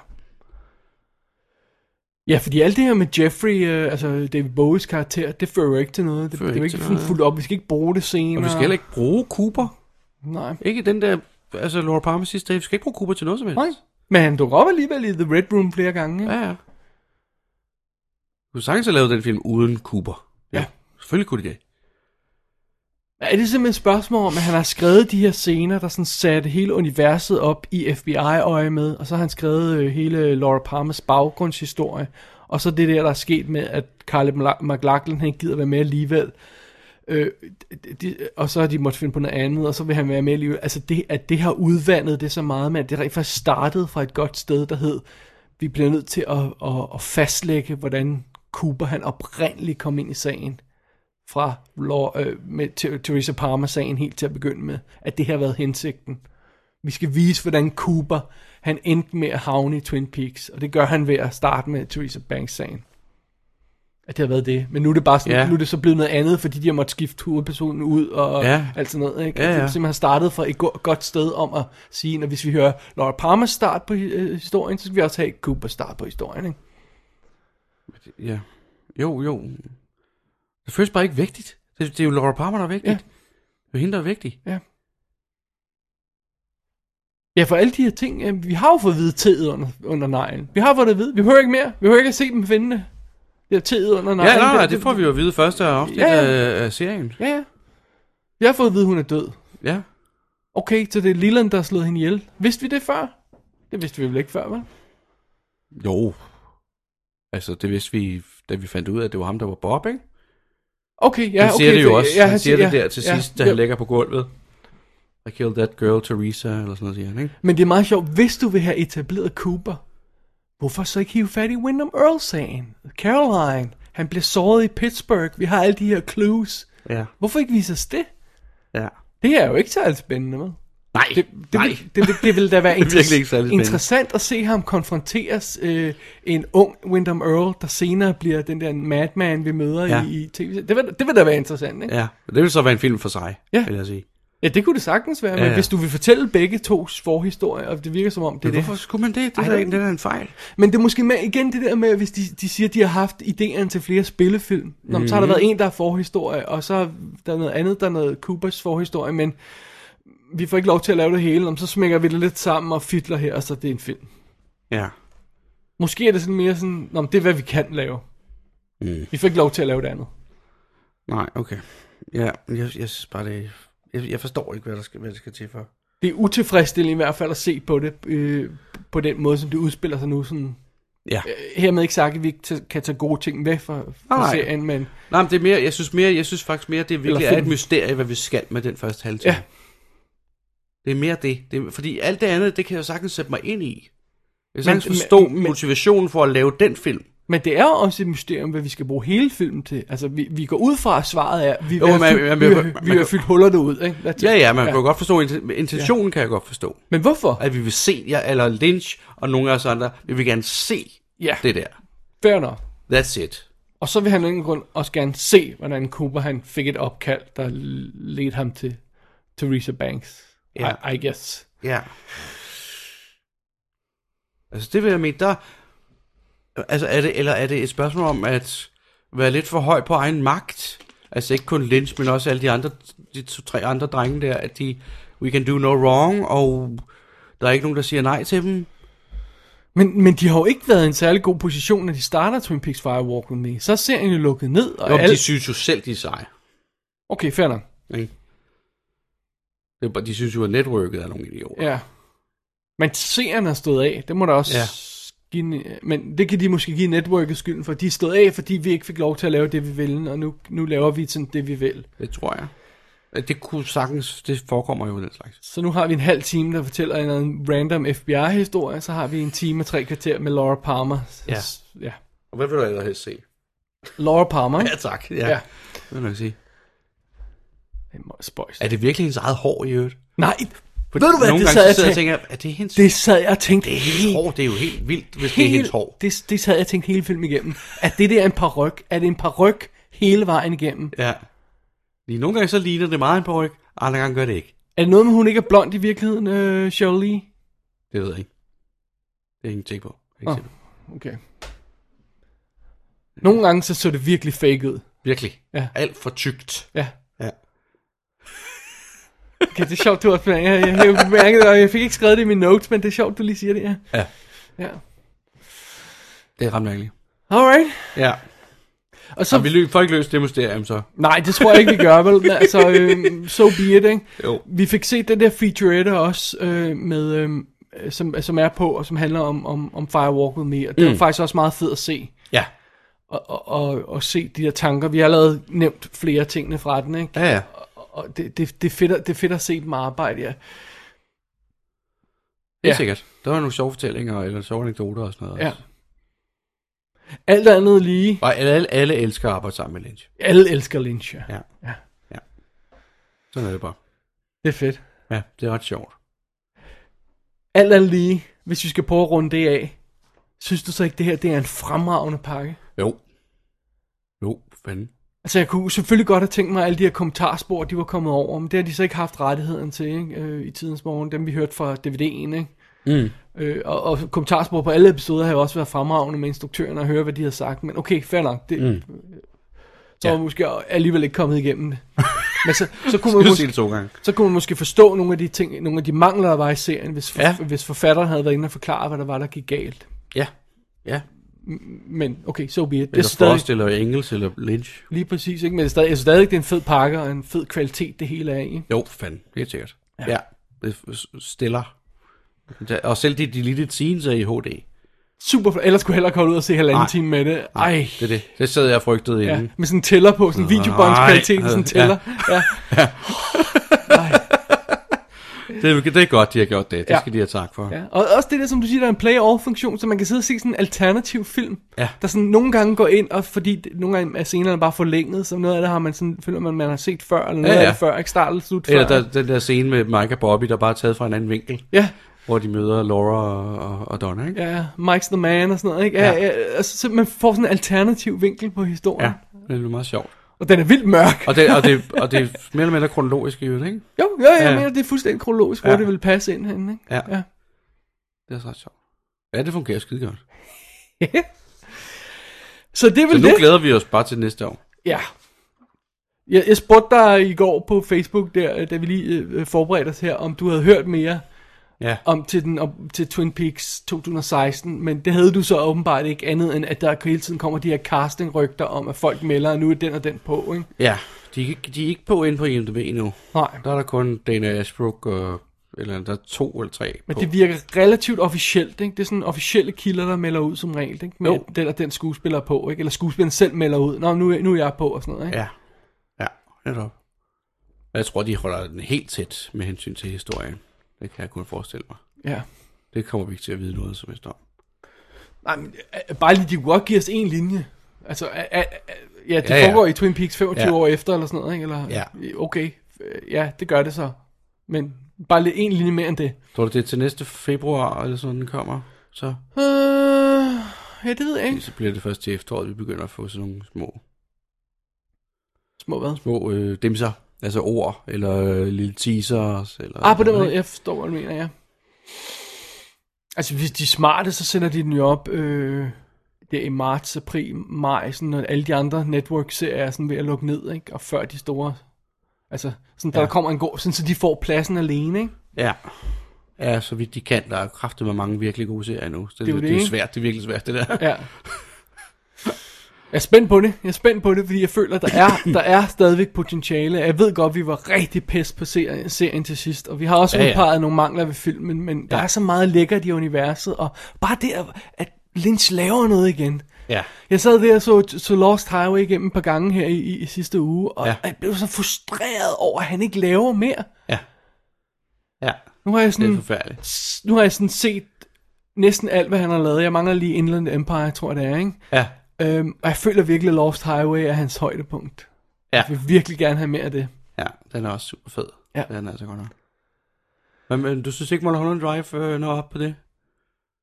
Ja, fordi alt det her med Jeffrey, øh, altså David Bowies karakter, det fører jo ikke til noget. Det, Fører det er jo ikke ikke til fuldt noget. fuldt op. Vi skal ikke bruge det senere. Og vi skal heller ikke bruge Cooper. Nej. Ikke den der, altså Laura Palmer sidste dag. Vi skal ikke bruge Cooper til noget som helst. Nej. Men han dukker op alligevel i The Red Room flere gange. ikke? Ja, ja. Du kunne sagtens have lavet den film uden Cooper. Ja. Selvfølgelig kunne de det. Er det simpelthen et spørgsmål om, at han har skrevet de her scener, der sådan satte hele universet op i FBI-øje med, og så har han skrevet øh, hele Laura Palmers baggrundshistorie, og så det der, der er sket med, at Carl McLachlan, han ikke gider være med alligevel, øh, de- de, og så har de måtte finde på noget andet, og så vil han være med alligevel. Altså det, at det har udvandet det så meget, men at det rent faktisk startede fra et godt sted, der hed, vi bliver nødt til at, at, at fastlægge, hvordan Cooper han oprindeligt kom ind i sagen fra Law, øh, med Th- Theresa Palmer-sagen helt til at begynde med, at det har været hensigten. Vi skal vise, hvordan Cooper han endte med at havne i Twin Peaks, og det gør han ved at starte med Theresa Banks-sagen. At det har været det. Men nu er det bare sådan, Ja. nu er det så blevet noget andet, fordi de har måttet skifte hovedpersonen ud og Ja. alt sådan noget. Ikke? Ja, At de ja. simpelthen har startet fra et go- godt sted om at sige, at hvis vi hører Laura Palmers start på øh, historien, så skal vi også have Coopers start på historien. Ikke? Ja. Jo, jo. Det føles bare ikke vigtigt. Det, det er jo Laura Palmer, der er vigtigt. Ja. Ja. Det er hende, der er vigtig. Ja. Ja, for alle de her ting, øh, vi har jo fået at vide teet under, under neglen. Vi har fået det at vide. Vi hører ikke mere. Vi hører ikke at se dem finde det. Det er teet under Nej, neglen. ja, nej, nej, det får vi jo at vide første afsnit Ja, ja, ja. ja. af serien. Ja, ja. Vi har fået at vide, at hun er død. Ja. Okay, så det er Leland, der har slået hende ihjel. Vidste vi det før? Det vidste vi vel ikke før, vel? Jo. Altså, det vidste vi, da vi fandt ud af, at det var ham, der var Bob, ikke? Okay, ja, Ja, han okay. siger det jo for- også. Ja, han siger ja, det der til ja, sidst, da ja. han ligger på gulvet. I killed that girl, Teresa, eller sådan noget, siger han, ikke? Men det er meget sjovt, hvis du vil have etableret Cooper, hvorfor så ikke hive fat i Wyndham Earl-sagen? Caroline, han blev såret i Pittsburgh, vi har alle de her clues. Ja. Hvorfor ikke vise os det? Ja. Det er jo ikke særlig spændende, med. Nej, Det, det, nej. vil, det, vil- det vil da være <laughs> Det er virkelig ikke særlig interes- spændende. interessant at se ham konfronteres øh, en ung Wyndham Earl, der senere bliver den der madman, vi møder ja. Ja. i, i tv. Det vil, det vil da være interessant, ikke? Ja, det vil så være en film for sig, Ja. ja. vil jeg sige. Ja, det kunne det sagtens være, men Ja, ja. hvis du vil fortælle begge tos forhistorie, og det virker som om, det er det. skulle man det? Det Ej, det- da en fejl. Men det er måske med, igen det der med, hvis de, de siger, de har haft idéerne til flere spillefilm. Nå, mm. så har Mhm. der været en, der er forhistorie, og så er der noget andet, der er noget Coopers forhistorie, men vi får ikke lov til at lave det hele, Nå, men så smækker vi det lidt sammen og fitler her, og så er det en film. Ja. Måske er det sådan mere sådan, Nå, men det er, hvad vi kan lave. Mm. Vi får ikke lov til at lave det andet. Nej, okay. Ja, jeg, jeg synes bare, det jeg, jeg forstår ikke, hvad der skal, hvad det skal til for. Det er utilfredsstillende i hvert fald at se på det, øh, på den måde, som det udspiller sig nu. Sådan, Ja. øh, hermed ikke sagt, at vi ikke ta- kan tage gode ting med fra, fra Nej. serien, men Nej, men det er mere, jeg synes mere, jeg synes faktisk mere, det virkelig er et film. mysterie, hvad vi skal med den første halvtime. Ja. Ja. Det er mere det. det er, fordi alt det andet, det kan jeg jo sagtens sætte mig ind i. Jeg kan sagtens men- forstå men- motivationen for at lave den film. Men det er jo også et mysterium, hvad vi skal bruge hele filmen til. Altså, vi, vi går ud fra, at svaret er, vi, Jo, vi, har, men- fyldt, men- vi, man har, kan- vi har fyldt huller derud, ikke? That's it. Ja, ja, man ja. kan jo godt forstå, inten- intentionen ja. kan jeg godt forstå. Men hvorfor? At vi vil se, ja, eller Lynch og nogle af os andre, vi vil gerne se Ja, det der. fair nok. That's it. Og så vil han af ingen grund også gerne se, hvordan Cooper han fik et opkald, der ledte ham til Theresa Banks. Ja. I, I guess. Ja. Altså, det vil jeg mene, der... Altså, er det, eller er det et spørgsmål om at være lidt for høj på egen magt? Altså, ikke kun Lynch, men også alle de andre, de to-tre andre drenge der, at de, we can do no wrong, og der er ikke nogen, der siger nej til dem. Men, men de har jo ikke været i en særlig god position, når de starter Twin Peaks Firewalk With Me. Så er serien jo lukket ned, og Jo, men alle... de synes jo selv, de er seje. Okay, fair nok. Ikke? Det er bare, de synes jo, at netværket er nogle idioter. Ja. Men serien er stået af, det må der også Ja. give en, men det kan de måske give netværket skylden for. De er stået af, fordi vi ikke fik lov til at lave det, vi ville, og nu, nu laver vi sådan det, vi vil. Det tror jeg. Ja, Det kunne sagtens, det forekommer jo den slags. Så nu har vi en halv time, der fortæller en eller anden random FBI-historie, så har vi en time og tre kvarter med Laura Palmer. Ja. ja. Og hvad vil du allerhelst se? Laura Palmer, ikke? Ja tak, ja. Ja. ja. Det vil jeg sige. Det er spøjst. Er det virkelig hendes eget hår i øvrigt? Nej, For Ved du hvad, nogle det sad gange så jeg sidder og jeg tænker, er det hendes det sad jeg og tænkte helt, hår? Det er jo helt vildt, hvis det er hendes helt, hår. det, det sad jeg og tænkte hele filmen igennem. Er det der en paryk? Er det en paryk hele vejen igennem? Ja. Lige nogle gange så ligner det meget en paryk, andre gange gør det ikke. Er det noget med, hun ikke er blond i virkeligheden, øh, Shirley? Det ved jeg ikke. Det er ingen tjek på. Ikke Åh. oh. Okay. Nogle gange så så det virkelig fake ud. Virkelig. Ja. Alt for tykt. Ja. Ja. Okay, det er sjovt, du har jeg, jeg, jeg, jeg mærket det, og jeg fik ikke skrevet det i mine notes, men det er sjovt, du lige siger det, ja. Ja. ja. Det er ret mærkeligt. Alright. Ja. Og så, Så vi løb, får ikke løst det mysterium så. Nej, det tror jeg ikke, vi gør, vel? Men Altså, øh, so be it, ikke? Jo. Vi fik set den der featurette også, øh, med, øh, som, som er på, og som handler om, om, om Firewalk With Me, og det mm. var faktisk også meget fedt at se, Ja. og, og, og, og se de der tanker. Vi har allerede nævnt flere tingene fra den, ikke? Ja, ja. Og det, det, det, er fedt, at- det er fedt at se dem arbejde, ja. Det Ja. er ja. sikkert. Der var nogle sjove fortællinger, eller sjove anekdoter og sådan noget. ja. også. Alt andet lige, Og alle, alle elsker at arbejde sammen med Lynch. alle elsker Lynch, ja. Ja. Ja. ja. Sådan er det bare. Det er fedt. Ja, det er ret sjovt. Alt andet lige, hvis vi skal prøve at runde det af, synes du så ikke, det her det er en fremragende pakke? Jo. Jo, for fanden. Altså, jeg kunne selvfølgelig godt have tænkt mig, at alle de her kommentarspor, de var kommet over, men det har de så ikke haft rettigheden til ikke? Øh, i tidens morgen, dem vi hørte fra DVD'en. Ikke? Mm. Øh, og, og kommentarspor på alle episoder har jo også været fremragende med instruktøren og høre, hvad de har sagt, men okay, fair nok. Det, mm. Så var Ja. ja. måske alligevel ikke kommet igennem <laughs> det. men så, så, kunne Skal man du sige måske, det to gange? så kunne man måske forstå nogle af de ting, nogle af de mangler, der var i serien, hvis, for, Ja. ja. hvis forfatteren havde været inde og forklare, hvad der var, der gik galt. Ja. Ja. Men okay, so be it. Det er Eller stadig, Frost, eller Engels, eller Lynch. lige præcis, ikke? men det er stadig, jeg synes stadig, det er en fed pakke og en fed kvalitet, det hele er i. ikke? Jo, for fanden. Det er sikkert. Ja. ja. Det f- stiller. Der- Og selv de deleted scenes er i HD. super flot. Ellers kunne jeg heller ikke holde ud og se halvanden Nej. time med det. Ej. Det er det. Det sad jeg og frygtede ja. Ja, inden. med sådan en tæller på, sådan en videobåndskvalitet, sådan en tæller. Ja. <laughs> Det, er- det er godt, de har gjort det. Det Ja. skal de have tak for. ja. Og også det der, som du siger, der er en play-all-funktion, så man kan sidde og se sådan en alternativ film, Ja. der sådan nogle gange går ind, og fordi det- nogle gange er scenerne bare forlænget, så noget af det har man sådan, føler man, man har set før, eller noget Ja, ja, ja. ja. af det før, ikke start eller slut før. Eller der, den der scene med Mike og Bobby, der bare er taget fra en anden vinkel. Ja, Hvor de møder Laura og, og, og Donna, ikke? ja, ja. Mike's the man og sådan noget, ikke? Ja, Ja. ja. altså, så man får sådan en alternativ vinkel på historien. ja. Ja. Det er meget sjovt. Og den er vildt mørk. Og det, og det, og det er mere eller mindre kronologisk i øvrigt, ikke? Jo, jo, jeg Ja. ja. mener, det er fuldstændig kronologisk, hvor Ja. ja. det vil passe ind henne, ikke? Ja. ja. Det er så ret sjovt. Ja, det fungerer skide godt. Så det er Så vel nu det. glæder vi os bare til næste år. Ja. Jeg, jeg spurgte dig i går på Facebook, der, øh, da vi lige øh, forberedte os her, om du havde hørt mere Ja. om til, den, om, til Twin Peaks 2016, men det havde du så åbenbart ikke andet, end at der hele tiden kommer de her casting-rygter om, at folk melder, at nu er den og den på, ikke? Ja, de, er ikke- de er ikke på inde på IMDb endnu. Nej. Der er der kun Dana Ashbrook og eller der er to eller tre Men på. det virker relativt officielt, ikke? Det er sådan officielle kilder, der melder ud som regel, ikke? Men Jo. den og den skuespiller er på, ikke? Eller skuespilleren selv melder ud, nå, nu, er- nu er jeg på, og sådan noget, ikke? Ja, ja, netop. Og Jeg tror, de holder den helt tæt med hensyn til historien. Det kan jeg kun forestille mig. ja. Det kommer vi ikke til at vide noget som helst om. Nej, men øh, bare lige, de kunne godt give os en linje. Altså, øh, øh, øh, ja, det Ja, ja. ja, foregår i Twin Peaks 25 Ja. ja. år efter, eller sådan noget, ikke? Eller, Ja. Okay, øh, ja, det gør det så. Men bare lidt en linje mere end det. Tror du, det er til næste februar, eller sådan, den kommer? Så, Øh, ja, det ved jeg ikke. så bliver det først til efteråret, vi begynder at få sådan nogle små, Små hvad? små øh, dimser. Altså ord, eller øh, lille teasers. Eller Ah, på den måde, jeg forstår, hvad du mener, ja. Altså, hvis de er smarte, så sender de den jo op... Øh, det er i marts, april, maj, sådan, når alle de andre network-serier er sådan ved at lukke ned, ikke? Og før de store... Altså, sådan, der, Ja. der kommer en god... Sådan, så de får pladsen alene, ikke? Ja. Ja, så vidt de kan. Der er kraftet med mange virkelig gode serier nu. Så det, er det, jo det, det, <laughs> det er ikke? svært. Det er virkelig svært, det der. Ja. Jeg er spændt på det. Jeg er spændt på det, fordi jeg føler, der er, der er stadigvæk potentiale. Jeg ved godt, vi var rigtig pest på serien, serien til sidst, og vi har også Ja, ja, ja. udpeget nogle mangler ved filmen, men der Ja. er så meget lækkert i universet, og bare det, at- at Lynch laver noget igen. Ja. Jeg sad der og så, så Lost Highway igennem et par gange her i, i, i sidste uge, og Ja. ja. jeg blev så frustreret over, at han ikke laver mere. Ja. Ja, Nu har jeg det er sådan, forfærdeligt. nu har jeg sådan set næsten alt, hvad han har lavet. Jeg mangler lige Inland Empire, tror jeg det er, ikke? Ja. Øhm, og jeg føler virkelig, at Lost Highway er hans højdepunkt. Ja. Jeg vil virkelig gerne have mere af det. ja, den er også super fed. Ja. Den er altså godt nok. Men, men du synes ikke, Mulholland Drive øh, når op på det?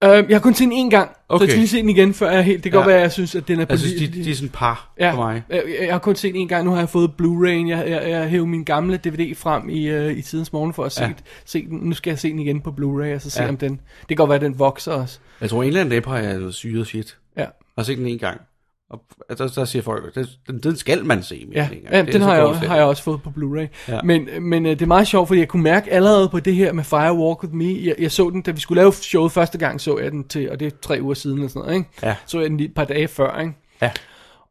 Øhm, jeg har kun set den én gang, okay. så Okay. jeg skal lige se den igen, før jeg helt... Det kan Ja. godt være, at jeg synes, at den er på Jeg synes, lige- Altså, de, de er sådan par Ja, Øh, for mig. Jeg, jeg har kun set den en gang, nu har jeg fået Blu-ray'en, jeg, jeg, jeg hævde min gamle DVD frem i, øh, i tidens morgen for at se, Ja. ja. se den. Nu skal jeg se den igen på Blu-ray, og så se Ja. ja. om den... Det kan godt være, at den vokser også. Jeg tror, England Empire er noget syret shit. Ja, Jeg har set den en gang. Og altså, der siger folk, den, den- den skal man se mere ja. end en gang. ja Det er den så har jeg, godt fedt. har jeg også fået på Blu-ray. Ja. Ja. Men, men øh, det er meget sjovt, fordi jeg kunne mærke allerede på det her med Fire Walk With Me. Jeg, jeg så den, da vi skulle lave showet første gang, så jeg den til, og det er tre uger siden eller sådan noget, ikke? Ja. Så jeg den lige et par dage før, ikke? Ja.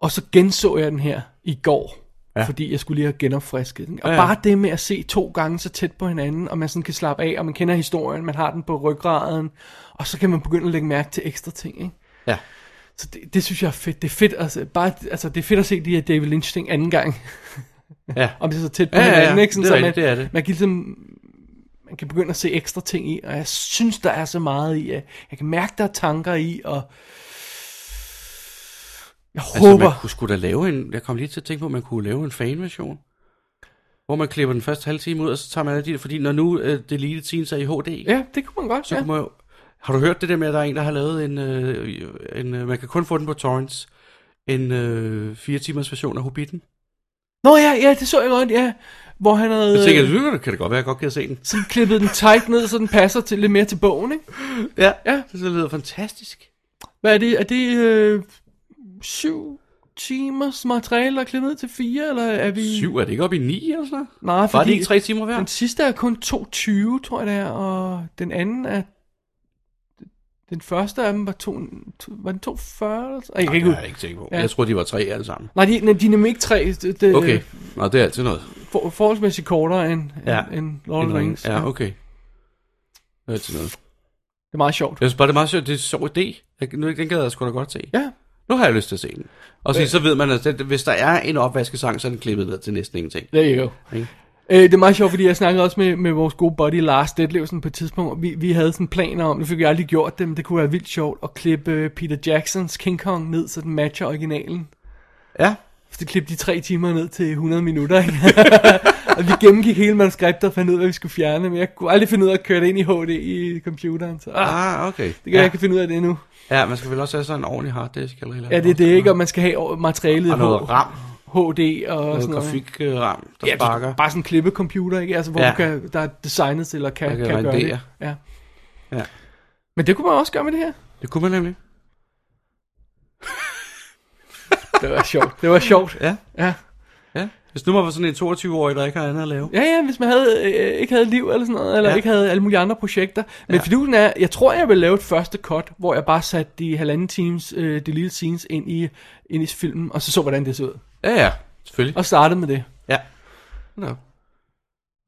Og så genså jeg den her i går. Ja. Ja. Fordi jeg skulle lige have genopfrisket den. Og ja, Ja, ja. ja. bare det med at se to gange så tæt på hinanden, og man sådan kan slappe af, og man kender historien, man har den på ryggraden, og så kan man begynde at lægge mærke til ekstra ting, ikke? Ja. Så det, det synes jeg er fedt. Det er fedt, altså, bare, altså, det er fedt at se de her David Lynch ting anden gang. Ja. Om det er så tæt på Ja, ja, ja. hinanden, ikke? Sådan, Det er så rigtigt, man, det er det. Man kan ligesom man kan begynde at se ekstra ting i, og jeg synes, der er så meget i, at jeg kan mærke, der er tanker i, og jeg Altså, håber... man kunne sgu da lave en... Jeg kom lige til at tænke på, at man kunne lave en fanversion. Hvor man klipper den første halve time ud, og så tager man alle de... Fordi når nu uh, Deleted Scenes er i HD, ja. Ja, det kunne man godt. så ja. kunne man jo... Har du hørt det der med, at der er en, der har lavet en... Øh, en øh, man kan kun få den på torrents. En øh, fire timers version af Hobbiten. Nå ja, ja, det så jeg godt, ja. Hvor han havde Jeg øh, tænker, det kan det godt være, jeg godt kan se den. sådan klippet den tight ned, så den passer til lidt mere til bogen, ikke? Ja, Ja. det lyder fantastisk. Hvad er det? Er det øh, syv timers materiale, der er klippet ned til fire, eller er vi... Syv, er det ikke oppe i ni eller sådan noget? Nej, Var fordi det ikke tre timer hver? den sidste er kun 2.20, tror jeg det er, og den anden er... Den første af dem var, to, to, var den 2.40 eller sådan Ej, Jeg kan ikke Det har ud. jeg ikke tænkt på. Ja. Jeg tror, de var tre alle sammen. Nej, de, nej, de er nemlig ikke tre. Det, det, Okay, øh, Nå, det er altid noget. For, forholdsmæssigt kortere end, Ja. ja. end, end Lord of the Rings. Ja, okay. Det er altid noget. Det er meget sjovt. Jeg synes bare, det er meget sjovt. Det er en sjov idé. Jeg, nu, den gad jeg sgu da godt se. Ja. Nu har jeg lyst til at se den. Og så, så ved man, at den, hvis der er en opvaskesang, så er den klippet ned til næsten ingenting. There you go. Ikke? Øh, det er meget sjovt, fordi jeg snakkede også med, med vores gode buddy Lars Detlevsen på et tidspunkt. og Vi, vi havde sådan planer om, nu fik vi aldrig gjort det, men det kunne være vildt sjovt at klippe øh, Peter Jacksons King Kong ned, så den matcher originalen. Ja. Så det klippede de tre timer ned til 100 minutter, ikke? <laughs> og vi gennemgik hele manuskriptet og fandt ud af, hvad vi skulle fjerne, men jeg kunne aldrig finde ud af at køre det ind i HD i computeren. Så, ah, Ah, okay. det kan ja. ja. jeg ikke finde ud af det endnu. ja, man skal vel også have sådan en ordentlig harddisk. Eller et eller Ja, det er andet. det ikke, og man skal have materialet i Og noget H- ram. HD og Noget sådan noget. ikke? grafikram, Ja, der ja, det sparker. er bare sådan en klippecomputer, ikke? Altså, hvor Ja. ja. du kan, der er designet til, og kan, Der kan, kan kan gøre rendere. det. Ja. Ja. Men det kunne man også gøre med det her. Det kunne man nemlig. Det var sjovt. Det var sjovt. Ja. Ja. Ja. Hvis nu man var sådan en 22-årig, der ikke har andet at lave. Ja, ja, hvis man havde, øh, ikke havde liv eller sådan noget, eller Ja. ja. ikke havde alle mulige andre projekter. Men Ja. ja. fidusen er, jeg tror, jeg vil lave et første cut, hvor jeg bare satte de halvanden times øh, de lille scenes ind i, ind i filmen, og så så, hvordan det så ud. Ja, ja. Selvfølgelig. Og startede med det. Ja. Nå.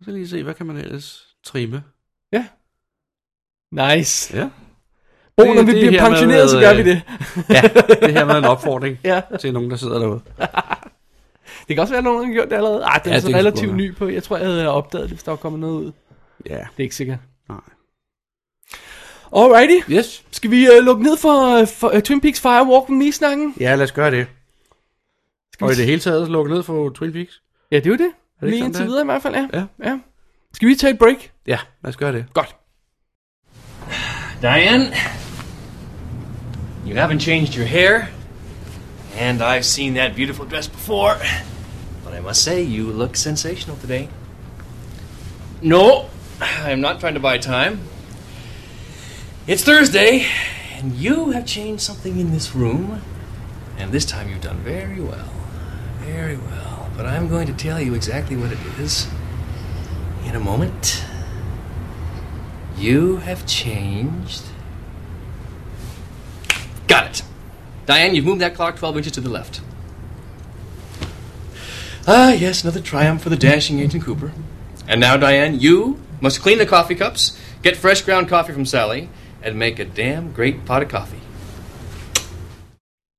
Så lige se, hvad kan man ellers trimme? Ja. Nice. Ja. Bo, Det- når vi det er bliver hermed, pensioneret, så gør øh, vi det. Ja, <laughs> det her med en opfordring Ja. til nogen, der sidder derude. Det kan også være, at nogen der har gjort det allerede. Ah, den Ja, er så det kan relativt sgu ny på. Jeg tror, jeg havde opdaget det, hvis der var kommet noget ud. Det Ja. er ikke sikkert. Nej. Alrighty. Yes. Skal vi uh, lukke ned for, uh, for uh, Twin Peaks Fire Walk With Me-snakken? Ja, lad os gøre det. Skal Og vi... i det hele taget lukke ned for Twin Peaks. Ja, det er jo det. ikke Lige sådan, det indtil er? videre i hvert fald, ja. Ja. ja. Skal vi tage et break? Ja, lad os gøre det. Godt. Diane, you haven't changed your hair, and I've seen that beautiful dress before, but I must say you look sensational today. No, I'm not trying to buy time. It's Thursday, and you have changed something in this room, and this time you've done very well. Very well. But I'm going to tell you exactly what it is in a moment. You have changed. Got it. Diane, you've moved that clock 12 inches to the left. Ah, yes, another triumph for the dashing Agent Cooper. And now, Diane, you must clean the coffee cups, get fresh ground coffee from Sally, and make a damn great pot of coffee.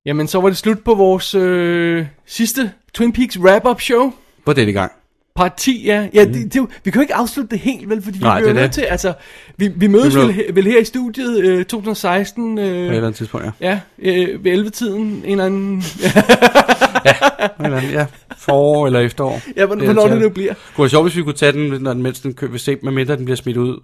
Jamen, så var det slut på vores øh, sidste Twin Peaks wrap-up show. På denne gang. Part 10, ja. ja det, det, er jo- vi kan jo ikke afslutte det helt, vel? Fordi vi Mm. Nej, bliver det er nødt til, det. altså, vi, vi mødes Vi vel, blev- he- vel her i studiet øh, 2016, På et øh, eller andet tidspunkt, ja. ja, øh, ved 11-tiden, en eller anden, ja, På et eller andet, ja. Forår eller efterår. ja hvornår, hvornår det nu bliver. Det kunne være sjovt, hvis vi kunne tage den, når den, mens den kø, hvis se, medmindre den bliver smidt ud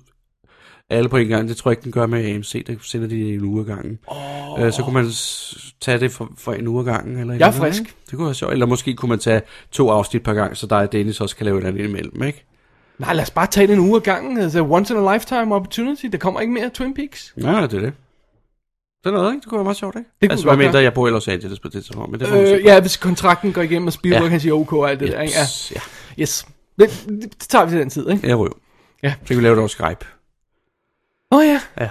alle på en gang. Det tror jeg ikke, den gør med AMC. Der sender de en uge ad gangen. Oh. Øh, så kunne man s- tage det for, for en uge ad gangen. Eller et Jeg er eller andet, frisk. ikke? Det kunne være sjovt. Eller måske kunne man tage to afsnit per gang, så dig og Dennis også kan lave et andet imellem, ikke? Nej, lad os bare tage den en uge ad gangen, altså once in a lifetime opportunity, der kommer ikke mere Twin Peaks. Nej, nej, det er det. Sådan noget, ikke? Det kunne være meget sjovt, ikke? Det kunne altså, vi godt hvad mindre gøre. jeg bor i Los Angeles på det tidspunkt, men det må man se Øh, på. ja, hvis kontrakten går igennem, og Spielberg Ja. kan sige OK og alt det der, ikke? Jeps, ja. ja. Yes. Det, det, det tager vi til den tid, ikke? Ja, røv. Ja. Så kan vi lave det over Skype. Åh oh, ja. Ja.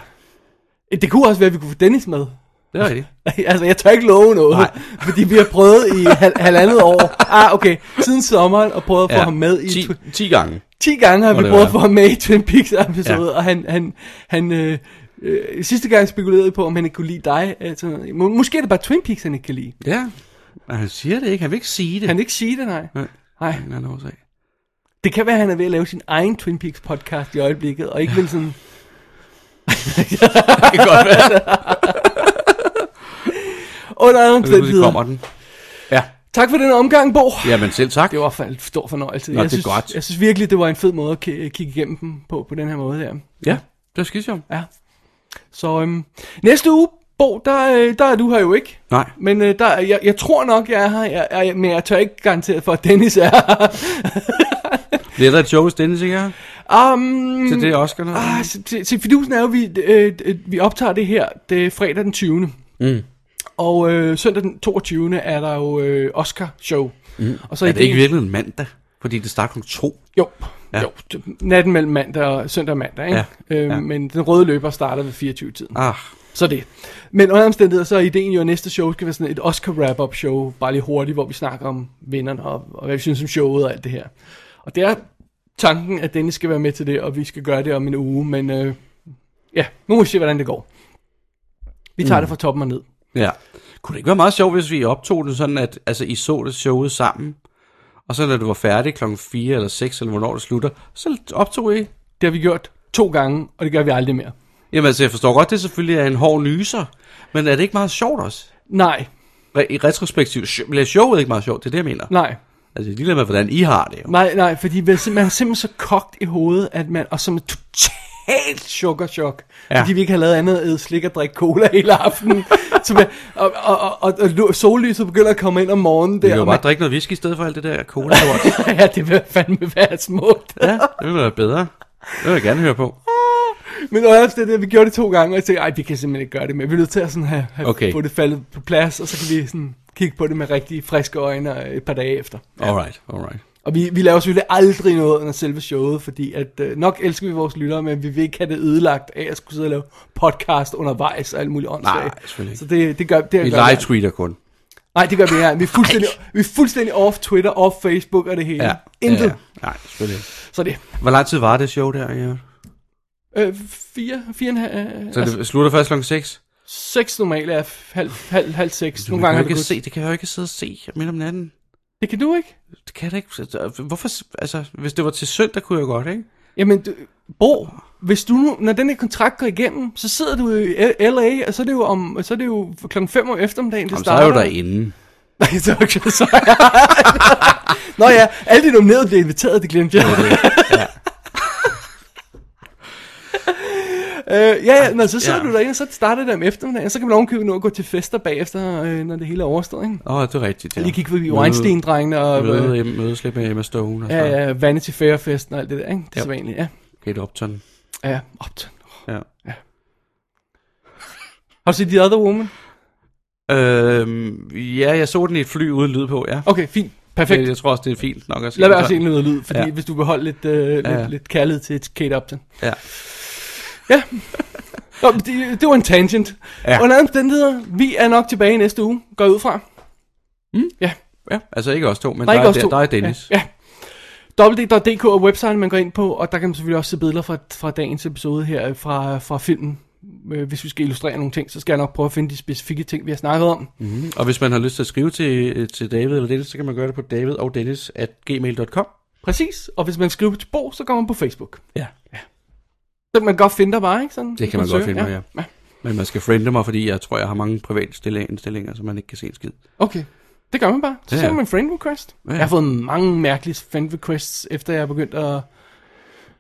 Det kunne også være, at vi kunne få Dennis med. <laughs> Det er rigtigt. altså, jeg tør ikke love noget, Nej. <laughs> fordi vi har prøvet i hal- halvandet år. Ah, okay. Siden sommeren og prøvet at få ja. ham med i... 10, Tw- 10 gange. 10 gange har Må vi det prøvet at være. få ham med i Twin Peaks episode, ja. Ja. og han... han, han øh, øh, sidste gang spekulerede vi på, om han ikke kunne lide dig. Altså, må, måske er det bare Twin Peaks, han ikke kan lide. Ja. Men han siger det ikke. Han vil ikke sige det. Kan han ikke sige det, nej? Nej. Nej. Han er årsag. Det kan være, at han er ved at lave sin egen Twin Peaks podcast i øjeblikket, og ikke vil sådan... Det kan godt <laughs> være. Under alle Det kommer omstændigheder. den. Tak for den omgang, Bo. Jamen selv tak. Det var for- en stor fornøjelse. Nå, jeg det er synes, godt. Jeg synes virkelig, det var en fed måde at ki- kigge igennem dem på, på den her måde her. Ja, det var skidt sjovt. Ja. Så øhm, næste uge, Bo, der, øh, der er du her jo ikke. Nej. Men øh, der, er- jeg, jeg tror nok, jeg er her, jeg, jeg, men jeg tør ikke garantere for, at Dennis er Det er der et show hos Dennis, ikke? her. <laughs> Um, Til det Oscar noget. Ah, se, se, se fidusen er jo, vi, øh, øh, vi optager det her det er fredag den 20. Mm. Og øh, søndag den 22. er der jo øh, Oscar-show. Mm. Og så Er det ikke virkelig en mandag? Fordi det starter kl. 2. Jo, ja. Ja. jo. Natten mellem mandag og søndag og mandag, ikke? Ja. Ja, Øhm, ja. Men den røde løber starter ved 24-tiden. Ah, Så det. Men under omstændigheder, så er ideen jo, at næste show skal være sådan et Oscar wrap-up show, bare lige hurtigt, hvor vi snakker om vinderne og, og hvad vi synes om showet og alt det her. Og det er tanken, at Dennis skal være med til det, og vi skal gøre det om en uge, men øh, ja, nu må vi se, hvordan det går. Vi tager mm. det fra toppen og ned. ja. Kunne det ikke være meget sjovt, hvis vi optog det sådan, at altså, I så det showet sammen, og så når det var færdigt klokken 4 eller 6, eller hvornår det slutter, så optog I Det har vi gjort to gange, og det gør vi aldrig mere. Jamen altså, jeg forstår godt, det selvfølgelig er en hård nyser, men er det ikke meget sjovt også? Nej, Re- I retrospektiv sj- bliver showet ikke meget sjovt, det er det, jeg mener. nej. Altså, lige med, hvordan I har det jo. Nej, nej, fordi man er simpelthen, man er simpelthen så kogt i hovedet, at man, og som er totalt sukkerchok, ja. Ja. fordi vi ikke har lavet andet end slik og drikke cola hele <laughs> aftenen. så man, og, og, og, og, og lo- sollyset begynder at komme ind om morgenen Vi der. kan jo og bare man, drikke noget whisky i stedet for alt det der cola <laughs> lort. ja, det vil fandme være smukt. <laughs> ja, det ville være bedre. Det vil jeg gerne høre på. Men også det, der, vi gjorde det to gange, og jeg tænkte, ej, vi kan simpelthen ikke gøre det mere. Vi er nødt til at sådan have, have okay. Okay. få det faldet på plads, og så kan vi sådan kigge på det med rigtig friske øjne øh, et par dage efter. Alright, alright. Og vi, vi laver selvfølgelig aldrig noget under selve showet, fordi at, øh, nok elsker vi vores lyttere, men vi vil ikke have det ødelagt af at skulle sidde og lave podcast undervejs og alt muligt åndssvagt. Nej, selvfølgelig Så det, det gør, det gør Vi live-tweeter kun. Nej, det gør vi her. Vi er fuldstændig, vi er fuldstændig off Twitter, off Facebook og det hele. Ja. Intet. Ja, ja. Nej, selvfølgelig ikke. Så det. Hvor lang tid var det show der, ja? Øh, fire, fire og en halv, øh, Så altså, det slutter først klokken 6? seks normalt er halv, halv, halv seks. Du Nogle gange har kan jo det ikke gået. se, det kan jeg jo ikke sidde og se midt om natten. Det kan du ikke. Det kan jeg da ikke. Altså, Hvorfor? s- Altså, hvis det var til søndag, kunne jeg godt, ikke? Jamen, du, Bo, hvis du nu, når den her kontrakt går igennem, så sidder du i LA, og så er det jo, om, så er det jo klokken 5 om eftermiddagen, det Jamen, så er starter. jeg jo derinde. Nej, så okay, så <laughs> Nå ja, alle de nominerede bliver inviteret, det glemte jeg. <laughs> Øh, ja, ja, når så sidder ja. Ja. du derinde, og så starter det om eftermiddagen, og så kan man ovenkøbe nu og gå til fester bagefter, øh, når det hele er overstået, ikke? Åh, oh, det er rigtigt, ja. Lige kigge forbi Møde- Weinstein-drengene og øh, Møde, altså. mødeslip med Emma Stone og så ja, ja, Vanity Fair-festen og alt det der, ikke? Det er Ja. så vanligt, ja. Kate Upton. Ja, ja. Upton. Ja. Har du set The Other Woman? Øhm, ja, jeg så den i et fly uden lyd på, ja. Øh, Okay, fint. Perfekt. Jeg, jeg tror også, det er fint nok at se Lad den være at se sådan. noget lyd, fordi ja. Ja. hvis du beholder lidt, øh, ja. Ja. lidt, lidt kærlighed til Kate Upton. Ja. Ja. Nå, men det, det var en tangent. Ja. Ja. Under andre omstændigheder, vi er nok tilbage i næste uge, går jeg ud fra. Mm. Ja. Ja, altså ikke os to, men Der der, er der, ikke er, os der, to. der er Dennis. Ja. Ja. ja. www.dk er website, man går ind på, og der kan man selvfølgelig også se billeder fra, fra dagens episode her øh, fra, fra filmen. Øh, Hvis vi skal illustrere nogle ting, så skal jeg nok prøve at finde de specifikke ting, vi har snakket om. Mm-hmm. Og hvis man har lyst til at skrive til, til David eller Dennis, så kan man gøre det på david og dennis at gmail.com. Præcis, og hvis man skriver til Bo, så kommer man på Facebook. Ja. Så kan man godt finde dig bare, ikke? Sådan, Det hvis kan man søger. godt finde mig, ja. ja. Men man skal friende mig, fordi jeg tror, jeg har mange private stille- indstillinger, så man ikke kan se en skid. Okay, det gør man bare. Så ja. Ja, ja. sender man en friend request. Ja, Ja. ja. Jeg har fået mange mærkelige friend requests, efter jeg er begyndt at...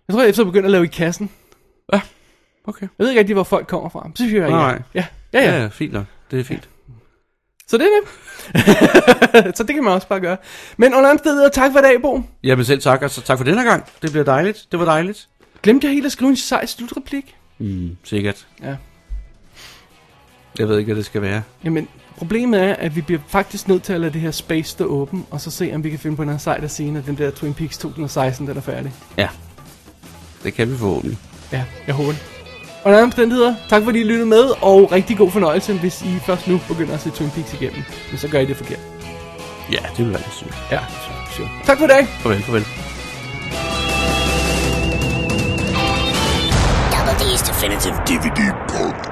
Jeg tror, efter jeg begyndte at lave i kassen. Okay. Jeg ved ikke rigtig, hvor folk kommer fra. Så hører jeg Nej, ja. nej. Ja. Ja, ja, ja fint nok. Det er fint. Så det er det. <laughs> så det kan man også bare gøre. Men under andet sted, tak for i dag, Bo. Jamen selv tak, og så tak for denne gang. Det bliver dejligt. Det var dejligt. Glemte jeg helt at skrive en sej slutreplik? Mm, sikkert. Ja. Jeg ved ikke, hvad det skal være. Jamen, problemet er, at vi bliver faktisk nødt til at lade det her space stå åben, og så se, om vi kan finde på en sejt at sige, når den der Twin Peaks 2016, den er færdig. Ja. Det kan vi forhåbentlig. Ja, jeg håber det. Under andre omstændigheder, tak fordi I lyttede med, og rigtig god fornøjelse, hvis I først nu begynder at se Twin Peaks igennem. Men så gør I det forkert. Ja, det vil være lidt sygt. Ja, så, sure. Tak for i dag! Farvel, farvel. Definitive DVD Podcast.